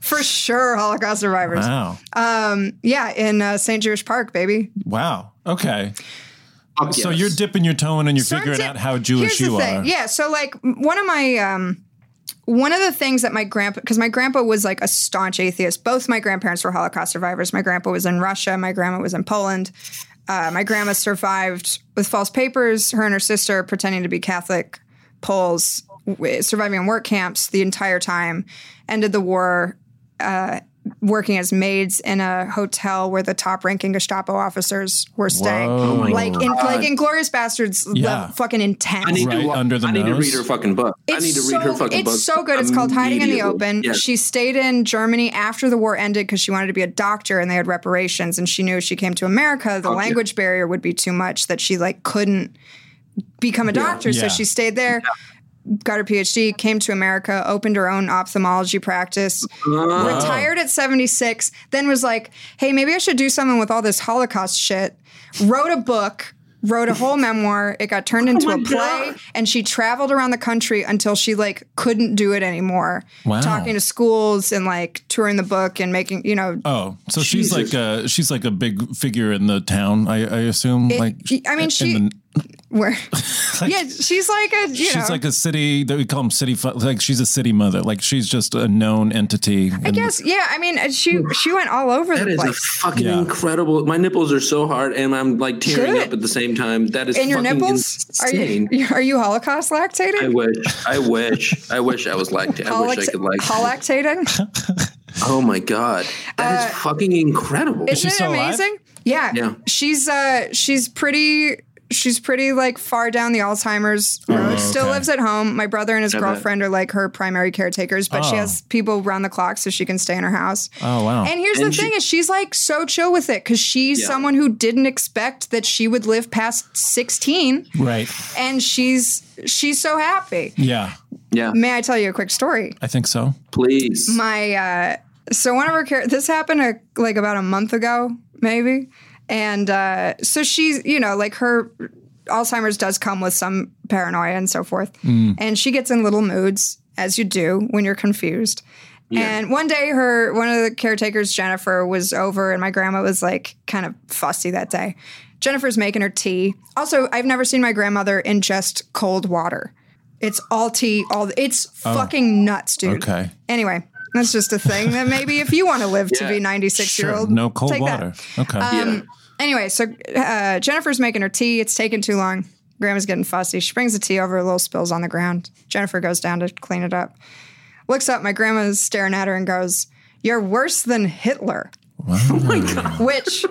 [SPEAKER 7] For sure, Holocaust survivors.
[SPEAKER 2] Wow.
[SPEAKER 7] Um, yeah, in uh, St. Jewish Park, baby.
[SPEAKER 2] Wow. Okay.
[SPEAKER 3] (laughs) Fuck
[SPEAKER 2] So
[SPEAKER 3] yes.
[SPEAKER 2] you're dipping your toe in and you're
[SPEAKER 7] Certain-
[SPEAKER 2] figuring out how Jewish
[SPEAKER 7] Here's
[SPEAKER 2] you
[SPEAKER 7] the thing.
[SPEAKER 2] are.
[SPEAKER 7] Yeah, so like m- one of my um one of the things that my grandpa because my grandpa was like a staunch atheist. Both my grandparents were Holocaust survivors. My grandpa was in Russia, my grandma was in Poland. Uh, my grandma survived with false papers, her and her sister pretending to be Catholic Poles, w- surviving in work camps the entire time, ended the war uh, working as maids in a hotel where the top-ranking Gestapo officers were staying,
[SPEAKER 3] Whoa. Oh my
[SPEAKER 7] like in like
[SPEAKER 3] God.
[SPEAKER 7] Inglorious Bastards,
[SPEAKER 3] Yeah.
[SPEAKER 7] level- fucking intense.
[SPEAKER 3] I need to wa- I need to read her fucking book. I
[SPEAKER 7] It's
[SPEAKER 3] need to
[SPEAKER 7] so,
[SPEAKER 3] read her fucking
[SPEAKER 7] it's
[SPEAKER 3] book.
[SPEAKER 7] so good. It's called Hiding in the
[SPEAKER 3] immediately.
[SPEAKER 7] Open.
[SPEAKER 3] Yes.
[SPEAKER 7] She stayed in Germany after the war ended because she wanted to be a doctor and they had reparations. And she knew if she came to America,
[SPEAKER 3] Oh,
[SPEAKER 7] the
[SPEAKER 9] Fuck yeah.
[SPEAKER 7] language barrier would be too much that she like couldn't become a
[SPEAKER 9] Yeah.
[SPEAKER 7] doctor. So
[SPEAKER 9] Yeah.
[SPEAKER 7] she stayed there, got her PhD, came to America, opened her own ophthalmology practice,
[SPEAKER 3] Uh,
[SPEAKER 9] Wow.
[SPEAKER 7] retired at 76, then was like, hey, maybe I should do something with all this Holocaust shit. Wrote a book, wrote a
[SPEAKER 2] (laughs)
[SPEAKER 7] whole memoir. It
[SPEAKER 2] Oh
[SPEAKER 7] got turned into
[SPEAKER 9] my
[SPEAKER 7] a play, and she traveled around the country until she like couldn't do it anymore.
[SPEAKER 2] Wow.
[SPEAKER 7] Talking to schools and like touring the book and making,
[SPEAKER 2] (laughs)
[SPEAKER 7] you know,
[SPEAKER 2] Oh, so she's like
[SPEAKER 7] Jesus.
[SPEAKER 2] a, she's like a big figure in the town. I, I assume.
[SPEAKER 7] It-
[SPEAKER 2] like
[SPEAKER 7] I mean,
[SPEAKER 2] in
[SPEAKER 7] she-
[SPEAKER 2] the-
[SPEAKER 7] where yeah, she's like a you
[SPEAKER 2] she's
[SPEAKER 7] know,
[SPEAKER 2] like a city that we call them city. fu- Like she's a city mother. Like she's just a known entity.
[SPEAKER 7] I guess yeah. I mean, uh, she she went all over
[SPEAKER 3] That
[SPEAKER 7] the
[SPEAKER 3] is a
[SPEAKER 7] place.
[SPEAKER 3] fucking incredible. My nipples are so hard, and I'm like tearing
[SPEAKER 7] Good.
[SPEAKER 3] up at the same time. That is
[SPEAKER 7] And your
[SPEAKER 3] fucking
[SPEAKER 7] nipples? Are
[SPEAKER 3] insane.
[SPEAKER 7] you (laughs) are you Holocaust lactating?
[SPEAKER 3] I wish. I wish. I wish I was lactating. I wish I could like. (laughs)
[SPEAKER 7] Holactating?
[SPEAKER 3] Oh my god, that is fucking incredible.
[SPEAKER 7] Uh, Isn't it amazing? Yeah.
[SPEAKER 3] Yeah.
[SPEAKER 7] She's uh she's pretty she's pretty like far down the Alzheimer's road. Still
[SPEAKER 9] Oh, okay.
[SPEAKER 7] lives at home. My brother and his
[SPEAKER 9] I bet.
[SPEAKER 7] girlfriend are like her primary caretakers, but she
[SPEAKER 9] Oh.
[SPEAKER 7] has people round the clock so she can stay in her house.
[SPEAKER 9] Oh, wow.
[SPEAKER 7] And here's
[SPEAKER 9] And
[SPEAKER 7] the
[SPEAKER 9] she-
[SPEAKER 7] thing is she's like so chill with it cuz she's
[SPEAKER 9] Yeah.
[SPEAKER 7] someone who didn't expect that she would live past 16
[SPEAKER 2] Right.
[SPEAKER 7] and she's she's so happy.
[SPEAKER 2] Yeah.
[SPEAKER 3] Yeah.
[SPEAKER 7] May I tell you a quick story?
[SPEAKER 2] I think so.
[SPEAKER 3] Please.
[SPEAKER 7] My uh, so one of her char- this happened uh like about a month ago, maybe, and uh, so she's you know like her Alzheimer's does come with some paranoia and so forth,
[SPEAKER 9] Mm.
[SPEAKER 7] and she gets in little moods as you do when you're confused.
[SPEAKER 9] Yeah.
[SPEAKER 7] And one day, her one of the caretakers, Jennifer, was over, and my grandma was like kind of fussy that day. Jennifer's making her tea. Also, I've never seen my grandmother ingest cold water. It's all tea. All it's
[SPEAKER 9] Oh.
[SPEAKER 7] fucking nuts, dude.
[SPEAKER 2] Okay.
[SPEAKER 7] Anyway, that's just a thing that maybe if you want to live
[SPEAKER 2] (laughs)
[SPEAKER 7] to be 96 year
[SPEAKER 2] Sure.
[SPEAKER 7] old,
[SPEAKER 2] No cold
[SPEAKER 7] take
[SPEAKER 2] water. Okay.
[SPEAKER 7] That. Um, Anyway, so uh, Jennifer's making her tea. It's taking too long. Grandma's getting fussy. She brings the tea over, a little spills on the ground. Jennifer goes down to clean it up. Looks up, my grandma's staring at her (laughs) oh and goes, You're worse than Hitler.
[SPEAKER 2] Wow.
[SPEAKER 7] Which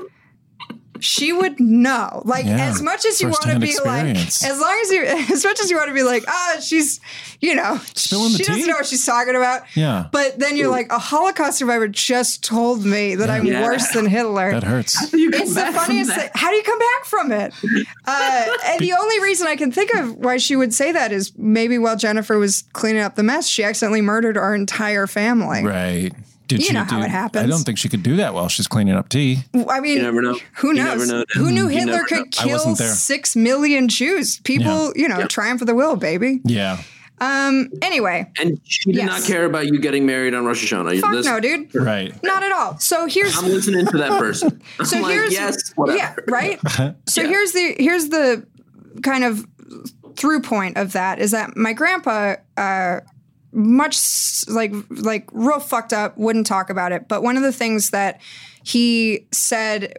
[SPEAKER 7] she would know. Like
[SPEAKER 2] Yeah,
[SPEAKER 7] as much as you want to
[SPEAKER 2] firsthand
[SPEAKER 7] be
[SPEAKER 2] experience.
[SPEAKER 7] like, as long as you, (laughs) as much as you want to be like, ah, she's, you know,
[SPEAKER 2] Spilling the
[SPEAKER 7] she doesn't
[SPEAKER 2] tea?
[SPEAKER 7] know what she's talking about.
[SPEAKER 2] Yeah.
[SPEAKER 7] But then you're like, a Holocaust survivor just told me that I'm
[SPEAKER 2] Yeah.
[SPEAKER 7] worse than Hitler.
[SPEAKER 2] That hurts.
[SPEAKER 7] It's the funniest thing. How do you come back from it? Uh, and the only reason I can think of why she would say that is maybe while Jennifer was cleaning up the mess, she accidentally murdered our entire family.
[SPEAKER 2] Right. Did
[SPEAKER 7] You
[SPEAKER 2] she
[SPEAKER 7] know
[SPEAKER 2] do,
[SPEAKER 7] how it happens.
[SPEAKER 2] I don't think she could do that while she's cleaning up tea.
[SPEAKER 7] I mean,
[SPEAKER 3] You never know.
[SPEAKER 7] Who
[SPEAKER 3] You
[SPEAKER 7] knows?
[SPEAKER 3] never know.
[SPEAKER 7] Who knew
[SPEAKER 3] You
[SPEAKER 7] Hitler
[SPEAKER 3] never
[SPEAKER 7] could
[SPEAKER 2] know. I
[SPEAKER 7] kill
[SPEAKER 2] wasn't there.
[SPEAKER 7] six million Jews? People, you know,
[SPEAKER 3] Yeah.
[SPEAKER 7] trying for the will, baby.
[SPEAKER 2] Yeah.
[SPEAKER 7] Um. Anyway,
[SPEAKER 3] And she did
[SPEAKER 7] Yes.
[SPEAKER 3] not care about you getting married on Rosh Hashanah.
[SPEAKER 7] fuck
[SPEAKER 3] This-
[SPEAKER 7] no, dude.
[SPEAKER 2] Right.
[SPEAKER 7] Not at all. So here's
[SPEAKER 3] I'm listening to that person. I'm
[SPEAKER 7] (laughs) so
[SPEAKER 3] like,
[SPEAKER 7] here's
[SPEAKER 3] yes, whatever.
[SPEAKER 7] yeah, right.
[SPEAKER 3] (laughs)
[SPEAKER 7] So
[SPEAKER 3] Yeah.
[SPEAKER 7] here's the here's the kind of through point of that is that my grandpa uh much s- like like real fucked up wouldn't talk about it but one of the things that he said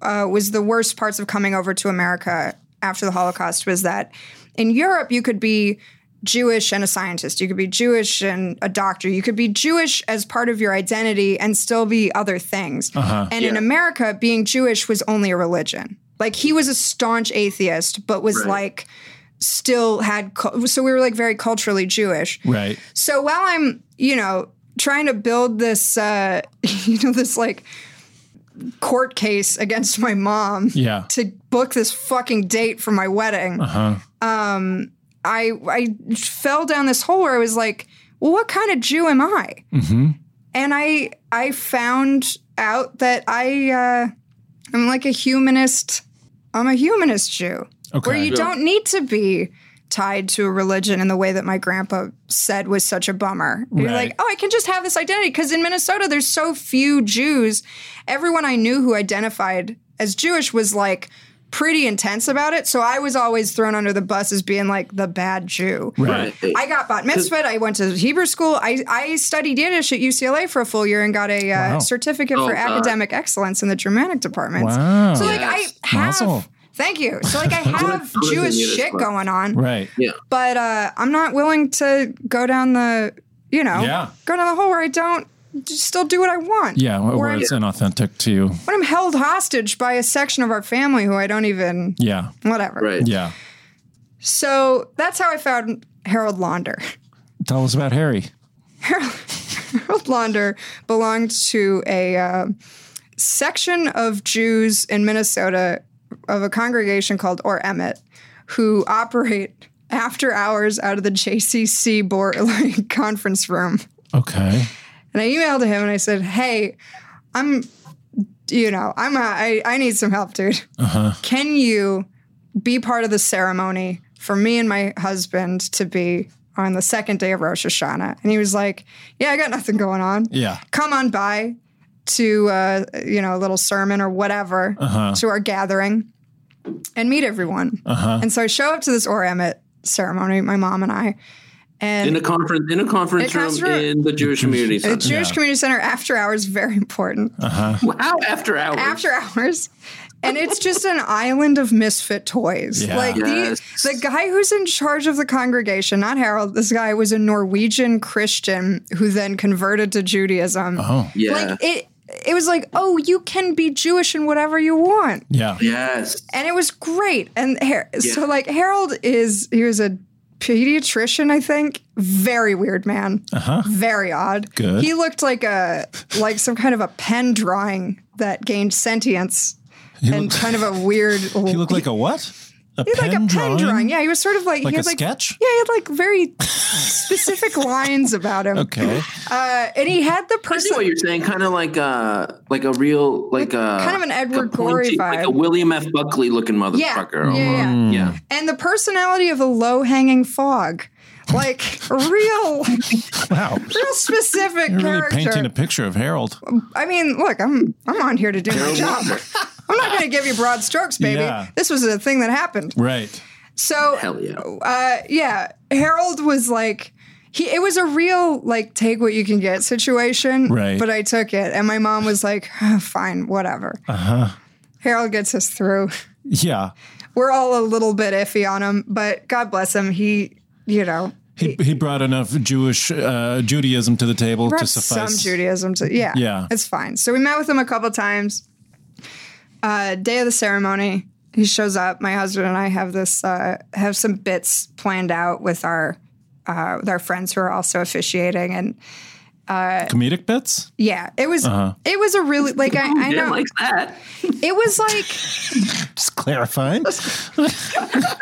[SPEAKER 7] uh, was the worst parts of coming over to america after the holocaust was that in europe you could be jewish and a scientist you could be jewish and a doctor you could be jewish as part of your identity and still be other things
[SPEAKER 2] Uh-huh.
[SPEAKER 7] and in
[SPEAKER 3] Yeah.
[SPEAKER 7] america being jewish was only a religion like he was a staunch atheist but was
[SPEAKER 3] Right.
[SPEAKER 7] like still had cul- so we were like very culturally Jewish.
[SPEAKER 2] Right.
[SPEAKER 7] So while I'm, you know, trying to build this uh (laughs) you know this like court case against my mom
[SPEAKER 2] Yeah.
[SPEAKER 7] to book this fucking date for my wedding. um,
[SPEAKER 2] Uh-huh.
[SPEAKER 7] I I fell down this hole where I was like, well, what kind of Jew am I?
[SPEAKER 2] Mm-hmm.
[SPEAKER 7] And I I found out that I uh, I'm like a humanist. I'm a humanist Jew, where
[SPEAKER 2] Okay.
[SPEAKER 7] you don't need to be tied to a religion in the way that my grandpa said was such a bummer. You're
[SPEAKER 2] Right.
[SPEAKER 7] like, oh, I can just have this identity because in Minnesota there's so few Jews. Everyone I knew who identified as Jewish was like pretty intense about it. So I was always thrown under the bus as being like the bad Jew.
[SPEAKER 2] Right.
[SPEAKER 3] Right.
[SPEAKER 7] I got bat mitzvah. I went to Hebrew school. I, I studied Yiddish at UCLA for a full year and got a uh,
[SPEAKER 2] Wow.
[SPEAKER 7] certificate
[SPEAKER 3] Oh,
[SPEAKER 7] for
[SPEAKER 3] God.
[SPEAKER 7] academic excellence in the Germanic departments.
[SPEAKER 2] Wow.
[SPEAKER 7] So like
[SPEAKER 3] Yes.
[SPEAKER 7] I have,
[SPEAKER 2] Mazel.
[SPEAKER 7] thank you. So like
[SPEAKER 3] (laughs)
[SPEAKER 7] I have
[SPEAKER 3] was in
[SPEAKER 7] Jewish
[SPEAKER 3] Yiddish
[SPEAKER 7] shit
[SPEAKER 3] class.
[SPEAKER 7] going on,
[SPEAKER 2] Right.
[SPEAKER 7] but uh, I'm not willing to go down the, you know,
[SPEAKER 2] Yeah.
[SPEAKER 7] go down the hole where I don't just still do what I want.
[SPEAKER 2] Yeah. Where,
[SPEAKER 7] Where I'm,
[SPEAKER 2] it's inauthentic to you.
[SPEAKER 7] when I'm held hostage by a section of our family who I don't even,
[SPEAKER 2] Yeah.
[SPEAKER 7] whatever.
[SPEAKER 3] Right.
[SPEAKER 2] Yeah.
[SPEAKER 7] So that's how I found Harold Launder. (laughs)
[SPEAKER 2] Tell us about Harry.
[SPEAKER 7] Harold Launder belonged to a uh, section of Jews in Minnesota of a congregation called Or Emmet, who operate after hours out of the JCC board (laughs) like, conference room.
[SPEAKER 2] Okay.
[SPEAKER 7] And I emailed him and I said, "Hey, I'm, you know, I'm, a, I, I need some help, dude. Can you be part of the ceremony for me and my husband to be on the second day of Rosh Hashanah?" And he was like, "Yeah, I got nothing going on.
[SPEAKER 2] Yeah.
[SPEAKER 7] Come on by to, uh, you know, a little sermon or whatever
[SPEAKER 2] Uh-huh.
[SPEAKER 7] to our gathering and meet everyone."
[SPEAKER 2] uh-huh,
[SPEAKER 7] And so I show up to this Or Emmet ceremony, my mom and I, and
[SPEAKER 3] In a conference, in a conference
[SPEAKER 7] It comes
[SPEAKER 3] room
[SPEAKER 7] through-
[SPEAKER 3] in the Jewish community.
[SPEAKER 7] the
[SPEAKER 3] center.
[SPEAKER 7] Jewish Community Center after hours very important.
[SPEAKER 3] (laughs)
[SPEAKER 2] uh-huh.
[SPEAKER 3] Wow, after hours.
[SPEAKER 7] After hours. And it's just an island of misfit toys.
[SPEAKER 2] Yeah.
[SPEAKER 7] Like
[SPEAKER 3] Yes.
[SPEAKER 7] the, the guy who's in charge of the congregation, not Harold, this guy was a Norwegian Christian who then converted to Judaism.
[SPEAKER 2] Oh.
[SPEAKER 3] yeah.
[SPEAKER 7] Like it it was like, oh, you can be Jewish in whatever you want.
[SPEAKER 2] Yeah.
[SPEAKER 3] yes.
[SPEAKER 7] And it was great. And Har- so like Harold is he was a pediatrician, I think. Very weird man.
[SPEAKER 2] Uh-huh.
[SPEAKER 7] Very odd.
[SPEAKER 2] Good.
[SPEAKER 7] He looked like a like some kind of a pen drawing that gained sentience
[SPEAKER 2] He
[SPEAKER 7] and
[SPEAKER 2] looked-
[SPEAKER 7] kind of a weird.
[SPEAKER 2] (laughs) He looked like a what? A
[SPEAKER 7] He had like a pen drawing. Yeah, he was sort of like,
[SPEAKER 2] Like
[SPEAKER 7] he
[SPEAKER 2] a
[SPEAKER 7] had like
[SPEAKER 2] sketch?
[SPEAKER 7] Yeah, he had
[SPEAKER 2] (laughs)
[SPEAKER 7] like very specific lines about him.
[SPEAKER 2] Okay.
[SPEAKER 7] uh, and he had the
[SPEAKER 3] I see what
[SPEAKER 7] person.
[SPEAKER 3] you're saying. Kind of like a like a real like a
[SPEAKER 7] kind of an Edward
[SPEAKER 3] like a pointy-
[SPEAKER 7] Gorey vibe.
[SPEAKER 3] like a William F. Buckley looking motherfucker.
[SPEAKER 7] yeah, yeah.
[SPEAKER 2] Hmm.
[SPEAKER 3] almost. yeah.
[SPEAKER 7] And the personality of a low hanging fog, like (laughs) real, (laughs)
[SPEAKER 2] Wow.
[SPEAKER 7] real specific
[SPEAKER 2] You're really
[SPEAKER 7] character.
[SPEAKER 2] painting a picture of Harold.
[SPEAKER 7] I mean, look, I'm I'm on here to do my job. I'm not going to give you broad strokes, baby.
[SPEAKER 2] Yeah.
[SPEAKER 7] This was a thing that happened.
[SPEAKER 2] Right.
[SPEAKER 7] So
[SPEAKER 3] Hell yeah.
[SPEAKER 7] uh, yeah, Harold was like, he. It was a real like take what you can get situation,
[SPEAKER 2] Right.
[SPEAKER 7] But I took it, and my mom was like, "Ah, fine, whatever. Uh-huh. Harold gets us through.
[SPEAKER 2] Yeah.
[SPEAKER 7] We're all a little bit iffy on him, but God bless him. He, you know,
[SPEAKER 2] He, he brought enough Jewish uh, Judaism to the table to
[SPEAKER 7] brought
[SPEAKER 2] suffice.
[SPEAKER 7] some Judaism to yeah,
[SPEAKER 2] Yeah.
[SPEAKER 7] it's fine. So we met with him a couple times. uh, day of the ceremony, he shows up. My husband and I have this uh, have some bits planned out with our uh, with our friends who are also officiating, and uh,
[SPEAKER 2] Comedic bits?
[SPEAKER 7] yeah, it was
[SPEAKER 2] Uh-huh.
[SPEAKER 7] it was a really like I, I know
[SPEAKER 3] like that.
[SPEAKER 7] it was like
[SPEAKER 2] Just
[SPEAKER 7] (laughs)
[SPEAKER 2] clarifying.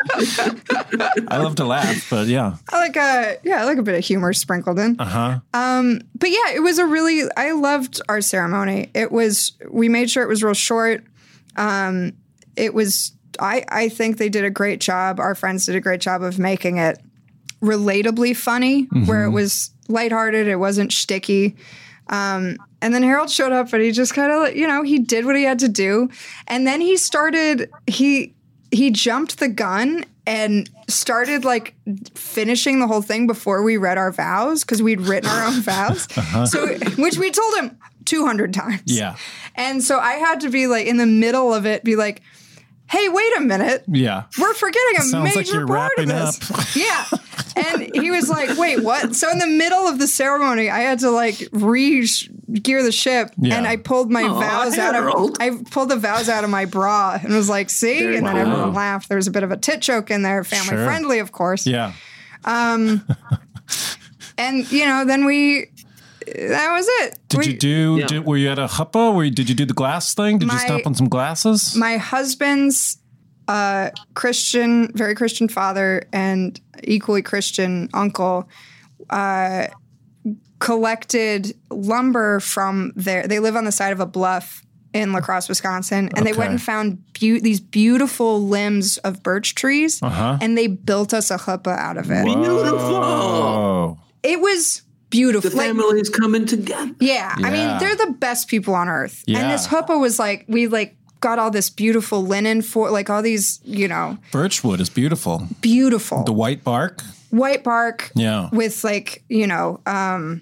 [SPEAKER 2] (laughs) I love to laugh, but yeah.
[SPEAKER 7] like a yeah like a bit of humor sprinkled in.
[SPEAKER 2] Uh huh.
[SPEAKER 7] Um, but yeah, it was a really I loved our ceremony. It was we made sure it was real short. Um, it was I I think they did a great job. Our friends did a great job of making it relatably funny, where it was lighthearted. It wasn't shticky. Um, and then Harold showed up, and he just kind of you know he did what he had to do, and then he started he he jumped the gun and started like finishing the whole thing before we read our vows because we'd written our own vows. So, which we told him 200 times.
[SPEAKER 2] Yeah.
[SPEAKER 7] And so I had to be like in the middle of it, be like, hey, wait a minute.
[SPEAKER 2] Yeah.
[SPEAKER 7] We're forgetting a
[SPEAKER 2] Sounds like
[SPEAKER 7] major
[SPEAKER 2] you're
[SPEAKER 7] part
[SPEAKER 2] wrapping
[SPEAKER 7] of this.
[SPEAKER 2] up.
[SPEAKER 7] (laughs) yeah. And he was like, wait, what? So in the middle of the ceremony, I had to like re gear the ship
[SPEAKER 2] Yeah.
[SPEAKER 7] and I pulled my vows out of
[SPEAKER 3] Harold.
[SPEAKER 7] I pulled the vows out of my bra and was like, see? and then
[SPEAKER 2] you go.
[SPEAKER 7] everyone laughed. There was a bit of a tit joke in there, family
[SPEAKER 2] Sure.
[SPEAKER 7] friendly, of course.
[SPEAKER 2] Yeah.
[SPEAKER 7] And you know, then we that was it.
[SPEAKER 2] Did
[SPEAKER 7] we,
[SPEAKER 2] you do,
[SPEAKER 3] Yeah.
[SPEAKER 2] did- were you at a huppa? Were you, did you do the glass thing? Did
[SPEAKER 7] My-
[SPEAKER 2] you stomp on some glasses?
[SPEAKER 7] my husband's uh, Christian, very Christian father and equally Christian uncle uh, collected lumber from their. They live on the side of a bluff in La Crosse, Wisconsin, and they went
[SPEAKER 2] Okay.
[SPEAKER 7] and found beau- these beautiful limbs of birch trees,
[SPEAKER 2] Uh-huh.
[SPEAKER 7] and they built us a huppah out of it.
[SPEAKER 3] Beautiful.
[SPEAKER 2] oh.
[SPEAKER 7] It was
[SPEAKER 3] The
[SPEAKER 7] beautiful. Like,
[SPEAKER 3] family's coming together.
[SPEAKER 7] Yeah.
[SPEAKER 2] Yeah.
[SPEAKER 7] I mean, they're the best people on earth. And this
[SPEAKER 2] Yeah.
[SPEAKER 7] huppah was like, we like got all this beautiful linen for like all these, you know,
[SPEAKER 2] Birchwood is beautiful.
[SPEAKER 7] beautiful
[SPEAKER 2] The white bark.
[SPEAKER 7] white bark
[SPEAKER 2] Yeah.
[SPEAKER 7] with like, you know, um,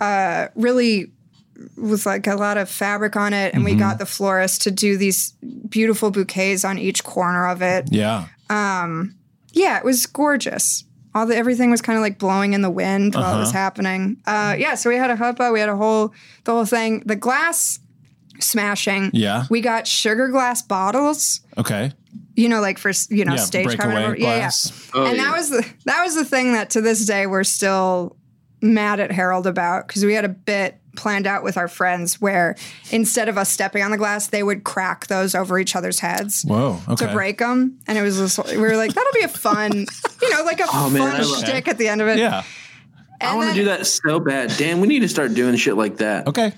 [SPEAKER 7] uh, really with like a lot of fabric on it. And we
[SPEAKER 2] Mm-hmm.
[SPEAKER 7] got the florist to do these beautiful bouquets on each corner of it. Um,
[SPEAKER 2] Yeah.
[SPEAKER 7] Yeah. It was gorgeous. All the everything was kind of like blowing in the wind while it was
[SPEAKER 2] Uh-huh.
[SPEAKER 7] happening. Uh, yeah, so we had a huppah, we had a whole the whole thing. The glass smashing.
[SPEAKER 2] Yeah.
[SPEAKER 7] We got sugar glass bottles,
[SPEAKER 2] Okay.
[SPEAKER 7] you know, like for you know
[SPEAKER 2] yeah.
[SPEAKER 7] stage time. and everything. Yeah, yeah.
[SPEAKER 3] Oh,
[SPEAKER 7] and
[SPEAKER 3] yeah.
[SPEAKER 7] that was the that was the thing that to this day we're still mad at Harold about because we had a bit planned out with our friends where instead of us stepping on the glass, they would crack those over each other's heads.
[SPEAKER 2] Whoa. Okay.
[SPEAKER 7] To break them, and it was just, we were like, that'll be a fun, you know, like a
[SPEAKER 3] Oh, man, I
[SPEAKER 7] fun
[SPEAKER 3] love-
[SPEAKER 7] shtick at the end of it.
[SPEAKER 2] Yeah.
[SPEAKER 7] And
[SPEAKER 3] I want to do
[SPEAKER 7] then
[SPEAKER 3] that so bad. Dan, we need to start doing shit like that.
[SPEAKER 2] Okay.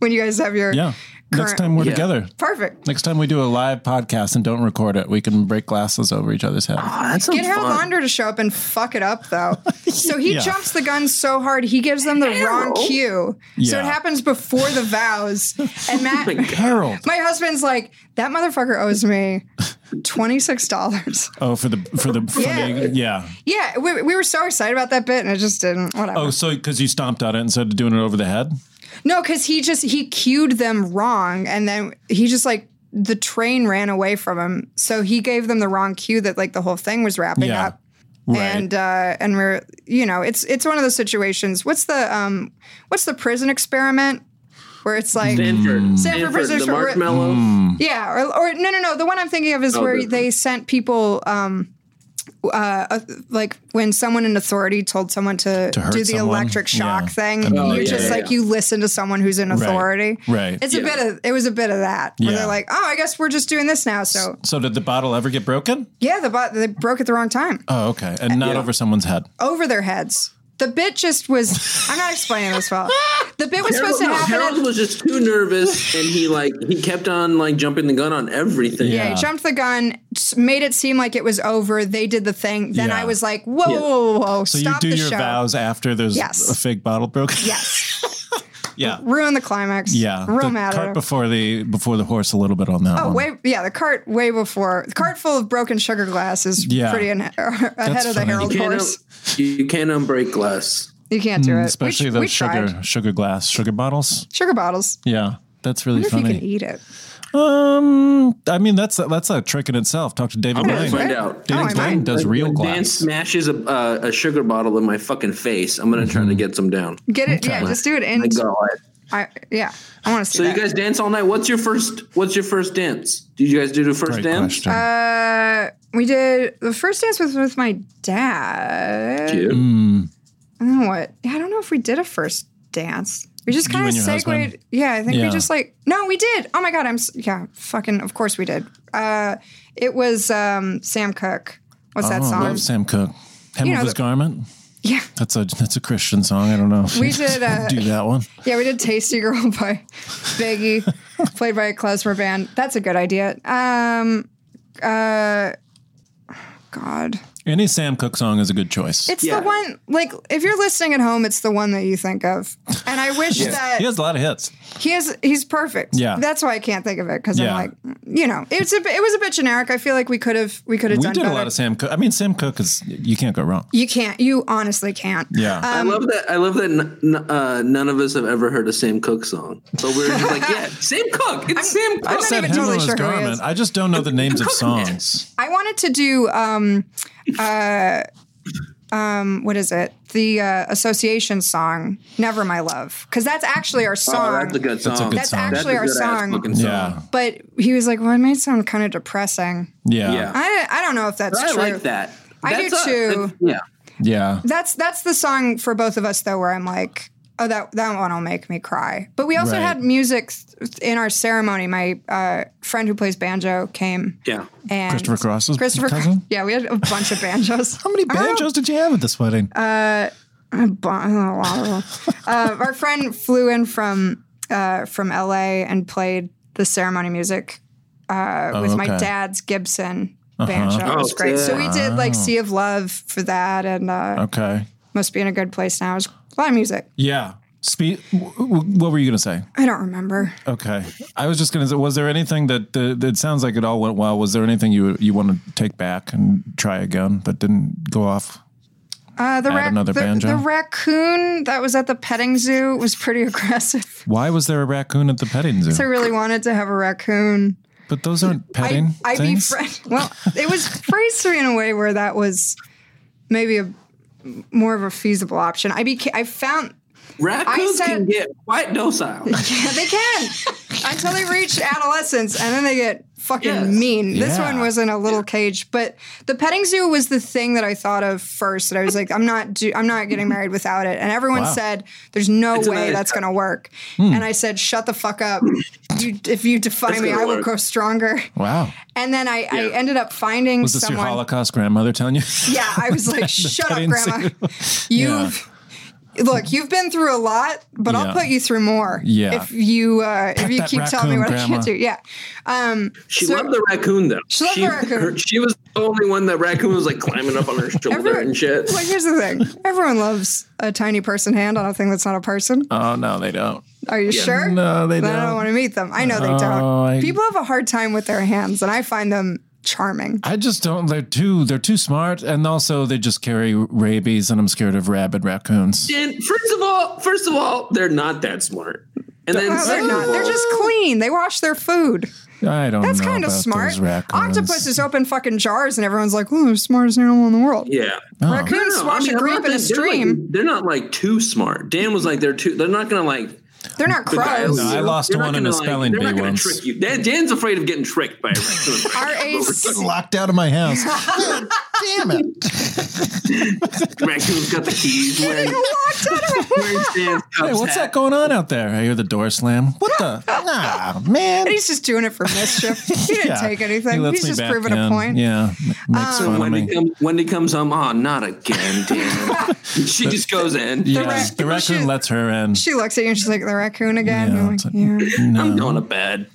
[SPEAKER 7] when you guys have your
[SPEAKER 2] Yeah. Next
[SPEAKER 7] Current-
[SPEAKER 2] time we're
[SPEAKER 3] Yeah.
[SPEAKER 2] together.
[SPEAKER 7] perfect.
[SPEAKER 2] Next time we do a live podcast and don't record it, we can break glasses over each other's head.
[SPEAKER 3] Oh, that sounds
[SPEAKER 7] Get Harold
[SPEAKER 3] fun.
[SPEAKER 7] Launder to show up and fuck it up
[SPEAKER 3] (laughs)
[SPEAKER 7] though. So he
[SPEAKER 2] Yeah.
[SPEAKER 7] jumps the gun so hard he gives them the wrong cue. So
[SPEAKER 2] Yeah.
[SPEAKER 7] it happens before the vows,
[SPEAKER 3] (laughs)
[SPEAKER 7] and Matt
[SPEAKER 2] Harold.
[SPEAKER 7] My husband's like, that motherfucker owes me $26.
[SPEAKER 2] Oh, for the for the for
[SPEAKER 7] Yeah.
[SPEAKER 2] the yeah.
[SPEAKER 7] yeah, we, we were so excited about that bit and it just didn't, whatever.
[SPEAKER 2] Oh, so because you stomped on it instead of doing it over the head.
[SPEAKER 7] No, because he just, he cued them wrong and then he just like, the train ran away from him. So he gave them the wrong cue that like the whole thing was wrapping
[SPEAKER 2] Yeah.
[SPEAKER 7] up.
[SPEAKER 2] Right.
[SPEAKER 7] And uh, and we're you know it's it's one of those situations. What's the um what's the prison experiment where it's like
[SPEAKER 3] Stanford.
[SPEAKER 7] Stanford Prison
[SPEAKER 3] Mm. the
[SPEAKER 7] for-
[SPEAKER 3] marshmallow.
[SPEAKER 2] Mm.
[SPEAKER 7] Yeah, or, or no, no, no. The one I'm thinking of is
[SPEAKER 3] Oh,
[SPEAKER 7] where
[SPEAKER 3] good.
[SPEAKER 7] they sent people, um, uh, uh, like when someone in authority told someone to,
[SPEAKER 2] To hurt
[SPEAKER 7] do the
[SPEAKER 2] someone?
[SPEAKER 7] electric shock
[SPEAKER 2] Yeah.
[SPEAKER 7] thing.
[SPEAKER 2] And then
[SPEAKER 7] you
[SPEAKER 3] they
[SPEAKER 7] just
[SPEAKER 3] did.
[SPEAKER 7] like you listen to someone who's in authority.
[SPEAKER 2] Right.
[SPEAKER 7] It's a
[SPEAKER 3] Yeah.
[SPEAKER 7] bit of it was a bit of that where
[SPEAKER 2] Yeah.
[SPEAKER 7] they're like, oh, I guess we're just doing this now. So
[SPEAKER 2] so did the bottle ever get broken?
[SPEAKER 7] yeah, the bot they broke at the wrong time
[SPEAKER 2] Oh, okay. And not
[SPEAKER 3] Yeah.
[SPEAKER 2] over someone's head.
[SPEAKER 7] over their heads. The bit just was. I'm not explaining this well. The bit was supposed to
[SPEAKER 3] No,
[SPEAKER 7] happen.
[SPEAKER 3] Harold
[SPEAKER 7] at-
[SPEAKER 3] was just too nervous, and he like he kept on like jumping the gun on everything.
[SPEAKER 7] Yeah, he jumped the gun, s- made it seem like it was over. They did the thing. Then
[SPEAKER 2] Yeah.
[SPEAKER 7] I was like, whoa, whoa, whoa,
[SPEAKER 2] So
[SPEAKER 7] stop
[SPEAKER 2] you do
[SPEAKER 7] the
[SPEAKER 2] your
[SPEAKER 7] show.
[SPEAKER 2] vows after there's
[SPEAKER 7] Yes.
[SPEAKER 2] a fake bottle broken.
[SPEAKER 7] Yes.
[SPEAKER 2] (laughs) yeah.
[SPEAKER 7] Ruin the climax.
[SPEAKER 2] Yeah.
[SPEAKER 7] Real
[SPEAKER 2] the
[SPEAKER 7] mad at
[SPEAKER 2] cart
[SPEAKER 7] him.
[SPEAKER 2] before the before the horse a little bit on that
[SPEAKER 7] Oh,
[SPEAKER 2] one.
[SPEAKER 7] way, yeah, the cart way before. The cart full of broken sugar glass is
[SPEAKER 2] Yeah.
[SPEAKER 7] pretty in, (laughs) ahead of the
[SPEAKER 2] funny.
[SPEAKER 7] Herald
[SPEAKER 3] You can't,
[SPEAKER 7] horse.
[SPEAKER 3] un- you can't unbreak glass.
[SPEAKER 7] You can't do it. We
[SPEAKER 2] Hmm, Especially
[SPEAKER 7] tr-
[SPEAKER 2] those
[SPEAKER 7] we
[SPEAKER 2] sugar
[SPEAKER 7] tried.
[SPEAKER 2] sugar glass sugar bottles.
[SPEAKER 7] Sugar bottles.
[SPEAKER 2] Yeah. That's really
[SPEAKER 7] I wonder if you
[SPEAKER 2] funny.
[SPEAKER 7] can eat it.
[SPEAKER 2] Um, I mean that's that's a trick in itself. Talk to David
[SPEAKER 3] I'm gonna
[SPEAKER 2] Blaine.
[SPEAKER 3] find out.
[SPEAKER 7] Oh, I
[SPEAKER 2] David Blaine
[SPEAKER 7] might.
[SPEAKER 2] does
[SPEAKER 3] Like,
[SPEAKER 2] real
[SPEAKER 3] when Dan
[SPEAKER 2] glass.
[SPEAKER 3] smashes a, uh,
[SPEAKER 2] Mm-hmm.
[SPEAKER 3] a sugar bottle in my fucking face. I'm gonna try to get some down.
[SPEAKER 7] Get it. Yeah, just do it in
[SPEAKER 3] My God.
[SPEAKER 7] I yeah. I want to see.
[SPEAKER 3] So
[SPEAKER 7] that.
[SPEAKER 3] you guys dance all night. What's your first? What's your first dance? Did you guys do the first dance?
[SPEAKER 7] Uh, we did the first dance was with my dad.
[SPEAKER 3] Cute.
[SPEAKER 2] Hmm.
[SPEAKER 7] I don't know Mm, what. Yeah, I don't know if we did a first dance. We just
[SPEAKER 2] You
[SPEAKER 7] kind of
[SPEAKER 2] and your
[SPEAKER 7] segued.
[SPEAKER 2] husband?
[SPEAKER 7] Yeah, I think
[SPEAKER 2] Yeah.
[SPEAKER 7] we just like no, we did. Oh my god, I'm s- yeah, fucking. Of course we did. Uh, it was um Sam Cooke. What's that
[SPEAKER 2] Oh,
[SPEAKER 7] song?
[SPEAKER 2] I love Sam Cooke. Hem
[SPEAKER 7] You know
[SPEAKER 2] of his
[SPEAKER 7] the-
[SPEAKER 2] garment.
[SPEAKER 7] Yeah.
[SPEAKER 2] That's a that's a Christian song. I don't know. if
[SPEAKER 7] We
[SPEAKER 2] you (laughs)
[SPEAKER 7] did, uh,
[SPEAKER 2] do that one.
[SPEAKER 7] Yeah, we did Tasty Girl (laughs) by Biggie, played by a klezmer band. That's a good idea. Um, uh, God.
[SPEAKER 2] Any Sam Cooke song is a good choice.
[SPEAKER 7] It's the one, like, if you're listening at home, it's the one that you think of. And I wish
[SPEAKER 2] Yeah.
[SPEAKER 7] that
[SPEAKER 2] he has a lot of hits.
[SPEAKER 7] he is, he's perfect.
[SPEAKER 2] Yeah.
[SPEAKER 7] That's why I can't think of it because
[SPEAKER 2] Yeah.
[SPEAKER 7] I'm like, you know, it's a, bit- it was a bit generic. I feel like we could have, we could
[SPEAKER 2] We
[SPEAKER 7] have
[SPEAKER 2] did
[SPEAKER 7] done
[SPEAKER 2] a
[SPEAKER 7] better.
[SPEAKER 2] lot of Sam Cooke. I mean, Sam Cooke is you can't go wrong.
[SPEAKER 7] you can't, you honestly can't.
[SPEAKER 2] Yeah.
[SPEAKER 3] I love that. I love that. N- n- uh, none of us have ever heard a Sam Cooke song, so we're just like, yeah, (laughs) Sam Cooke. It's Sam Cooke.
[SPEAKER 7] I'm not even totally sure who he is.
[SPEAKER 2] I just don't know the names
[SPEAKER 7] (laughs)
[SPEAKER 2] of songs.
[SPEAKER 7] I wanted to do um uh um what is it? The uh, association song Never My Love cuz that's actually our
[SPEAKER 3] Oh,
[SPEAKER 7] song.
[SPEAKER 3] that's a good song.
[SPEAKER 2] That's a good That's song.
[SPEAKER 7] actually our
[SPEAKER 3] good-ass
[SPEAKER 7] song.
[SPEAKER 3] fucking
[SPEAKER 2] Yeah,
[SPEAKER 7] but he was like, "Well, it might sound kind of depressing."
[SPEAKER 2] yeah,
[SPEAKER 3] Yeah.
[SPEAKER 2] yeah,
[SPEAKER 7] I I don't know if that's
[SPEAKER 3] I
[SPEAKER 7] true.
[SPEAKER 3] like that.
[SPEAKER 7] I do
[SPEAKER 3] That's a-
[SPEAKER 7] too.
[SPEAKER 3] that's- yeah.
[SPEAKER 7] That's that's the song for both of us though where I'm like, "Oh, that that one'll make me cry." But we also
[SPEAKER 2] Right.
[SPEAKER 7] had music th- in our ceremony. My uh, friend who plays banjo came.
[SPEAKER 3] Yeah.
[SPEAKER 7] And
[SPEAKER 2] Christopher Cross's
[SPEAKER 7] Christopher,
[SPEAKER 2] cousin?
[SPEAKER 7] yeah, we had a bunch of banjos.
[SPEAKER 2] (laughs) How many banjos did you have at this wedding?
[SPEAKER 7] Uh, A bu- a lot of them. (laughs) uh, our friend flew in from uh, from LA and played the ceremony music uh, with
[SPEAKER 2] Oh,
[SPEAKER 7] my
[SPEAKER 2] okay. Uh-huh.
[SPEAKER 7] dad's Gibson banjo. It was
[SPEAKER 3] Oh,
[SPEAKER 7] great. So we did like
[SPEAKER 2] wow.
[SPEAKER 7] Sea of Love for that, and uh,
[SPEAKER 2] okay,
[SPEAKER 7] Must Be in a Good Place Now. It was a lot of music.
[SPEAKER 2] yeah. Spe- w- w- what were you going to say?
[SPEAKER 7] I don't remember.
[SPEAKER 2] Okay, I was just going to say, was there anything that, that that sounds like it all went well? Was there anything you you want to take back and try again that didn't go off?
[SPEAKER 7] Uh, the,
[SPEAKER 2] Add
[SPEAKER 7] rac-
[SPEAKER 2] another
[SPEAKER 7] the-
[SPEAKER 2] banjo?
[SPEAKER 7] the raccoon that was at the petting zoo was pretty (laughs) aggressive.
[SPEAKER 2] Why was there a raccoon at the petting zoo?
[SPEAKER 7] I really wanted to have a raccoon.
[SPEAKER 2] but those aren't petting
[SPEAKER 7] I, I
[SPEAKER 2] things.
[SPEAKER 7] befriend. Well, it was phrased to me in a way where that was maybe a more of a feasible option. I beca- I found
[SPEAKER 3] Raccoons
[SPEAKER 7] I said-
[SPEAKER 3] can get quite docile.
[SPEAKER 7] (laughs) yeah, they
[SPEAKER 3] (laughs)
[SPEAKER 7] can until they reach adolescence, and then they get fucking
[SPEAKER 3] Yes.
[SPEAKER 7] mean. This
[SPEAKER 2] Yeah.
[SPEAKER 7] one was in a little cage, but the petting zoo was the thing that I thought of first. That I was like, I'm not, do- I'm not getting married without it. And everyone
[SPEAKER 2] Wow. Hmm.
[SPEAKER 7] said, "There's no
[SPEAKER 3] It's
[SPEAKER 7] way
[SPEAKER 3] amazing.
[SPEAKER 7] that's gonna work." And I said, "Shut the fuck up. You, if you defy
[SPEAKER 3] It's
[SPEAKER 7] me,
[SPEAKER 3] gonna
[SPEAKER 7] I will
[SPEAKER 3] work.
[SPEAKER 7] grow stronger."
[SPEAKER 2] wow,
[SPEAKER 7] And then I, I
[SPEAKER 3] Yeah.
[SPEAKER 7] ended up finding
[SPEAKER 2] was this
[SPEAKER 7] someone.
[SPEAKER 2] your Holocaust grandmother telling you?
[SPEAKER 7] Yeah, I was like, shut up,
[SPEAKER 2] petting
[SPEAKER 7] Grandma. (laughs) You've look, you've been through a lot, but
[SPEAKER 2] Yeah.
[SPEAKER 7] I'll put you through more.
[SPEAKER 2] Yeah.
[SPEAKER 7] If you uh, if
[SPEAKER 2] Pet
[SPEAKER 7] you
[SPEAKER 2] that
[SPEAKER 7] keep telling me
[SPEAKER 2] raccoon,
[SPEAKER 7] what I
[SPEAKER 2] Grandma.
[SPEAKER 7] can't do, yeah. Um,
[SPEAKER 3] She
[SPEAKER 7] so
[SPEAKER 3] loved the raccoon though.
[SPEAKER 7] She loved the raccoon.
[SPEAKER 3] she was the only one that raccoon was like climbing up on her shoulder
[SPEAKER 7] everyone-
[SPEAKER 3] and shit.
[SPEAKER 7] Well, here's the thing: everyone loves a tiny person hand on a thing that's not a person.
[SPEAKER 2] (laughs) oh no, they don't.
[SPEAKER 7] Are you sure?
[SPEAKER 2] No, they
[SPEAKER 7] Then I
[SPEAKER 2] don't.
[SPEAKER 7] don't want to meet them. I know they
[SPEAKER 2] Oh,
[SPEAKER 7] don't.
[SPEAKER 2] I-
[SPEAKER 7] People have a hard time with their hands, and I find them charming.
[SPEAKER 2] I just don't. They're too. They're too smart, and also they just carry rabies, and I'm scared of rabid raccoons.
[SPEAKER 3] And first of all, first of all, they're not that smart. And then
[SPEAKER 7] No, they're
[SPEAKER 3] second
[SPEAKER 7] not.
[SPEAKER 3] of
[SPEAKER 7] They're
[SPEAKER 3] all-
[SPEAKER 7] just clean. They wash their food.
[SPEAKER 2] I don't.
[SPEAKER 7] That's
[SPEAKER 2] know
[SPEAKER 7] kind of
[SPEAKER 2] about
[SPEAKER 7] smart.
[SPEAKER 2] those raccoons.
[SPEAKER 7] Octopuses open fucking jars, and everyone's like, "Oh, they're the smartest animal in the world."
[SPEAKER 3] yeah.
[SPEAKER 2] Oh.
[SPEAKER 7] Raccoons
[SPEAKER 3] No, no,
[SPEAKER 7] swash
[SPEAKER 3] I mean,
[SPEAKER 7] a
[SPEAKER 3] I'm
[SPEAKER 7] grape
[SPEAKER 3] not
[SPEAKER 7] in a
[SPEAKER 3] that- they're, like-
[SPEAKER 7] stream.
[SPEAKER 3] They're, not like too smart. Dan was like they're too. They're not gonna like.
[SPEAKER 7] They're not crows.
[SPEAKER 2] No, I lost
[SPEAKER 3] they're
[SPEAKER 2] to
[SPEAKER 3] not
[SPEAKER 2] one in a
[SPEAKER 3] gonna, like-
[SPEAKER 2] spelling
[SPEAKER 3] They're not
[SPEAKER 2] bee
[SPEAKER 3] gonna
[SPEAKER 2] once.
[SPEAKER 3] trick you. Dan, Dan's afraid of getting tricked by a raccoon. right
[SPEAKER 7] (laughs) Our
[SPEAKER 3] now.
[SPEAKER 7] ace,
[SPEAKER 2] locked out of my house.
[SPEAKER 7] (laughs)
[SPEAKER 2] damn it!
[SPEAKER 3] Raccoon's got the keys. Wearing,
[SPEAKER 7] (laughs)
[SPEAKER 3] wearing Dan's
[SPEAKER 2] Hey,
[SPEAKER 3] Cubs
[SPEAKER 2] what's
[SPEAKER 3] hat.
[SPEAKER 2] that going on out there? I hear the door slam. What the? Ah, man.
[SPEAKER 7] and he's just doing it for mischief. He didn't
[SPEAKER 2] Yeah.
[SPEAKER 7] take
[SPEAKER 2] He
[SPEAKER 7] anything.
[SPEAKER 2] lets
[SPEAKER 7] he's
[SPEAKER 2] me
[SPEAKER 7] just
[SPEAKER 2] back
[SPEAKER 7] proving
[SPEAKER 2] in.
[SPEAKER 7] a point. Um,
[SPEAKER 2] Yeah, m- makes fun of
[SPEAKER 3] Wendy,
[SPEAKER 2] me.
[SPEAKER 3] come, Wendy comes home. Oh, not again,
[SPEAKER 7] (laughs)
[SPEAKER 3] Dan. she just goes in.
[SPEAKER 2] Yeah,
[SPEAKER 7] rac-
[SPEAKER 2] the raccoon
[SPEAKER 7] she-
[SPEAKER 2] lets her in.
[SPEAKER 7] She looks at you and she's like, "The raccoon again."
[SPEAKER 2] Yeah,
[SPEAKER 7] You're like,
[SPEAKER 2] it's like- mm.
[SPEAKER 7] "Yeah."
[SPEAKER 3] I'm going to bed.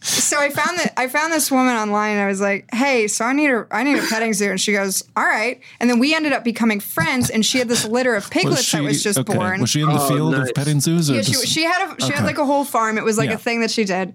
[SPEAKER 7] so I found that I found this woman online. And I was like, "Hey, so I need a I need a petting zoo," and she goes, "All right." And then we ended up becoming friends. And she had this litter of piglets that was just
[SPEAKER 2] okay,
[SPEAKER 7] born.
[SPEAKER 2] Was she in the field
[SPEAKER 3] nice.
[SPEAKER 2] of petting zoos? Or
[SPEAKER 7] Yeah, she,
[SPEAKER 2] just,
[SPEAKER 7] she had a she
[SPEAKER 2] Okay.
[SPEAKER 7] had like a whole farm. It was like
[SPEAKER 2] Yeah.
[SPEAKER 7] a thing that she did.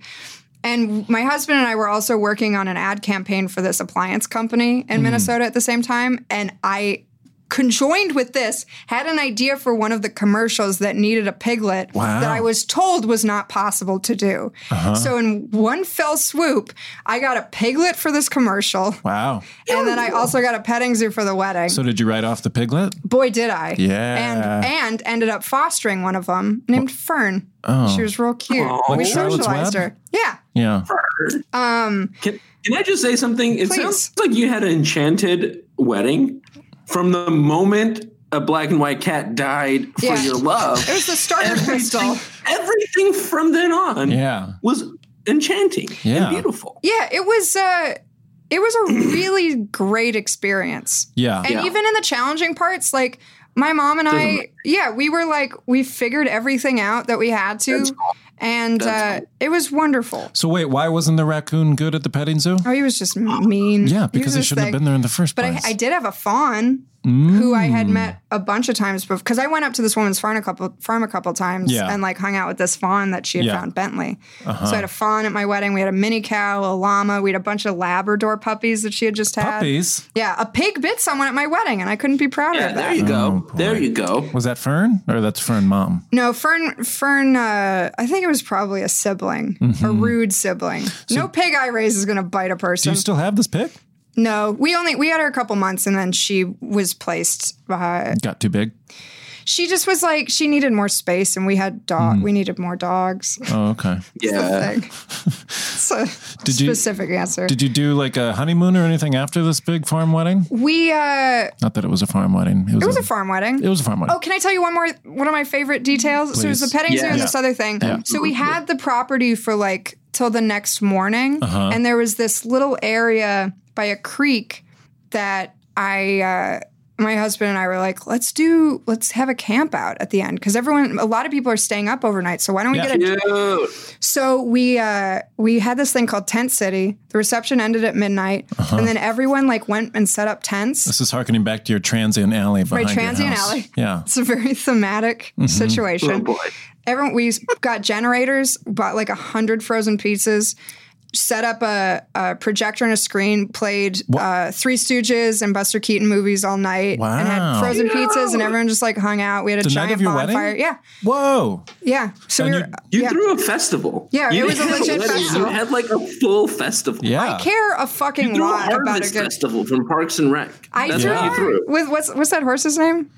[SPEAKER 7] And my husband and I were also
[SPEAKER 2] Mm.
[SPEAKER 7] working on an ad campaign for this appliance company in Minnesota at the same time. And I conjoined with this, had an idea for one of the commercials that needed a piglet
[SPEAKER 9] Wow.
[SPEAKER 7] that I was told was not possible to do.
[SPEAKER 9] Uh-huh.
[SPEAKER 7] So in one fell swoop, I got a piglet for this commercial.
[SPEAKER 2] Wow.
[SPEAKER 7] And then I also got a petting zoo for the wedding.
[SPEAKER 2] So did you write off the piglet?
[SPEAKER 7] Boy, did I.
[SPEAKER 2] Yeah.
[SPEAKER 7] And, and ended up fostering one of them named Fern.
[SPEAKER 2] Oh.
[SPEAKER 7] She was real cute.
[SPEAKER 2] Like
[SPEAKER 7] we
[SPEAKER 2] Charlotte's
[SPEAKER 7] socialized
[SPEAKER 2] Web?
[SPEAKER 7] her. Yeah.
[SPEAKER 2] Yeah.
[SPEAKER 7] Um,
[SPEAKER 3] Can, can I just say something? It
[SPEAKER 7] Please.
[SPEAKER 3] sounds like you had an enchanted wedding from the moment a black and white cat died for
[SPEAKER 7] Yeah.
[SPEAKER 3] your love.
[SPEAKER 7] It was the starter crystal.
[SPEAKER 3] Everything from then on
[SPEAKER 2] Yeah.
[SPEAKER 3] was enchanting
[SPEAKER 2] Yeah.
[SPEAKER 3] and beautiful.
[SPEAKER 7] yeah, it was uh it was a really great experience.
[SPEAKER 2] Yeah.
[SPEAKER 7] And even in the challenging parts, like my mom and
[SPEAKER 2] Doesn't
[SPEAKER 7] I,
[SPEAKER 2] matter.
[SPEAKER 7] yeah, we were like, we figured everything out that we had to. And uh, it was wonderful.
[SPEAKER 2] So wait, why wasn't the raccoon good at the petting zoo?
[SPEAKER 7] Oh, he was just mean.
[SPEAKER 2] Yeah,
[SPEAKER 7] He
[SPEAKER 2] because
[SPEAKER 7] was
[SPEAKER 2] they
[SPEAKER 7] this
[SPEAKER 2] shouldn't have
[SPEAKER 7] thing.
[SPEAKER 2] been there Hmm. in the first
[SPEAKER 7] But I,
[SPEAKER 2] place.
[SPEAKER 7] I did have a fawn who I had met a bunch of times before. Because I went up to this woman's farm a couple, farm a couple times
[SPEAKER 2] Yeah.
[SPEAKER 7] and like hung out with this fawn that she had
[SPEAKER 2] Yeah.
[SPEAKER 7] found Bentley.
[SPEAKER 2] Uh-huh.
[SPEAKER 7] So I had a fawn at my wedding. We had a mini cow, a llama. We had a bunch of Labrador puppies that she had just had.
[SPEAKER 2] Puppies?
[SPEAKER 7] Yeah, a pig bit someone at my wedding, and I couldn't be prouder of that.
[SPEAKER 3] There you
[SPEAKER 2] Oh,
[SPEAKER 3] go. there you go.
[SPEAKER 2] Was that Fern or that's Fern mom?
[SPEAKER 7] No, Fern. Fern. Uh, I think it was probably a sibling, a
[SPEAKER 2] Mhm.
[SPEAKER 7] rude sibling. no pig I raise is going to bite a
[SPEAKER 2] Do
[SPEAKER 7] person.
[SPEAKER 2] you still have this pig?
[SPEAKER 7] no, we only we had her a couple months, and then she was placed. Uh,
[SPEAKER 2] Got too big.
[SPEAKER 7] she just was like she needed more space, and we had dog.
[SPEAKER 2] Mm.
[SPEAKER 7] We needed
[SPEAKER 2] (laughs)
[SPEAKER 7] more dogs.
[SPEAKER 2] Oh, okay.
[SPEAKER 7] Yeah. It's a
[SPEAKER 2] Did you-
[SPEAKER 7] specific answer.
[SPEAKER 2] Did you do like a honeymoon or anything after this big farm wedding?
[SPEAKER 7] we uh,
[SPEAKER 2] Not that it was a farm wedding.
[SPEAKER 7] it was, a, farm wedding.
[SPEAKER 2] It was a farm wedding.
[SPEAKER 7] Oh, can I tell you one more? One of my favorite details. So it was the
[SPEAKER 2] Please.
[SPEAKER 7] petting zoo
[SPEAKER 2] Yeah.
[SPEAKER 7] and
[SPEAKER 2] Yeah.
[SPEAKER 7] this other thing.
[SPEAKER 2] Yeah.
[SPEAKER 7] So we had the property for like till the next morning,
[SPEAKER 9] Uh-huh.
[SPEAKER 7] and there was this little area by a creek that I. Uh, my husband and I were like, let's do, let's have a camp out at the end because everyone, a lot of people are staying up overnight. So why don't we get a so we uh, we had this thing called Tent City. The reception ended at midnight,
[SPEAKER 2] Uh-huh.
[SPEAKER 7] and then everyone like went and set up tents.
[SPEAKER 2] This is harkening back to your transient alley
[SPEAKER 7] My
[SPEAKER 2] behind your
[SPEAKER 7] transient
[SPEAKER 2] house.
[SPEAKER 7] alley.
[SPEAKER 2] Yeah.
[SPEAKER 7] It's a very (laughs) thematic
[SPEAKER 2] Mhm.
[SPEAKER 7] situation.
[SPEAKER 2] Oh, boy.
[SPEAKER 7] Everyone, we got generators, bought like a hundred frozen pizzas, set up a, a projector and a screen, played uh, Three Stooges and Buster Keaton movies all night, and had
[SPEAKER 2] Wow.
[SPEAKER 7] frozen pizzas, and everyone just like hung out. We had a
[SPEAKER 2] The night
[SPEAKER 7] giant
[SPEAKER 2] of your
[SPEAKER 7] bonfire.
[SPEAKER 2] wedding?
[SPEAKER 7] Yeah,
[SPEAKER 2] Whoa.
[SPEAKER 7] yeah. So we were.
[SPEAKER 3] You
[SPEAKER 7] yeah.
[SPEAKER 3] threw a festival.
[SPEAKER 7] Yeah,
[SPEAKER 3] You
[SPEAKER 7] it was a
[SPEAKER 3] didn't have
[SPEAKER 7] legit
[SPEAKER 3] wedding.
[SPEAKER 7] festival.
[SPEAKER 3] You had like a full festival.
[SPEAKER 2] Yeah.
[SPEAKER 7] I care a fucking
[SPEAKER 3] You threw a
[SPEAKER 7] lot about a
[SPEAKER 3] harvest
[SPEAKER 7] good.
[SPEAKER 3] festival from Parks and Rec.
[SPEAKER 7] I
[SPEAKER 3] That's
[SPEAKER 7] threw,
[SPEAKER 3] what you threw.
[SPEAKER 7] with what's what's that horse's name?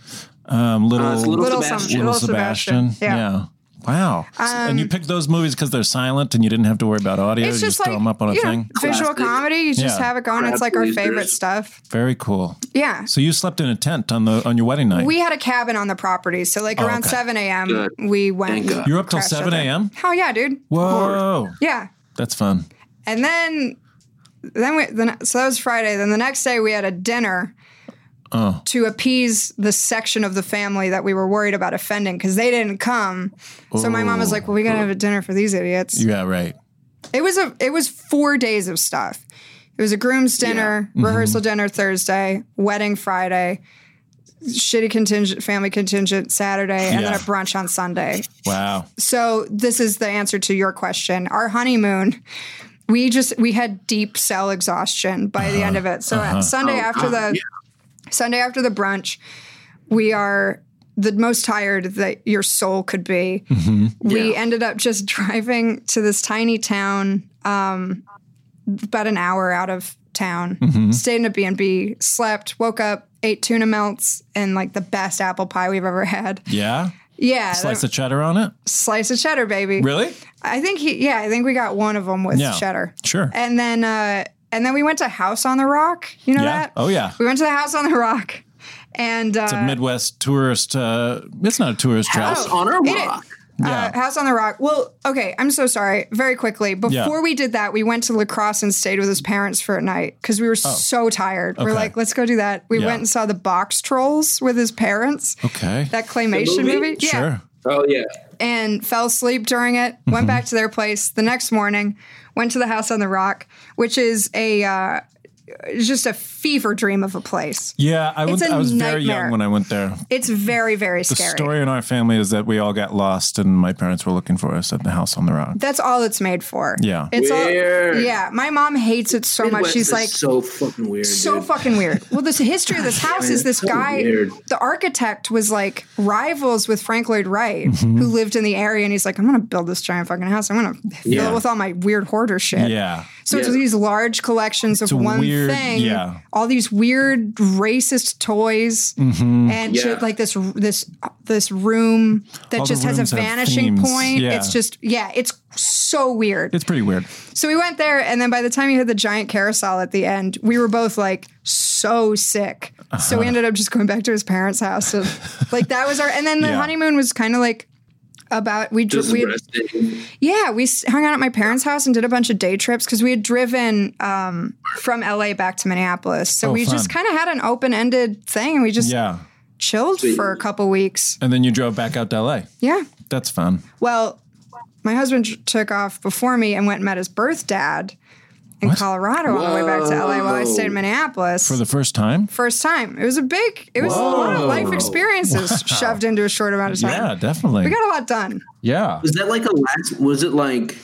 [SPEAKER 2] Um, little,
[SPEAKER 3] it's Little Little Sebastian.
[SPEAKER 7] Sebastian.
[SPEAKER 2] Little
[SPEAKER 7] Little Sebastian,
[SPEAKER 2] Sebastian.
[SPEAKER 7] yeah. Um,
[SPEAKER 2] Yeah. Wow. and you picked those movies because they're silent and you didn't have to worry about audio.
[SPEAKER 7] it's
[SPEAKER 2] you
[SPEAKER 7] just
[SPEAKER 2] just throw
[SPEAKER 7] like
[SPEAKER 2] them up on a
[SPEAKER 7] you know,
[SPEAKER 2] thing.
[SPEAKER 7] visual comedy. You just
[SPEAKER 2] Yeah.
[SPEAKER 7] have it going. It's like our favorite stuff.
[SPEAKER 2] Very cool.
[SPEAKER 7] Yeah.
[SPEAKER 2] So you slept in a tent on the on your wedding night.
[SPEAKER 7] We had a cabin on the property, so like
[SPEAKER 2] Oh,
[SPEAKER 7] around
[SPEAKER 2] okay.
[SPEAKER 7] 7 a.m.
[SPEAKER 2] Good.
[SPEAKER 7] we went.
[SPEAKER 2] you were up till
[SPEAKER 7] crashed out
[SPEAKER 2] seven
[SPEAKER 7] there.
[SPEAKER 2] a.m.
[SPEAKER 7] Hell yeah, dude.
[SPEAKER 2] Whoa.
[SPEAKER 7] Yeah,
[SPEAKER 2] That's fun.
[SPEAKER 7] and then then we then so that was Friday. Then the next day we had a dinner
[SPEAKER 2] Oh.
[SPEAKER 7] to appease the section of the family that we were worried about offending because they didn't come. So my mom was
[SPEAKER 2] Ooh.
[SPEAKER 7] like, "Well, we gotta have a dinner for these idiots."
[SPEAKER 2] Oh. Yeah. Right.
[SPEAKER 7] It was a it was four days of stuff. It was a groom's dinner,
[SPEAKER 2] Yeah. Mhm.
[SPEAKER 7] rehearsal dinner Thursday, wedding Friday, shitty contingent family contingent Saturday, and then a
[SPEAKER 2] Yeah.
[SPEAKER 7] brunch on Sunday. (laughs)
[SPEAKER 2] Wow.
[SPEAKER 7] So this is the answer to your question. Our honeymoon, we just we had deep cell exhaustion by the end of it. So
[SPEAKER 9] Uh-huh.
[SPEAKER 7] uh Sunday
[SPEAKER 9] Oh,
[SPEAKER 7] after
[SPEAKER 9] God,
[SPEAKER 7] the Sunday after the brunch, we are the most tired that your soul
[SPEAKER 2] (laughs)
[SPEAKER 7] could be we ended up just (laughs) driving to this tiny town um, about an hour out of town
[SPEAKER 2] Mm-hmm.
[SPEAKER 9] Mhm.
[SPEAKER 7] stayed in a b&b slept woke up ate tuna melts and like the best apple pie we've ever had
[SPEAKER 2] Yeah.
[SPEAKER 7] yeah
[SPEAKER 2] Slice
[SPEAKER 7] that-
[SPEAKER 2] of cheddar on it.
[SPEAKER 7] slice of cheddar baby
[SPEAKER 2] Really?
[SPEAKER 7] i think he yeah i think we got one of them with
[SPEAKER 2] Yeah.
[SPEAKER 7] cheddar
[SPEAKER 2] Sure.
[SPEAKER 7] and then uh and then we went to house on the rock you know
[SPEAKER 2] yeah.
[SPEAKER 7] that
[SPEAKER 2] Oh yeah.
[SPEAKER 7] we went to the house on the rock and uh,
[SPEAKER 2] It's a Midwest tourist. Uh, it's not a tourist trap.
[SPEAKER 7] Oh, it is.
[SPEAKER 2] Yeah.
[SPEAKER 7] Uh, House on the Rock. Well, okay, I'm so sorry. Very quickly, before
[SPEAKER 2] Yeah.
[SPEAKER 7] we did that, we went to lacrosse and stayed with his parents for a night because we were
[SPEAKER 2] Oh.
[SPEAKER 7] so tired. We're
[SPEAKER 9] Okay.
[SPEAKER 7] like, let's go do that. We
[SPEAKER 9] Yeah.
[SPEAKER 7] went and saw the box trolls with his parents,
[SPEAKER 2] Okay.
[SPEAKER 7] that claymation movie. Yeah.
[SPEAKER 3] Oh yeah.
[SPEAKER 7] And fell asleep during it,
[SPEAKER 2] Mm-hmm.
[SPEAKER 7] went back to their place the next morning, went to the House on the Rock, which is a uh, just a fever dream of a place.
[SPEAKER 2] Yeah, I,
[SPEAKER 7] It's
[SPEAKER 2] went,
[SPEAKER 7] a
[SPEAKER 2] I was very
[SPEAKER 7] nightmare.
[SPEAKER 2] young when I went there.
[SPEAKER 7] It's very, very
[SPEAKER 2] The
[SPEAKER 7] scary.
[SPEAKER 2] story in our family is that we all got lost and my parents were looking for us at the house on the rock.
[SPEAKER 7] That's all it's made for.
[SPEAKER 2] Yeah.
[SPEAKER 7] It's
[SPEAKER 3] Weird.
[SPEAKER 7] all Yeah. My mom hates it so
[SPEAKER 3] Midwest
[SPEAKER 7] much. Oh She's
[SPEAKER 3] Oh, is
[SPEAKER 7] like
[SPEAKER 3] so fucking weird.
[SPEAKER 7] so
[SPEAKER 3] dude.
[SPEAKER 7] fucking weird. Well, this history of
[SPEAKER 3] (laughs)
[SPEAKER 7] this house is this
[SPEAKER 3] so
[SPEAKER 7] guy,
[SPEAKER 3] weird.
[SPEAKER 7] the architect was like rivals with Frank Lloyd Wright,
[SPEAKER 2] Mm-hmm.
[SPEAKER 7] who lived in the area, and he's like, I'm gonna build this giant fucking house. I'm gonna fill
[SPEAKER 2] Yeah.
[SPEAKER 7] it with all my weird hoarder shit.
[SPEAKER 2] Yeah.
[SPEAKER 7] So it's
[SPEAKER 2] Yeah.
[SPEAKER 7] these large collections of
[SPEAKER 2] a
[SPEAKER 7] one
[SPEAKER 2] weird-
[SPEAKER 7] thing,
[SPEAKER 2] yeah.
[SPEAKER 7] all these weird racist toys,
[SPEAKER 2] Mhm.
[SPEAKER 7] and
[SPEAKER 2] Yeah.
[SPEAKER 7] shit like this this this room that
[SPEAKER 2] All the
[SPEAKER 7] just has a
[SPEAKER 2] rooms have
[SPEAKER 7] vanishing
[SPEAKER 2] themes.
[SPEAKER 7] point.
[SPEAKER 2] Yeah.
[SPEAKER 7] It's just yeah, it's so weird.
[SPEAKER 2] It's pretty weird.
[SPEAKER 7] So we went there, and then by the time you had the giant carousel at the end, we were both like so sick. So we
[SPEAKER 2] Uh-huh.
[SPEAKER 7] ended up just going back to his parents' house. So, like that was our, and then the
[SPEAKER 3] Yeah.
[SPEAKER 7] honeymoon was kind of like about we dri-
[SPEAKER 3] Just
[SPEAKER 7] we
[SPEAKER 3] resting.
[SPEAKER 7] yeah we s- hung out at my parents' house and did a bunch of day trips because we had driven um, from LA back to Minneapolis. So
[SPEAKER 2] Oh,
[SPEAKER 7] we just
[SPEAKER 2] fun.
[SPEAKER 7] kind of had an open ended thing, and we just
[SPEAKER 2] yeah.
[SPEAKER 7] chilled
[SPEAKER 2] Sweet.
[SPEAKER 7] for a couple weeks.
[SPEAKER 2] And then you drove back out to LA.
[SPEAKER 7] Yeah.
[SPEAKER 2] That's fun.
[SPEAKER 7] Well, my husband tr- took off before me and went and met his birth dad in Colorado on the way back to LA while I stayed in
[SPEAKER 2] Whoa.
[SPEAKER 7] Minneapolis.
[SPEAKER 2] For the first time?
[SPEAKER 7] First time. It was a big, it was a lot of
[SPEAKER 2] Whoa.
[SPEAKER 7] life experiences
[SPEAKER 2] Wow.
[SPEAKER 7] shoved into a short amount of time.
[SPEAKER 2] Yeah, definitely.
[SPEAKER 7] We got a lot done.
[SPEAKER 2] Yeah.
[SPEAKER 3] Was that like a last? Was it like?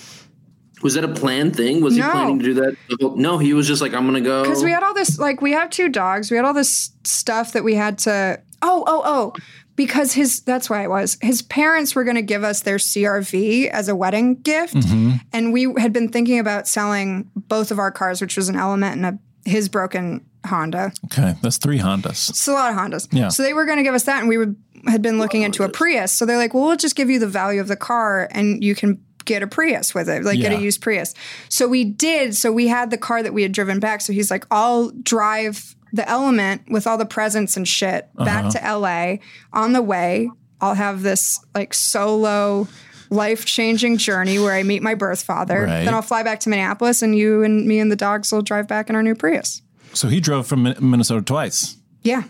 [SPEAKER 3] Was that a planned thing? Was
[SPEAKER 7] No.
[SPEAKER 3] he planning to do that? the whole- No, he was just like, I'm gonna go.
[SPEAKER 7] Because we had all this, like, we have two dogs. We had all this stuff that we had to. Oh, oh, oh. Because his, that's why it was. His parents were going to give us their CRV as a wedding gift.
[SPEAKER 2] Mm-hmm.
[SPEAKER 9] Mhm.
[SPEAKER 7] And we had been thinking about selling both of our cars, which was an Element and a, his broken Honda.
[SPEAKER 2] Okay. That's three Hondas.
[SPEAKER 7] It's a lot of Hondas.
[SPEAKER 2] Yeah.
[SPEAKER 7] So they were going to give us that, and we would, had been looking into a Prius. So they're like, well, we'll just give you the value of the car, and you can get a Prius with it, like get
[SPEAKER 9] Yeah.
[SPEAKER 7] a used Prius. So we did. So we had the car that we had driven back. So he's like, I'll drive the Element with all the presents and shit back
[SPEAKER 9] Uh-huh.
[SPEAKER 7] to LA on the way. I'll have this like solo life changing journey where I meet my birth father.
[SPEAKER 2] Right.
[SPEAKER 7] Then I'll fly back to Minneapolis and you and me and the dogs will drive back in our new Prius.
[SPEAKER 2] So he drove from Min- Minnesota twice.
[SPEAKER 7] Yeah.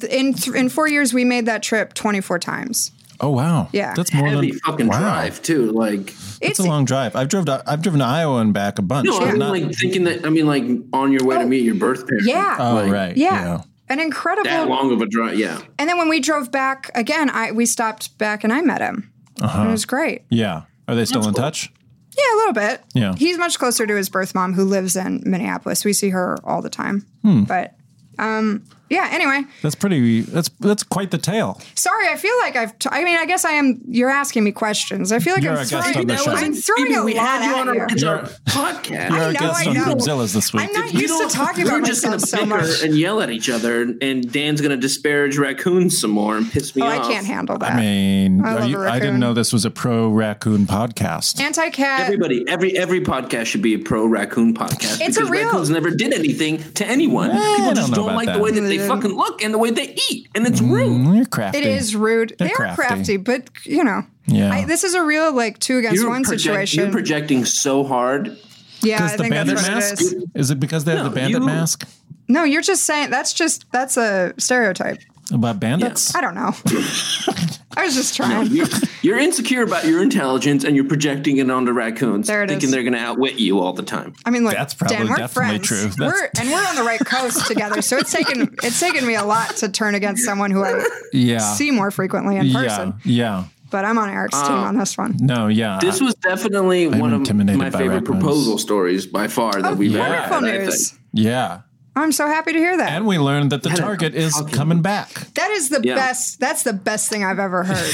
[SPEAKER 7] Th- In th- in four years, we made that trip 24 times.
[SPEAKER 2] Oh wow.
[SPEAKER 7] Yeah.
[SPEAKER 2] That's more
[SPEAKER 3] Heavy
[SPEAKER 2] than
[SPEAKER 3] fucking drive, too. Like
[SPEAKER 2] it's a long drive. I've driven to, I've driven to Iowa and back a bunch.
[SPEAKER 3] No,
[SPEAKER 2] but
[SPEAKER 3] I'm
[SPEAKER 2] not-
[SPEAKER 3] like thinking that. I mean, like on your way to meet your birth parents.
[SPEAKER 7] Oh, Yeah.
[SPEAKER 2] Oh,
[SPEAKER 3] Like,
[SPEAKER 2] right.
[SPEAKER 7] Yeah. An incredible.
[SPEAKER 3] That long of a drive. Yeah.
[SPEAKER 7] And then when we drove back again, I we stopped back and I met him. And
[SPEAKER 2] Uh-huh.
[SPEAKER 7] it was great.
[SPEAKER 2] Yeah. Are they still in touch?
[SPEAKER 7] Yeah, a little bit.
[SPEAKER 2] Yeah.
[SPEAKER 7] He's much closer to his birth mom who lives in Minneapolis. We see her all the time.
[SPEAKER 2] Hmm.
[SPEAKER 7] But um yeah, anyway,
[SPEAKER 2] That's pretty. That's that's quite the tale.
[SPEAKER 7] sorry. I feel like I've. T- I mean, I guess I am. You're asking me questions. I feel like
[SPEAKER 2] You're a
[SPEAKER 7] I'm
[SPEAKER 2] guest
[SPEAKER 7] throwing.
[SPEAKER 2] on the show.
[SPEAKER 7] I'm throwing
[SPEAKER 3] Phoebe,
[SPEAKER 7] a
[SPEAKER 3] we
[SPEAKER 7] lot
[SPEAKER 3] had you on
[SPEAKER 7] at
[SPEAKER 3] our-
[SPEAKER 7] you.
[SPEAKER 3] as our podcast.
[SPEAKER 2] You're
[SPEAKER 7] I
[SPEAKER 2] our
[SPEAKER 7] know,
[SPEAKER 2] guest
[SPEAKER 7] I
[SPEAKER 2] on
[SPEAKER 7] know.
[SPEAKER 2] Groomzilla's this week.
[SPEAKER 7] I'm not used to
[SPEAKER 2] (laughs)
[SPEAKER 7] talking
[SPEAKER 3] We're
[SPEAKER 7] about
[SPEAKER 3] just gonna
[SPEAKER 7] myself so
[SPEAKER 3] bicker
[SPEAKER 7] much.
[SPEAKER 3] and yell at each other, and, and Dan's gonna disparage raccoons some more and piss me
[SPEAKER 7] Oh, I
[SPEAKER 3] off.
[SPEAKER 7] can't handle that.
[SPEAKER 2] I mean,
[SPEAKER 7] I
[SPEAKER 2] are
[SPEAKER 7] love
[SPEAKER 2] you-
[SPEAKER 7] a
[SPEAKER 2] I didn't
[SPEAKER 7] raccoon.
[SPEAKER 2] know this was a pro raccoon podcast.
[SPEAKER 7] Anti cat.
[SPEAKER 3] Everybody, every every podcast should be a pro raccoon podcast
[SPEAKER 7] It's a
[SPEAKER 3] because
[SPEAKER 7] real-
[SPEAKER 3] raccoons never did anything to anyone.
[SPEAKER 2] Eh, I
[SPEAKER 3] People
[SPEAKER 2] don't
[SPEAKER 3] just
[SPEAKER 2] know
[SPEAKER 3] don't
[SPEAKER 2] about
[SPEAKER 3] like
[SPEAKER 2] that.
[SPEAKER 3] the way that they
[SPEAKER 7] Mm.
[SPEAKER 3] fucking look and the way they eat, and it's rude.
[SPEAKER 2] Mm, you're crafty.
[SPEAKER 7] It is rude.
[SPEAKER 2] They're
[SPEAKER 7] They're crafty.
[SPEAKER 2] crafty,
[SPEAKER 7] but you know,
[SPEAKER 2] Yeah.
[SPEAKER 7] I, this is a real like two against
[SPEAKER 3] You're
[SPEAKER 7] one
[SPEAKER 3] project-
[SPEAKER 7] situation.
[SPEAKER 3] You're projecting so hard.
[SPEAKER 7] yeah, I
[SPEAKER 2] Because the
[SPEAKER 7] think that's
[SPEAKER 2] bandit
[SPEAKER 7] what
[SPEAKER 2] mask?
[SPEAKER 7] it is.
[SPEAKER 2] Is it because they have the bandit
[SPEAKER 3] you-
[SPEAKER 2] mask
[SPEAKER 7] No, you're just saying that's just that's a stereotype.
[SPEAKER 2] about bandits?
[SPEAKER 7] I don't know. (laughs) I was just
[SPEAKER 3] No,
[SPEAKER 7] trying.
[SPEAKER 3] you're, you're insecure about your intelligence, and you're projecting it onto raccoons,
[SPEAKER 7] There it
[SPEAKER 3] thinking
[SPEAKER 7] is.
[SPEAKER 3] they're going to outwit you all the time.
[SPEAKER 7] I mean, look,
[SPEAKER 3] That's
[SPEAKER 7] Dan,
[SPEAKER 3] probably
[SPEAKER 7] we're
[SPEAKER 3] definitely
[SPEAKER 7] friends.
[SPEAKER 3] true. That's-
[SPEAKER 7] We're and we're on the right coast together, so it's taken it's taken me a lot to turn against someone who I
[SPEAKER 2] Yeah.
[SPEAKER 7] see more frequently in person.
[SPEAKER 2] Uh, Yeah.
[SPEAKER 7] But I'm on Eric's team
[SPEAKER 3] Uh,
[SPEAKER 7] on this
[SPEAKER 2] Yeah.
[SPEAKER 7] one.
[SPEAKER 2] No. Yeah.
[SPEAKER 3] This was definitely one of my
[SPEAKER 2] Uh, by
[SPEAKER 3] favorite
[SPEAKER 2] raccoons.
[SPEAKER 3] proposal stories by far that we've ever had.
[SPEAKER 7] wonderful
[SPEAKER 3] I think.
[SPEAKER 7] news.
[SPEAKER 2] Yeah.
[SPEAKER 7] I'm so happy to hear that.
[SPEAKER 2] And we learned that the target is coming back.
[SPEAKER 7] that is the
[SPEAKER 2] Yeah.
[SPEAKER 7] best. That's the best thing I've ever
[SPEAKER 3] (laughs)
[SPEAKER 7] heard.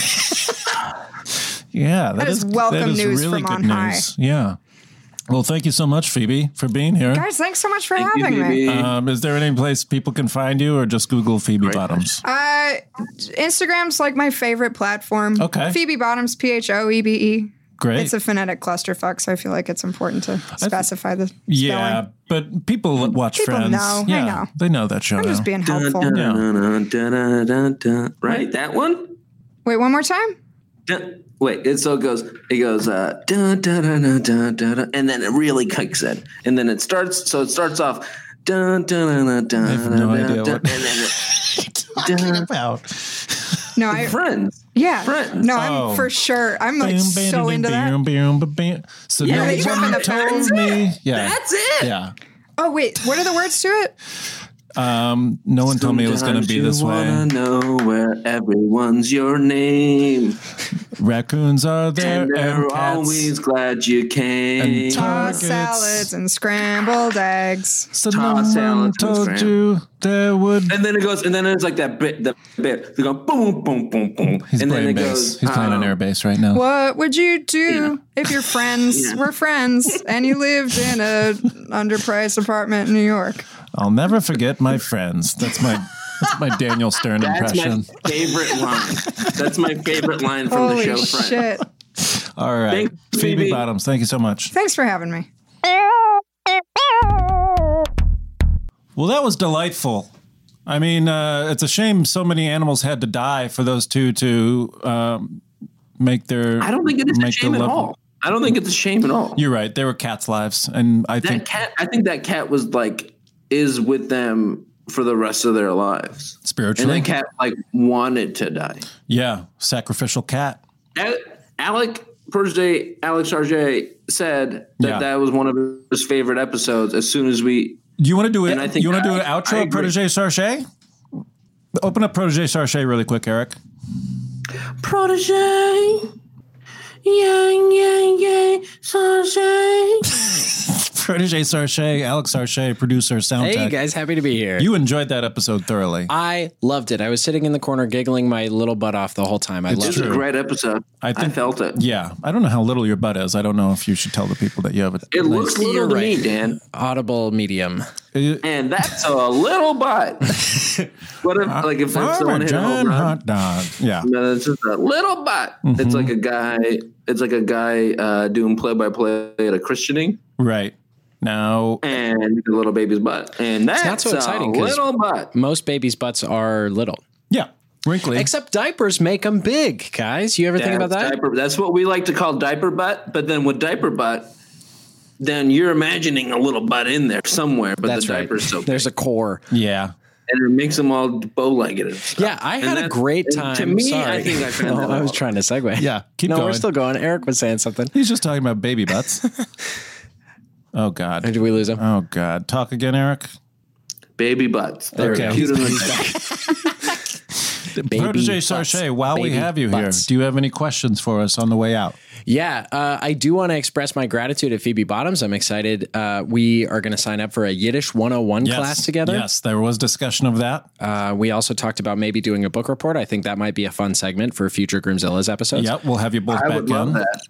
[SPEAKER 2] Yeah.
[SPEAKER 7] That is welcome news from on high.
[SPEAKER 2] Yeah. Well, thank you so much, Phoebe, for being here.
[SPEAKER 7] Guys, thanks so much for
[SPEAKER 3] Thank you,
[SPEAKER 7] having me.
[SPEAKER 3] Phoebe.
[SPEAKER 2] Um, is there any place people can find you, or just Google Phoebe Bottoms?
[SPEAKER 7] Uh, Instagram's like my favorite platform.
[SPEAKER 2] Okay.
[SPEAKER 7] Phoebe Bottoms, P H O E B E.
[SPEAKER 2] Great.
[SPEAKER 7] It's a phonetic clusterfuck, so I feel like it's important to specify the spelling.
[SPEAKER 2] Yeah, but people watch
[SPEAKER 7] People
[SPEAKER 2] Friends.
[SPEAKER 7] know, I
[SPEAKER 2] Yeah,
[SPEAKER 7] know.
[SPEAKER 2] They know that show.
[SPEAKER 7] I'm just
[SPEAKER 2] now.
[SPEAKER 7] being helpful.
[SPEAKER 3] Dun, dun, dun, dun, dun, dun. Right, that one.
[SPEAKER 7] Wait, one more time?
[SPEAKER 3] Dun. Wait, it so it goes. It goes. Uh, dun, dun, dun, dun, dun, dun, dun, and then it really kicks in, and then it starts. So it starts off. Dun, dun, dun, dun, dun,
[SPEAKER 2] I have no
[SPEAKER 3] dun,
[SPEAKER 2] idea
[SPEAKER 3] dun,
[SPEAKER 2] what-
[SPEAKER 3] and then it-
[SPEAKER 2] Talking about.
[SPEAKER 7] No, (laughs) I.
[SPEAKER 3] Friends.
[SPEAKER 7] Yeah.
[SPEAKER 3] Friends.
[SPEAKER 7] No, I'm
[SPEAKER 2] Oh.
[SPEAKER 7] for sure. I'm like so into that.
[SPEAKER 2] Boom, boom, boom, boom. So
[SPEAKER 7] Yeah,
[SPEAKER 2] no
[SPEAKER 7] they jump in
[SPEAKER 2] one
[SPEAKER 7] the
[SPEAKER 2] told
[SPEAKER 7] fence.
[SPEAKER 2] me. (laughs) Yeah,
[SPEAKER 3] That's it.
[SPEAKER 2] Yeah,
[SPEAKER 7] Oh wait, what are the words to it?
[SPEAKER 2] Um, no one told me it was going to be this way.
[SPEAKER 3] Sometimes you wanna know where everyone's your name,
[SPEAKER 2] Raccoons are there,
[SPEAKER 3] and they're
[SPEAKER 2] and cats,
[SPEAKER 3] always glad you came.
[SPEAKER 2] and
[SPEAKER 7] Tossed
[SPEAKER 2] targets.
[SPEAKER 7] salads and scrambled eggs.
[SPEAKER 2] So no
[SPEAKER 3] Tossed
[SPEAKER 2] one
[SPEAKER 3] salads and
[SPEAKER 2] told
[SPEAKER 3] scrambled.
[SPEAKER 2] you there would.
[SPEAKER 3] And then it goes, and then it's like that bit, the bit. They go boom, boom, boom, boom,
[SPEAKER 2] He's
[SPEAKER 3] and then
[SPEAKER 2] playing
[SPEAKER 3] it
[SPEAKER 2] bass.
[SPEAKER 3] goes.
[SPEAKER 2] He's playing an
[SPEAKER 3] um,
[SPEAKER 2] air bass right now.
[SPEAKER 7] What would you do if your
[SPEAKER 3] (laughs)
[SPEAKER 7] friends
[SPEAKER 3] Yeah.
[SPEAKER 7] were friends and you lived in a underpriced apartment in New York?
[SPEAKER 2] I'll never forget my friends. That's my that's my Daniel Stern
[SPEAKER 3] (laughs) That's
[SPEAKER 2] impression.
[SPEAKER 3] my favorite line. That's my favorite line from
[SPEAKER 7] Holy
[SPEAKER 3] the show. Friend.
[SPEAKER 7] shit.
[SPEAKER 2] All right,
[SPEAKER 3] Thanks,
[SPEAKER 2] Phoebe
[SPEAKER 3] Phoebe.
[SPEAKER 2] Bottoms, thank you so much.
[SPEAKER 7] Thanks for having me.
[SPEAKER 2] Well, that was delightful. I mean, uh, it's a shame so many animals had to die for those two to um, make their.
[SPEAKER 3] I don't think it is a
[SPEAKER 2] make
[SPEAKER 3] shame
[SPEAKER 2] their
[SPEAKER 3] at
[SPEAKER 2] love-
[SPEAKER 3] all. I don't think it's a shame at all.
[SPEAKER 2] You're right. They were cats' lives, and I
[SPEAKER 3] that
[SPEAKER 2] think
[SPEAKER 3] cat, I think that cat was like is with them for the rest of their lives, and
[SPEAKER 2] spiritually,
[SPEAKER 3] that cat like wanted to die.
[SPEAKER 2] yeah, sacrificial cat.
[SPEAKER 3] A- Alec Thursday, Alex Sarge said that
[SPEAKER 2] Yeah.
[SPEAKER 3] that was one of his favorite episodes. As soon as we
[SPEAKER 2] You want to do it?
[SPEAKER 3] And I think
[SPEAKER 2] you want to do
[SPEAKER 3] I-
[SPEAKER 2] an
[SPEAKER 3] I
[SPEAKER 2] outro,
[SPEAKER 3] agree.
[SPEAKER 2] Protege Sarche? Open up Protege Sarche really quick, Eric. (laughs)
[SPEAKER 3] protege, yang yang yang Sarge.
[SPEAKER 2] Protege Sarche, Alex Sarche, producer, sound
[SPEAKER 9] Hey
[SPEAKER 2] tech.
[SPEAKER 9] guys, happy to be here.
[SPEAKER 2] You enjoyed that episode thoroughly.
[SPEAKER 9] I loved it. I was sitting in the corner giggling my little butt off the whole time. I
[SPEAKER 2] It's
[SPEAKER 9] loved
[SPEAKER 3] It was a
[SPEAKER 2] True.
[SPEAKER 9] it.
[SPEAKER 3] great episode. I,
[SPEAKER 2] think-
[SPEAKER 3] felt it.
[SPEAKER 2] Yeah, I don't know how little your butt is. I don't know if you should tell the people that you have it.
[SPEAKER 3] It looks little
[SPEAKER 9] You're
[SPEAKER 3] to
[SPEAKER 9] right.
[SPEAKER 3] me, Dan,
[SPEAKER 9] Audible medium.
[SPEAKER 3] and that's a little
[SPEAKER 9] (laughs)
[SPEAKER 3] butt. what if, like, if, if
[SPEAKER 2] I'm
[SPEAKER 3] someone
[SPEAKER 2] a
[SPEAKER 3] hit a home
[SPEAKER 2] giant
[SPEAKER 3] run?
[SPEAKER 2] hot dog. Yeah,
[SPEAKER 3] No, it's just a little butt.
[SPEAKER 9] Mm-hmm.
[SPEAKER 3] It's like a guy. It's like a guy uh, doing play by play at a christening,
[SPEAKER 2] right. Now,
[SPEAKER 3] and the little baby's butt, and that's
[SPEAKER 9] not so exciting
[SPEAKER 3] a
[SPEAKER 9] 'cause-
[SPEAKER 3] little butt.
[SPEAKER 9] Most babies' butts are little,
[SPEAKER 8] Hmm.
[SPEAKER 2] yeah, wrinkly.
[SPEAKER 9] except diapers make them big, guys. You ever think about
[SPEAKER 3] That's
[SPEAKER 9] that?
[SPEAKER 3] diaper- that's what we like to call diaper butt. But then with diaper butt, then you're imagining a little butt in there somewhere. But
[SPEAKER 9] That's
[SPEAKER 3] the
[SPEAKER 9] right.
[SPEAKER 3] diaper's so
[SPEAKER 9] (laughs) There's a core.
[SPEAKER 2] yeah.
[SPEAKER 3] and it makes them all bow legged.
[SPEAKER 9] Yeah, I
[SPEAKER 3] And
[SPEAKER 9] had a
[SPEAKER 3] that's-
[SPEAKER 9] great
[SPEAKER 3] and
[SPEAKER 9] time.
[SPEAKER 3] To me,
[SPEAKER 9] Sorry.
[SPEAKER 3] I think I found
[SPEAKER 9] (laughs) No,
[SPEAKER 3] that
[SPEAKER 9] I was
[SPEAKER 3] out.
[SPEAKER 9] trying to segue.
[SPEAKER 2] Yeah, keep
[SPEAKER 9] no, we're
[SPEAKER 2] going.
[SPEAKER 9] still going. Eric was saying something.
[SPEAKER 2] He's just talking about baby butts. oh God.
[SPEAKER 9] Did we lose him?
[SPEAKER 2] Oh God. Talk again, Eric.
[SPEAKER 3] baby butts. They're
[SPEAKER 2] Okay.
[SPEAKER 3] cute in the
[SPEAKER 9] Baby
[SPEAKER 2] Protege
[SPEAKER 9] butts.
[SPEAKER 2] Sarche, while we
[SPEAKER 9] Baby
[SPEAKER 2] have you
[SPEAKER 9] butts.
[SPEAKER 2] here, do you have any questions for us on the way out?
[SPEAKER 9] Yeah, uh, I do want to express my gratitude to Phoebe Bottoms. I'm excited. Uh, we are going to sign up for a Yiddish 101 class together.
[SPEAKER 2] Yes, there was discussion of that.
[SPEAKER 9] Uh, we also talked about maybe doing a book report. I think that might be a fun segment for future Groomzilla's episodes.
[SPEAKER 2] yep, we'll have you both
[SPEAKER 3] I
[SPEAKER 2] back
[SPEAKER 3] would love
[SPEAKER 2] in.
[SPEAKER 3] that.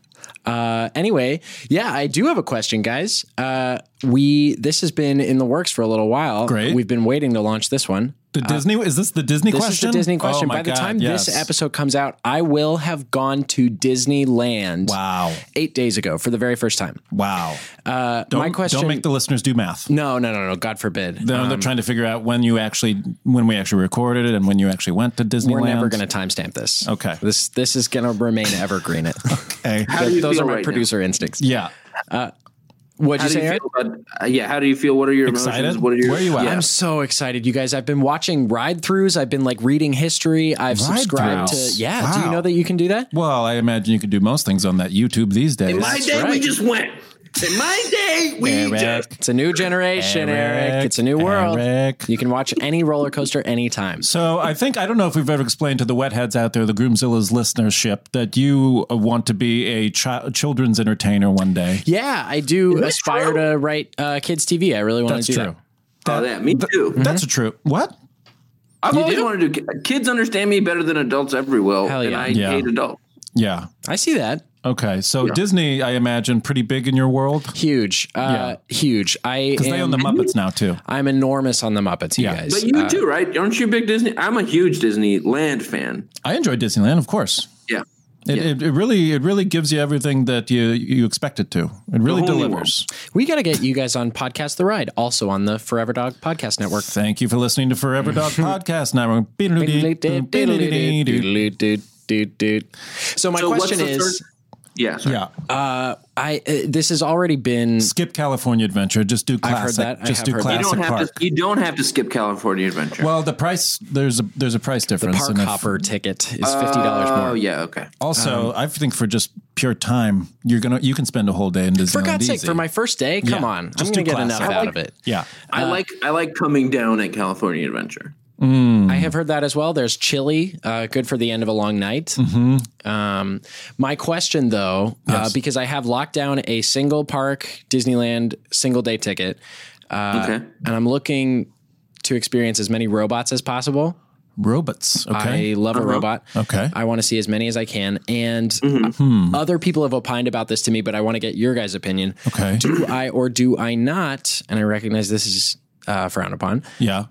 [SPEAKER 9] Uh, anyway, yeah, I do have a question, guys. Uh, we this has been in the works for a little while.
[SPEAKER 2] Great.
[SPEAKER 9] We've been waiting to launch this one.
[SPEAKER 2] The Disney is this the Disney
[SPEAKER 9] Uh, This
[SPEAKER 2] question?
[SPEAKER 9] is the Disney
[SPEAKER 2] Oh,
[SPEAKER 9] question.
[SPEAKER 2] my
[SPEAKER 9] By the
[SPEAKER 2] God,
[SPEAKER 9] time this
[SPEAKER 2] yes.
[SPEAKER 9] episode comes out, I will have gone to Disneyland.
[SPEAKER 2] Wow.
[SPEAKER 9] Eight days ago for the very first time.
[SPEAKER 2] Wow. Uh, don't,
[SPEAKER 9] my question-
[SPEAKER 2] Don't make the listeners do math.
[SPEAKER 9] No, no, no, no. God forbid. Um,
[SPEAKER 2] No, they're trying to figure out when you actually, when we actually recorded it, and when you actually went to Disneyland.
[SPEAKER 9] We're never going to timestamp this.
[SPEAKER 2] Okay.
[SPEAKER 9] This this is going to remain evergreen. It.
[SPEAKER 2] Hey.
[SPEAKER 3] (laughs) How do you
[SPEAKER 9] Those
[SPEAKER 3] feel
[SPEAKER 9] are my
[SPEAKER 3] right now?
[SPEAKER 9] producer instincts.
[SPEAKER 2] Yeah.
[SPEAKER 9] What'd
[SPEAKER 3] How
[SPEAKER 9] you
[SPEAKER 3] do
[SPEAKER 9] say,
[SPEAKER 3] you
[SPEAKER 9] Eric?
[SPEAKER 3] feel about, uh, yeah, how do you feel? What are your
[SPEAKER 2] Excited?
[SPEAKER 3] emotions? What are your
[SPEAKER 2] Where are you at?
[SPEAKER 3] Yeah.
[SPEAKER 9] I'm so excited, you guys. I've been watching ride throughs. I've been like reading history. I've subscribed
[SPEAKER 2] Ride-throughs?
[SPEAKER 9] to. Yeah. Do you
[SPEAKER 2] Wow.
[SPEAKER 9] know that you can do that?
[SPEAKER 2] Well, I imagine you could do most things on that YouTube these days.
[SPEAKER 3] In my day, we
[SPEAKER 9] right.
[SPEAKER 3] just went. In my day, we
[SPEAKER 2] Eric.
[SPEAKER 3] just.
[SPEAKER 9] It's a new generation, Eric. It's a new world.
[SPEAKER 2] Eric.
[SPEAKER 9] You can watch any roller coaster anytime.
[SPEAKER 2] So I think I don't know if we've ever explained to the wetheads out there, the Groomzilla's listenership, that you uh, want to be a chi- children's entertainer one day.
[SPEAKER 9] Yeah, I do aspire to write uh, kids TV. I really want
[SPEAKER 2] That's
[SPEAKER 9] to do
[SPEAKER 2] true.
[SPEAKER 9] that. Mm-hmm.
[SPEAKER 3] Oh, yeah, me too.
[SPEAKER 2] That's a true. What?
[SPEAKER 3] I've always wanted to. Kids understand me better than adults ever will,
[SPEAKER 9] Hell
[SPEAKER 3] and
[SPEAKER 9] yeah.
[SPEAKER 3] I
[SPEAKER 2] Yeah.
[SPEAKER 3] hate adults.
[SPEAKER 2] Yeah.
[SPEAKER 9] I see that.
[SPEAKER 2] Okay. So Disney, I imagine, pretty big in your world
[SPEAKER 9] Huge, uh, huge. I
[SPEAKER 2] because they
[SPEAKER 9] am-
[SPEAKER 2] own the Muppets now too.
[SPEAKER 9] I'm enormous on the Muppets, you
[SPEAKER 2] Yeah.
[SPEAKER 9] guys.
[SPEAKER 3] But you
[SPEAKER 9] Uh,
[SPEAKER 3] too, right? Aren't you a big Disney? I'm a huge Disneyland fan.
[SPEAKER 2] I enjoy Disneyland, of course.
[SPEAKER 3] Yeah,
[SPEAKER 2] It, it, it really it really gives you everything that you you expect it to. It really
[SPEAKER 3] whole new
[SPEAKER 2] delivers.
[SPEAKER 9] we got to get you guys on podcast the ride, also on the Forever Dog Podcast Network.
[SPEAKER 2] Thank you for listening to Forever Dog Podcast. Now we're
[SPEAKER 9] So my
[SPEAKER 3] So what's
[SPEAKER 9] question
[SPEAKER 3] the
[SPEAKER 9] is,
[SPEAKER 3] Yeah.
[SPEAKER 2] Yeah.
[SPEAKER 9] Uh, I uh, this has already been
[SPEAKER 2] skip California Adventure. Just do
[SPEAKER 9] I've heard
[SPEAKER 2] classic.
[SPEAKER 9] that. I
[SPEAKER 2] Just
[SPEAKER 9] have
[SPEAKER 2] do
[SPEAKER 9] heard that.
[SPEAKER 2] classic
[SPEAKER 3] You don't
[SPEAKER 2] park.
[SPEAKER 3] have to. You don't have to skip California Adventure.
[SPEAKER 2] Well, the price there's a there's a price difference.
[SPEAKER 9] park
[SPEAKER 2] and if-
[SPEAKER 9] hopper ticket is fifty dollars
[SPEAKER 3] Oh,
[SPEAKER 9] more.
[SPEAKER 3] yeah. Okay.
[SPEAKER 2] Also, I think for just pure time, you're gonna you can spend a whole day in Disneyland.
[SPEAKER 9] For God's sake,
[SPEAKER 2] easy.
[SPEAKER 9] for my first day,
[SPEAKER 2] Yeah,
[SPEAKER 9] come on, I'm
[SPEAKER 2] just
[SPEAKER 9] gonna
[SPEAKER 2] do
[SPEAKER 9] get enough
[SPEAKER 2] classic.
[SPEAKER 9] out of it.
[SPEAKER 2] yeah.
[SPEAKER 3] I like I like coming down at California Adventure.
[SPEAKER 2] Mm-hmm.
[SPEAKER 9] I have heard that as well. There's chili, uh, good for the end of a long night.
[SPEAKER 2] Mm-hmm.
[SPEAKER 9] Um, my question, though, uh, because I have locked down a single park Disneyland single day ticket, uh,
[SPEAKER 3] Okay.
[SPEAKER 9] and I'm looking to experience as many robots as possible.
[SPEAKER 2] Robots. Okay.
[SPEAKER 9] I love a
[SPEAKER 3] Uh-huh.
[SPEAKER 9] robot.
[SPEAKER 2] okay.
[SPEAKER 9] I want to see as many as I can. And
[SPEAKER 3] Mm-hmm.
[SPEAKER 2] Hmm.
[SPEAKER 9] other people have opined about this to me, but I want to get your guys' opinion.
[SPEAKER 2] okay.
[SPEAKER 3] (clears throat)
[SPEAKER 9] Do I or do I not? And I recognize this is uh, frowned upon.
[SPEAKER 2] yeah.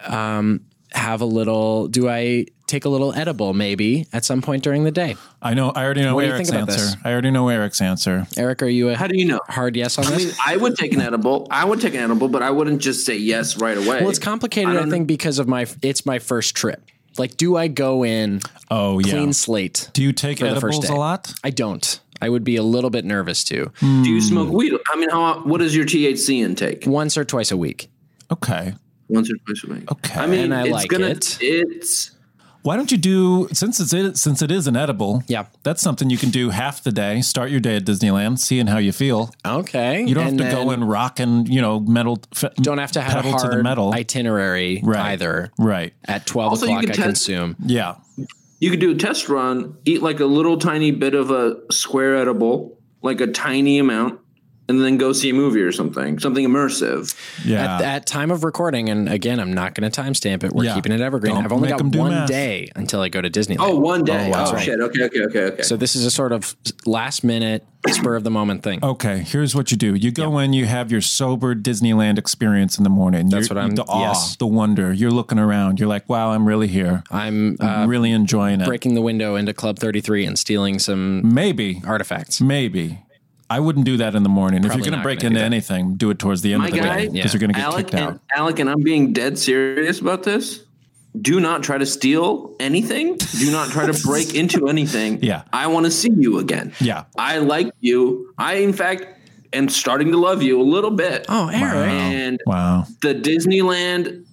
[SPEAKER 9] Have a little. Do I take a little edible maybe at some point during the day?
[SPEAKER 2] I know. I already know
[SPEAKER 9] What do you
[SPEAKER 2] Eric's
[SPEAKER 9] think about
[SPEAKER 2] answer.
[SPEAKER 9] this?
[SPEAKER 2] I already know Eric's answer.
[SPEAKER 9] Eric, are you a
[SPEAKER 3] How do you know?
[SPEAKER 9] hard yes on
[SPEAKER 3] I mean,
[SPEAKER 9] this?
[SPEAKER 3] I would take an edible. I would take an edible, but I wouldn't just say yes right away.
[SPEAKER 9] well, it's complicated, I,
[SPEAKER 3] don't
[SPEAKER 9] think, because of my it's my first trip. Like, do I go in
[SPEAKER 2] Oh yeah.
[SPEAKER 9] clean slate?
[SPEAKER 2] Do you take
[SPEAKER 9] for the first
[SPEAKER 2] edibles a
[SPEAKER 9] day?
[SPEAKER 2] lot?
[SPEAKER 9] I don't. I would be a little bit nervous too.
[SPEAKER 2] Hmm.
[SPEAKER 3] Do you smoke weed? I mean, how? What is your THC intake?
[SPEAKER 9] Once or twice a week.
[SPEAKER 2] Okay.
[SPEAKER 3] Once or twice a week.
[SPEAKER 2] Okay.
[SPEAKER 3] I mean,
[SPEAKER 9] And I
[SPEAKER 3] it's
[SPEAKER 9] like
[SPEAKER 3] gonna.
[SPEAKER 9] it.
[SPEAKER 3] It's
[SPEAKER 2] Why don't you do since it's it, since it is an edible?
[SPEAKER 9] Yeah.
[SPEAKER 2] That's something you can do half the day. Start your day at Disneyland, seeing how you feel.
[SPEAKER 9] Okay.
[SPEAKER 2] You don't
[SPEAKER 9] And
[SPEAKER 2] have to
[SPEAKER 9] then-
[SPEAKER 2] go and rock and you know metal. F-
[SPEAKER 9] don't have to have a
[SPEAKER 2] pedal
[SPEAKER 9] hard
[SPEAKER 2] to the metal.
[SPEAKER 9] itinerary
[SPEAKER 2] Right.
[SPEAKER 9] either.
[SPEAKER 2] right.
[SPEAKER 9] At twelve
[SPEAKER 3] Also, you
[SPEAKER 9] o'clock,
[SPEAKER 3] can
[SPEAKER 9] I
[SPEAKER 3] test-
[SPEAKER 9] consume.
[SPEAKER 2] Yeah.
[SPEAKER 3] you could do a test run. Eat like a little tiny bit of a square edible, like a tiny amount, and then go see a movie or something, something immersive.
[SPEAKER 2] Yeah.
[SPEAKER 9] At, at time of recording, and again, I'm not going to timestamp it. We're
[SPEAKER 2] Yeah.
[SPEAKER 9] keeping it evergreen.
[SPEAKER 2] Don't
[SPEAKER 9] I've only
[SPEAKER 2] make
[SPEAKER 9] got
[SPEAKER 2] 'em do
[SPEAKER 9] one
[SPEAKER 2] math.
[SPEAKER 9] day until I go to Disneyland.
[SPEAKER 3] Oh, one day.
[SPEAKER 9] wow.
[SPEAKER 3] Oh,
[SPEAKER 9] Right.
[SPEAKER 3] shit. Okay. Okay. Okay. Okay.
[SPEAKER 9] So this is a sort of last minute, spur of the moment thing.
[SPEAKER 2] Okay, here's what you do. You go in, you have your sober Disneyland experience in the morning.
[SPEAKER 9] That's
[SPEAKER 2] You're-
[SPEAKER 9] what I'm-
[SPEAKER 2] the awe,
[SPEAKER 9] yes.
[SPEAKER 2] the wonder. You're looking around. You're like, wow, I'm really here.
[SPEAKER 9] I'm uh,
[SPEAKER 2] I'm really enjoying it.
[SPEAKER 9] breaking the window into Club 33 and stealing some
[SPEAKER 2] Maybe,
[SPEAKER 9] artifacts.
[SPEAKER 2] maybe. I wouldn't do that in the morning. if
[SPEAKER 9] Probably
[SPEAKER 2] you're going
[SPEAKER 9] not
[SPEAKER 2] to break
[SPEAKER 9] gonna
[SPEAKER 2] into
[SPEAKER 9] do that.
[SPEAKER 2] anything, do it towards the end
[SPEAKER 3] My
[SPEAKER 2] of the
[SPEAKER 3] guy,
[SPEAKER 2] day because
[SPEAKER 9] yeah.
[SPEAKER 2] you're going to get
[SPEAKER 3] Alec
[SPEAKER 2] kicked
[SPEAKER 3] and,
[SPEAKER 2] out.
[SPEAKER 3] Alec and I'm being dead serious about this. Do not try to steal anything. Do not try to
[SPEAKER 2] (laughs)
[SPEAKER 3] break into anything.
[SPEAKER 2] Yeah.
[SPEAKER 3] I want to see you again.
[SPEAKER 2] Yeah.
[SPEAKER 3] I like you. I, in fact, am starting to love you a little bit.
[SPEAKER 9] Oh, Eric.
[SPEAKER 3] And
[SPEAKER 2] Wow.
[SPEAKER 3] the Disneyland,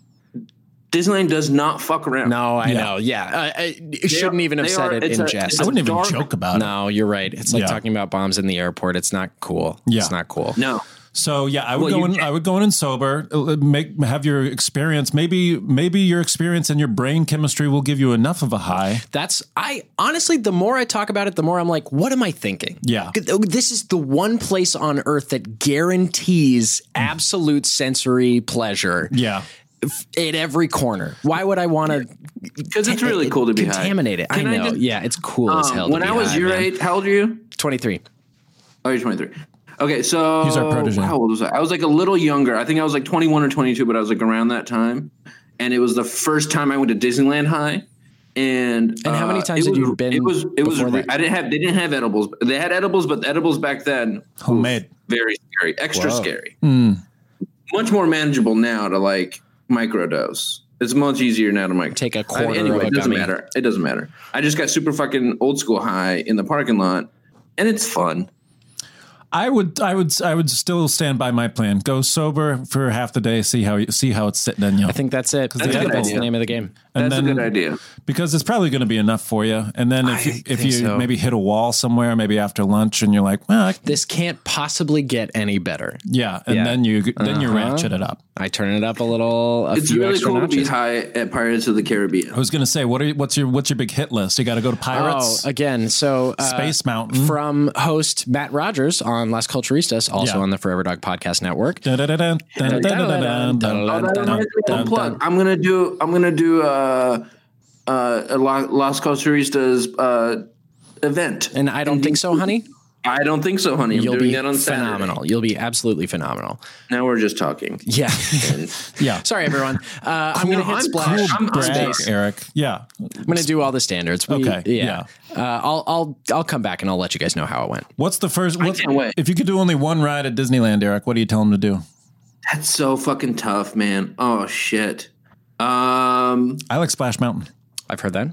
[SPEAKER 3] Disneyland does not fuck around.
[SPEAKER 9] No, I
[SPEAKER 2] Yeah.
[SPEAKER 9] know. Yeah. I, I it
[SPEAKER 3] They
[SPEAKER 9] shouldn't
[SPEAKER 3] are-
[SPEAKER 9] even have
[SPEAKER 3] they
[SPEAKER 9] said
[SPEAKER 3] are-
[SPEAKER 9] it
[SPEAKER 3] it's
[SPEAKER 9] in
[SPEAKER 3] a-
[SPEAKER 9] jest.
[SPEAKER 3] it's
[SPEAKER 2] I wouldn't even
[SPEAKER 3] dark-
[SPEAKER 2] joke about it.
[SPEAKER 9] No, you're right. It's like
[SPEAKER 2] Yeah.
[SPEAKER 9] talking about bombs in the airport. It's not cool.
[SPEAKER 2] Yeah.
[SPEAKER 9] It's not cool.
[SPEAKER 3] No.
[SPEAKER 2] So yeah, I would
[SPEAKER 3] Well,
[SPEAKER 2] go
[SPEAKER 3] you
[SPEAKER 2] in.
[SPEAKER 3] can't-
[SPEAKER 2] I would go in and sober. uh, Make have your experience. Maybe maybe your experience and your brain chemistry will give you enough of a high.
[SPEAKER 9] That's I honestly, the more I talk about it, the more I'm like, what am I thinking? oh,
[SPEAKER 2] Yeah.
[SPEAKER 9] This is the one place on earth that guarantees absolute sensory pleasure
[SPEAKER 2] Yeah.
[SPEAKER 9] at every corner. Why would I want to?
[SPEAKER 3] Because it's really cool to be high.
[SPEAKER 9] contaminate it.
[SPEAKER 3] Can
[SPEAKER 9] I
[SPEAKER 3] I
[SPEAKER 9] know.
[SPEAKER 3] just-
[SPEAKER 9] yeah, it's cool as
[SPEAKER 3] Um,
[SPEAKER 9] hell.
[SPEAKER 3] when
[SPEAKER 9] to be
[SPEAKER 3] I was
[SPEAKER 9] high,
[SPEAKER 3] your
[SPEAKER 9] man.
[SPEAKER 3] age, how old are you?
[SPEAKER 9] 23.
[SPEAKER 3] Oh, you're 23. Okay, so
[SPEAKER 2] He's our protege.
[SPEAKER 3] How old was I? I was like a little younger. I think I was like 21 or 22, but I was like around that time. And it was the first time I went to Disneyland High. And
[SPEAKER 9] And how many
[SPEAKER 3] uh,
[SPEAKER 9] times
[SPEAKER 3] it was-
[SPEAKER 9] had you been
[SPEAKER 3] It was it was
[SPEAKER 9] before
[SPEAKER 3] re-
[SPEAKER 9] that?
[SPEAKER 3] I didn't have they didn't have edibles. They had edibles, but the edibles back then
[SPEAKER 2] Homemade.
[SPEAKER 3] very scary, extra
[SPEAKER 9] Whoa. Hmm.
[SPEAKER 3] scary.
[SPEAKER 2] Mm.
[SPEAKER 3] Much more manageable now to like microdose. It's much easier now to micro.
[SPEAKER 9] Take a
[SPEAKER 3] I-
[SPEAKER 9] quarter
[SPEAKER 3] Uh, anyway,
[SPEAKER 9] of a
[SPEAKER 3] it doesn't
[SPEAKER 9] gummy.
[SPEAKER 3] matter. It doesn't matter. I just got super fucking old school high in the parking lot, and it's fun.
[SPEAKER 2] I would, I would, I would still stand by my plan. Go sober for half the day. See how you see how it's sitting in you,
[SPEAKER 9] I think that's it.
[SPEAKER 2] That's
[SPEAKER 9] I
[SPEAKER 2] a
[SPEAKER 9] think
[SPEAKER 2] good
[SPEAKER 9] that's the
[SPEAKER 3] idea.
[SPEAKER 9] name of the game.
[SPEAKER 2] and
[SPEAKER 3] That's a good idea.
[SPEAKER 2] because it's probably going to be enough for you. And then if
[SPEAKER 9] I
[SPEAKER 2] you, if
[SPEAKER 9] think
[SPEAKER 2] you
[SPEAKER 9] so.
[SPEAKER 2] maybe hit a wall somewhere, maybe after lunch, and you're like, well, I,
[SPEAKER 9] This can't possibly get any better.
[SPEAKER 2] yeah, and
[SPEAKER 9] Yeah.
[SPEAKER 2] then you then you
[SPEAKER 9] Uh-huh.
[SPEAKER 2] ratchet it up.
[SPEAKER 9] I turn it up a little. A
[SPEAKER 3] It's
[SPEAKER 9] few
[SPEAKER 3] really
[SPEAKER 9] extra
[SPEAKER 3] cool to be
[SPEAKER 9] notches.
[SPEAKER 3] high at Pirates of the Caribbean.
[SPEAKER 2] I was going to say, what are you, what's your what's your big hit list? You got to go to Pirates,
[SPEAKER 9] Oh, again, so uh,
[SPEAKER 2] Space Mountain.
[SPEAKER 9] from host Matt Rogers on Las Culturistas, also
[SPEAKER 2] Yeah.
[SPEAKER 9] on the Forever Dog Podcast Network.
[SPEAKER 2] Dun-dun-dun-dun, dun-dun-dun-dun,
[SPEAKER 9] (laughs)
[SPEAKER 3] Oh, that
[SPEAKER 2] dun-dun-dun-dun.
[SPEAKER 3] reminds me of a plug. I'm gonna do. I'm gonna do uh, uh, a La- Las Costaristas uh, event.
[SPEAKER 9] And I don't think
[SPEAKER 3] (laughs)
[SPEAKER 9] so, honey.
[SPEAKER 3] I don't think so, honey. I'm
[SPEAKER 9] You'll
[SPEAKER 3] doing
[SPEAKER 9] be
[SPEAKER 3] that on Saturday.
[SPEAKER 9] phenomenal. You'll be absolutely phenomenal.
[SPEAKER 3] Now we're just talking.
[SPEAKER 9] Yeah.
[SPEAKER 2] Yeah,
[SPEAKER 9] (laughs) Sorry, everyone. Uh, I'm going to
[SPEAKER 3] Cool,
[SPEAKER 9] hit
[SPEAKER 3] I'm
[SPEAKER 9] splash.
[SPEAKER 3] cool,
[SPEAKER 9] I'm,
[SPEAKER 3] Brad.
[SPEAKER 2] brag,
[SPEAKER 9] space.
[SPEAKER 2] Eric. Yeah,
[SPEAKER 9] I'm going to do all the standards. We-
[SPEAKER 2] Okay,
[SPEAKER 9] Yeah. Uh, I'll I'll I'll come back and I'll let you guys know how it went.
[SPEAKER 2] what's the first? What's,
[SPEAKER 3] can't wait.
[SPEAKER 2] If you could do only one ride at Disneyland, Eric, what do you tell them to do?
[SPEAKER 3] That's so fucking tough, man. Oh shit. Um,
[SPEAKER 2] I like Splash Mountain.
[SPEAKER 9] I've heard that.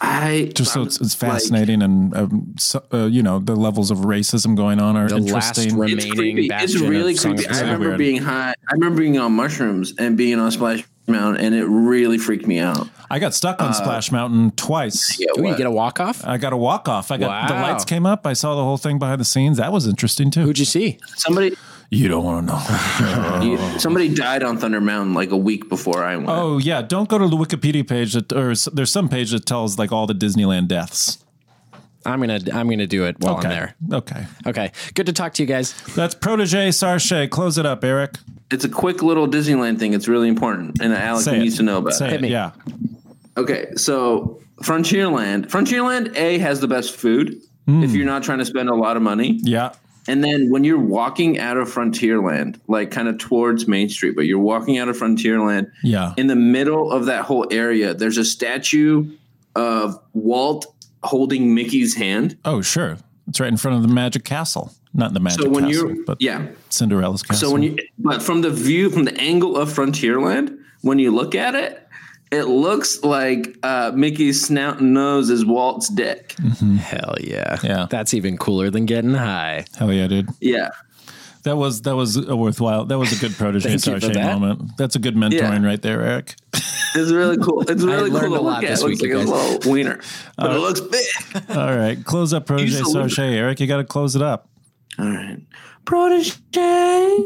[SPEAKER 3] I
[SPEAKER 2] just so it's, it's fascinating and um, so, uh, you know the levels of racism going on are
[SPEAKER 9] The last
[SPEAKER 2] interesting.
[SPEAKER 9] remaining It's creepy.
[SPEAKER 3] it's really creepy. I remember being high. I remember being on mushrooms and being on Splash Mountain, and it really freaked me out.
[SPEAKER 2] I got stuck on
[SPEAKER 3] Uh,
[SPEAKER 2] Splash Mountain twice.
[SPEAKER 3] Ooh, you what? get
[SPEAKER 9] a walk off?
[SPEAKER 2] I got a walk off. I got the
[SPEAKER 3] Wow.
[SPEAKER 2] lights came up. I saw the whole thing behind the scenes. That was interesting too. Who'd
[SPEAKER 9] you see?
[SPEAKER 3] Somebody.
[SPEAKER 2] You don't want to know.
[SPEAKER 3] (laughs) You- somebody died on Thunder Mountain like a week before I went.
[SPEAKER 2] Oh yeah, don't go to the Wikipedia page that, or s- there's some page that tells like all the Disneyland deaths.
[SPEAKER 9] I'm gonna I'm gonna do it while I'm
[SPEAKER 2] okay.
[SPEAKER 9] there.
[SPEAKER 2] Okay.
[SPEAKER 9] Okay. Good to talk to you guys.
[SPEAKER 2] That's protege Sarche. Close it up, Eric.
[SPEAKER 3] It's a quick little Disneyland thing. It's really important, and uh, Alec
[SPEAKER 2] Say it.
[SPEAKER 3] needs to know about.
[SPEAKER 2] Say
[SPEAKER 3] it.
[SPEAKER 2] it, Yeah.
[SPEAKER 3] Okay, so Frontierland. Frontierland A has the best food if you're not trying to spend a lot of money.
[SPEAKER 2] Hmm. Yeah.
[SPEAKER 3] And then when you're walking out of Frontierland, like kind of towards Main Street, but you're walking out of Frontierland,
[SPEAKER 2] Yeah.
[SPEAKER 3] in the middle of that whole area, there's a statue of Walt holding Mickey's hand.
[SPEAKER 2] Oh sure. It's right in front of the Magic Castle. Not the Magic
[SPEAKER 3] so when
[SPEAKER 2] Castle,
[SPEAKER 3] you're
[SPEAKER 2] but
[SPEAKER 3] yeah,
[SPEAKER 2] Cinderella's castle.
[SPEAKER 3] so when you but from the view from the angle of Frontierland, when you look at it, it looks like uh, Mickey's snout and nose is Walt's dick.
[SPEAKER 9] Hmm. Hell yeah.
[SPEAKER 2] Yeah.
[SPEAKER 9] That's even cooler than getting high.
[SPEAKER 2] Hell yeah, dude.
[SPEAKER 3] Yeah.
[SPEAKER 2] That was that was a worthwhile. That was a good protege
[SPEAKER 9] Thank you for
[SPEAKER 2] Sarche
[SPEAKER 9] that.
[SPEAKER 2] moment. That's a good mentoring right there, Eric.
[SPEAKER 3] It's really cool. It's
[SPEAKER 9] (laughs) I
[SPEAKER 3] really
[SPEAKER 9] learned
[SPEAKER 3] cool.
[SPEAKER 9] a
[SPEAKER 3] to
[SPEAKER 9] lot
[SPEAKER 3] look at.
[SPEAKER 9] this
[SPEAKER 3] It looks
[SPEAKER 9] week,
[SPEAKER 3] like a
[SPEAKER 9] you guys. Uh,
[SPEAKER 3] little
[SPEAKER 9] (laughs)
[SPEAKER 3] wiener, but it looks big.
[SPEAKER 2] All right, close up protege
[SPEAKER 3] Use the
[SPEAKER 2] Sarche. Eric, you got to close it up.
[SPEAKER 3] All right. Protege.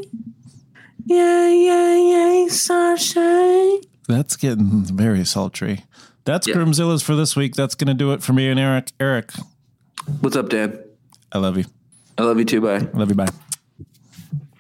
[SPEAKER 3] Yeah, yeah, yeah, Sasha.
[SPEAKER 2] That's getting very sultry. That's
[SPEAKER 3] Yeah.
[SPEAKER 2] Groomzilla's for this week. That's going to do it for me and Eric. Eric,
[SPEAKER 3] What's up, Dan?
[SPEAKER 2] I love you.
[SPEAKER 3] I love you too. Bye.
[SPEAKER 2] I love you. Bye.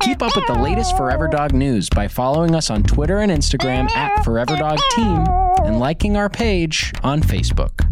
[SPEAKER 9] Keep up with the latest Forever Dog news by following us on Twitter and Instagram at Forever Dog Team and liking our page on Facebook.